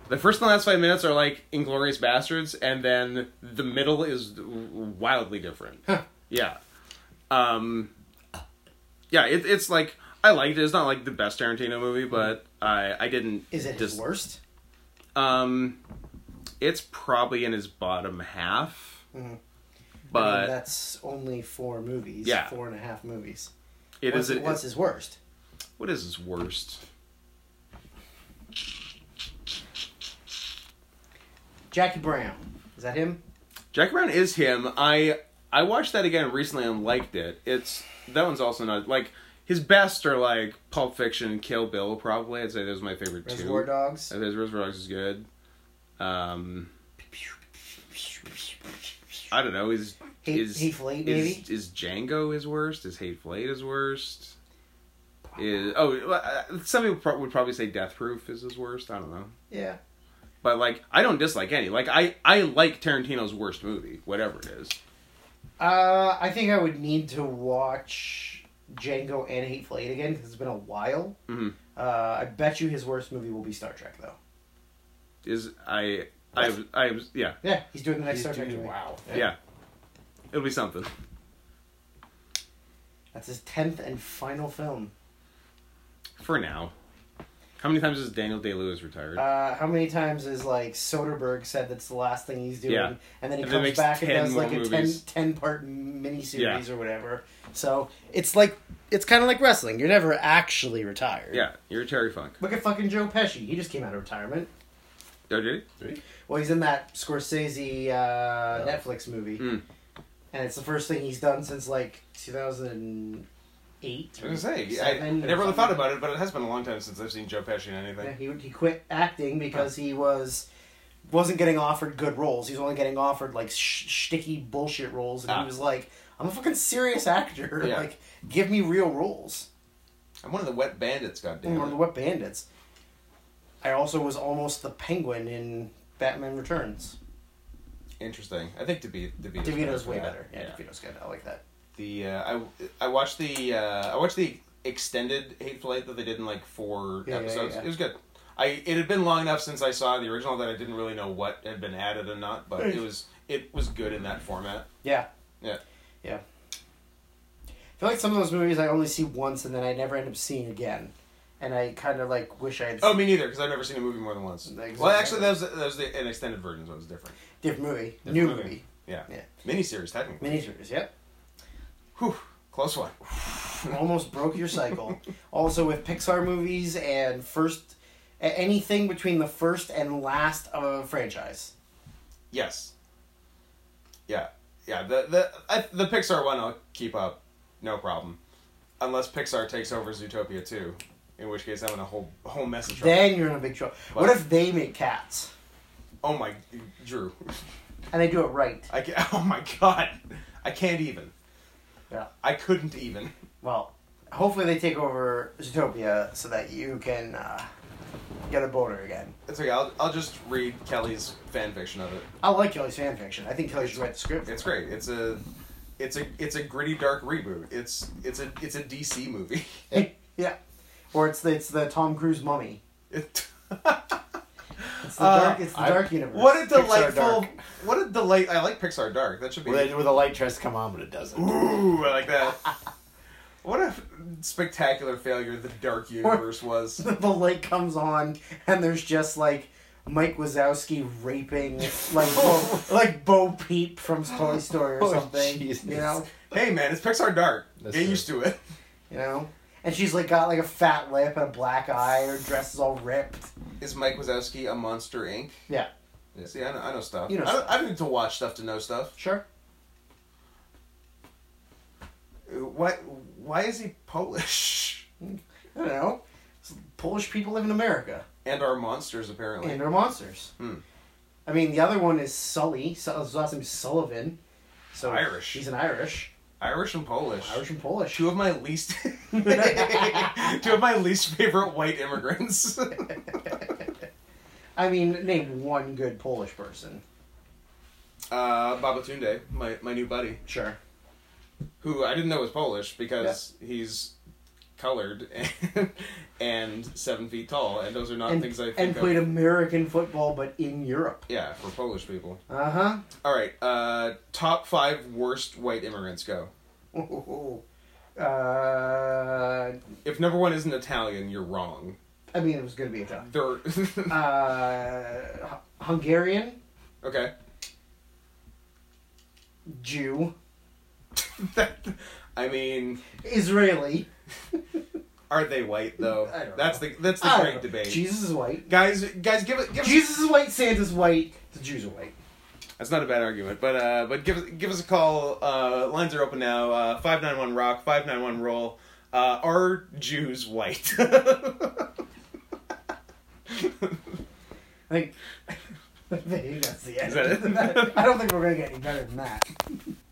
Speaker 1: The first and last five minutes are like Inglorious Bastards, and then the middle is wildly different. Yeah. Um, yeah, it, it's like I liked it. It's not like the best Tarantino movie, but I I didn't.
Speaker 3: Is it his
Speaker 1: dis-
Speaker 3: worst?
Speaker 1: Um, it's probably in his bottom half,
Speaker 3: Mhm. I mean,
Speaker 1: but
Speaker 3: that's only four movies.
Speaker 1: Yeah.
Speaker 3: Four and a half movies.
Speaker 1: it
Speaker 3: what's,
Speaker 1: is. It,
Speaker 3: what's his worst?
Speaker 1: what is his worst?
Speaker 3: Jackie Brown. Is that him?
Speaker 1: Jack Brown is him. I I watched that again recently and liked it. It's that one's also not like his best are like Pulp Fiction and Kill Bill probably. I'd say those are my favorite
Speaker 3: Reservoir
Speaker 1: two. Uh,
Speaker 3: Dogs.
Speaker 1: I think Reservoir Dogs is good. Um, I don't know. Is
Speaker 3: Hate-
Speaker 1: is
Speaker 3: Hateful Eight,
Speaker 1: is,
Speaker 3: maybe?
Speaker 1: is Django his worst? Is Hateful Eight his worst? Is oh uh, some people pro- would probably say Death Proof is his worst. I don't know.
Speaker 3: Yeah.
Speaker 1: But like I don't dislike any. Like I I like Tarantino's worst movie, whatever it is.
Speaker 3: Uh, I think I would need to watch Django and Hateful Eight again because it's been a while.
Speaker 1: Mhm.
Speaker 3: Uh, I bet you his worst movie will be Star Trek though.
Speaker 1: is I I was- I was yeah
Speaker 3: Yeah, he's doing the next
Speaker 4: He's
Speaker 3: Star Trek.
Speaker 4: doing-
Speaker 3: movie.
Speaker 4: wow.
Speaker 1: yeah. It'll be something.
Speaker 3: That's his tenth and final film.
Speaker 1: For now. How many times has Daniel Day Lewis retired?
Speaker 3: Uh, how many times is like Soderbergh said that's the last thing he's doing,
Speaker 1: Yeah.
Speaker 3: and then he
Speaker 1: And then
Speaker 3: comes
Speaker 1: makes
Speaker 3: back and
Speaker 1: 10
Speaker 3: does like
Speaker 1: more
Speaker 3: a 10,
Speaker 1: movies.
Speaker 3: 10 part miniseries
Speaker 1: Yeah.
Speaker 3: or whatever. So
Speaker 5: It's like it's kind of like wrestling. You're never actually retired.
Speaker 1: yeah, you're Terry Funk.
Speaker 3: look at fucking Joe Pesci. He just came out of retirement.
Speaker 1: Oh, did
Speaker 3: Well, he's in that Scorsese uh, Netflix movie,
Speaker 1: Mm.
Speaker 3: and it's the first thing he's done since like 2008.
Speaker 1: I was gonna say, I,
Speaker 3: seven
Speaker 1: I
Speaker 3: or
Speaker 1: never really
Speaker 3: something.
Speaker 1: thought about it, but it has been a long time since I've seen Joe Pesci in
Speaker 3: Yeah,
Speaker 1: anything.
Speaker 3: he he quit acting because he was wasn't getting offered good roles. He was only getting offered like sh- shticky bullshit roles, and
Speaker 1: Ah.
Speaker 3: he was like, "I'm a fucking serious actor.
Speaker 1: Yeah.
Speaker 3: Like, give me real roles."
Speaker 1: I'm one of the wet bandits,
Speaker 3: One of
Speaker 1: goddamn.
Speaker 3: the
Speaker 1: it.
Speaker 3: Wet Bandits. I also was almost the Penguin in Batman Returns.
Speaker 1: Interesting. I think DeVito, DeVito's,
Speaker 3: DeVito's
Speaker 1: for
Speaker 3: way
Speaker 1: that.
Speaker 3: better. Yeah, DeVito's good. I like that.
Speaker 1: The uh, I I watched the uh, I watched the extended Hateful Eight that they did in like four
Speaker 3: Yeah, yeah,
Speaker 1: episodes.
Speaker 3: yeah.
Speaker 1: It was good. I it had been long enough since I saw the original that I didn't really know what had been added and not, but
Speaker 3: Hmm.
Speaker 1: it was it was good in that format.
Speaker 3: Yeah.
Speaker 1: Yeah.
Speaker 3: Yeah. I feel like some of those movies I only see once and then I never end up seeing again, and I kind of like wish I had
Speaker 1: Oh,
Speaker 3: seen
Speaker 1: me neither, because I've never seen a movie more than once.
Speaker 3: Exactly.
Speaker 1: Well, actually, that was, that was the, an extended version, so it was different.
Speaker 3: different movie,
Speaker 1: Different
Speaker 3: new
Speaker 1: movie.
Speaker 3: movie,
Speaker 1: Yeah.
Speaker 3: Yeah.
Speaker 1: Miniseries, technically.
Speaker 3: miniseries. Yep.
Speaker 1: Whew, close one.
Speaker 3: almost broke your cycle. also with Pixar movies and first a- anything between the first and last of a franchise.
Speaker 1: Yes. Yeah. Yeah, the, the, I, the Pixar one I'll keep up, no problem. Unless Pixar takes over Zootopia 2, in which case I'm in a whole, whole mess of trouble.
Speaker 3: Then you're in a big trouble. What
Speaker 1: What?
Speaker 3: if they make cats
Speaker 1: Oh my, Drew.
Speaker 3: and they do it right?
Speaker 1: I can, oh my god. I can't even.
Speaker 3: Yeah.
Speaker 1: I couldn't even.
Speaker 3: Well, hopefully they take over Zootopia so that you can uh, get a boner again.
Speaker 1: It's okay, I'll, I'll just read Kelly's fan fiction of it.
Speaker 3: I like Kelly's fan fiction. I think Kelly should write the script.
Speaker 1: It's great. It's a it's a it's a gritty dark reboot. It's it's a it's a DC movie.
Speaker 3: yeah, or it's the, it's the Tom Cruise mummy.
Speaker 1: It,
Speaker 3: It's the
Speaker 4: Uh,
Speaker 3: dark. It's the
Speaker 4: I-
Speaker 3: dark universe.
Speaker 1: what a
Speaker 4: Pixar
Speaker 1: delightful
Speaker 4: Dark.
Speaker 1: what a delight I like Pixar Dark. That should be
Speaker 4: With a, with a light dress come on, but it doesn't.
Speaker 1: Ooh, I like that. What a spectacular failure the dark universe was.
Speaker 3: the light comes on and there's just like Mike Wazowski raping like Bo, like Bo Peep from Toy Story or
Speaker 4: Oh,
Speaker 3: something.
Speaker 4: Jesus.
Speaker 3: You know,
Speaker 1: Hey man, it's Pixar Dark.
Speaker 4: That's
Speaker 1: Get
Speaker 4: true.
Speaker 1: used to it.
Speaker 3: you know. And she's like got like a fat lip and a black eye. Her dress is all ripped.
Speaker 1: Is Mike Wazowski a Monster Inc?
Speaker 3: Yeah,
Speaker 1: See, I know, I know stuff.
Speaker 3: You know
Speaker 1: I, don't,
Speaker 3: stuff.
Speaker 1: I don't need to watch stuff to know stuff.
Speaker 3: sure.
Speaker 1: Uh, Why why is he Polish?
Speaker 3: I don't know. Polish people live in America
Speaker 1: And are monsters apparently.
Speaker 3: and they're monsters.
Speaker 1: Hmm.
Speaker 3: I mean, the other one is Sully. So his last name is Sullivan. So
Speaker 1: Irish.
Speaker 3: He's an Irish,
Speaker 1: Irish and Polish.
Speaker 3: Irish and Polish.
Speaker 1: Two of my least, two of my least favorite white immigrants. Uh,
Speaker 3: I mean, name one good Polish person.
Speaker 1: Uh, Babatunde, my my new buddy,
Speaker 3: Sure.
Speaker 1: who I didn't know was Polish because he's colored and, and seven feet tall, and those are not
Speaker 3: and,
Speaker 1: things I think
Speaker 3: and
Speaker 1: of.
Speaker 3: played American football, but in Europe.
Speaker 1: yeah, for Polish people.
Speaker 3: Uh huh.
Speaker 1: All right, uh, top five worst white immigrants go.
Speaker 3: Uh,
Speaker 1: If number one isn't Italian, you're wrong.
Speaker 3: I mean, it was going to be Italian.
Speaker 1: There.
Speaker 3: Uh, Hu- Hungarian,
Speaker 1: okay.
Speaker 3: Jew,
Speaker 1: That- I mean,
Speaker 3: Israeli.
Speaker 1: are they white though?
Speaker 3: I don't
Speaker 1: that's
Speaker 3: know.
Speaker 1: the that's the
Speaker 3: I don't
Speaker 1: great
Speaker 3: know.
Speaker 1: debate.
Speaker 3: Jesus is white.
Speaker 1: Guys, guys, give it. Give us-
Speaker 3: Jesus is white. Santa's white. The Jews are white.
Speaker 1: That's not a bad argument, but uh, but give give us a call. Uh, lines are open now. Uh, five nine one rock. Five nine one roll. Uh, are Jews white?
Speaker 3: Like, I think that's the end.
Speaker 1: Is that it?
Speaker 3: I don't think we're gonna get any better than that.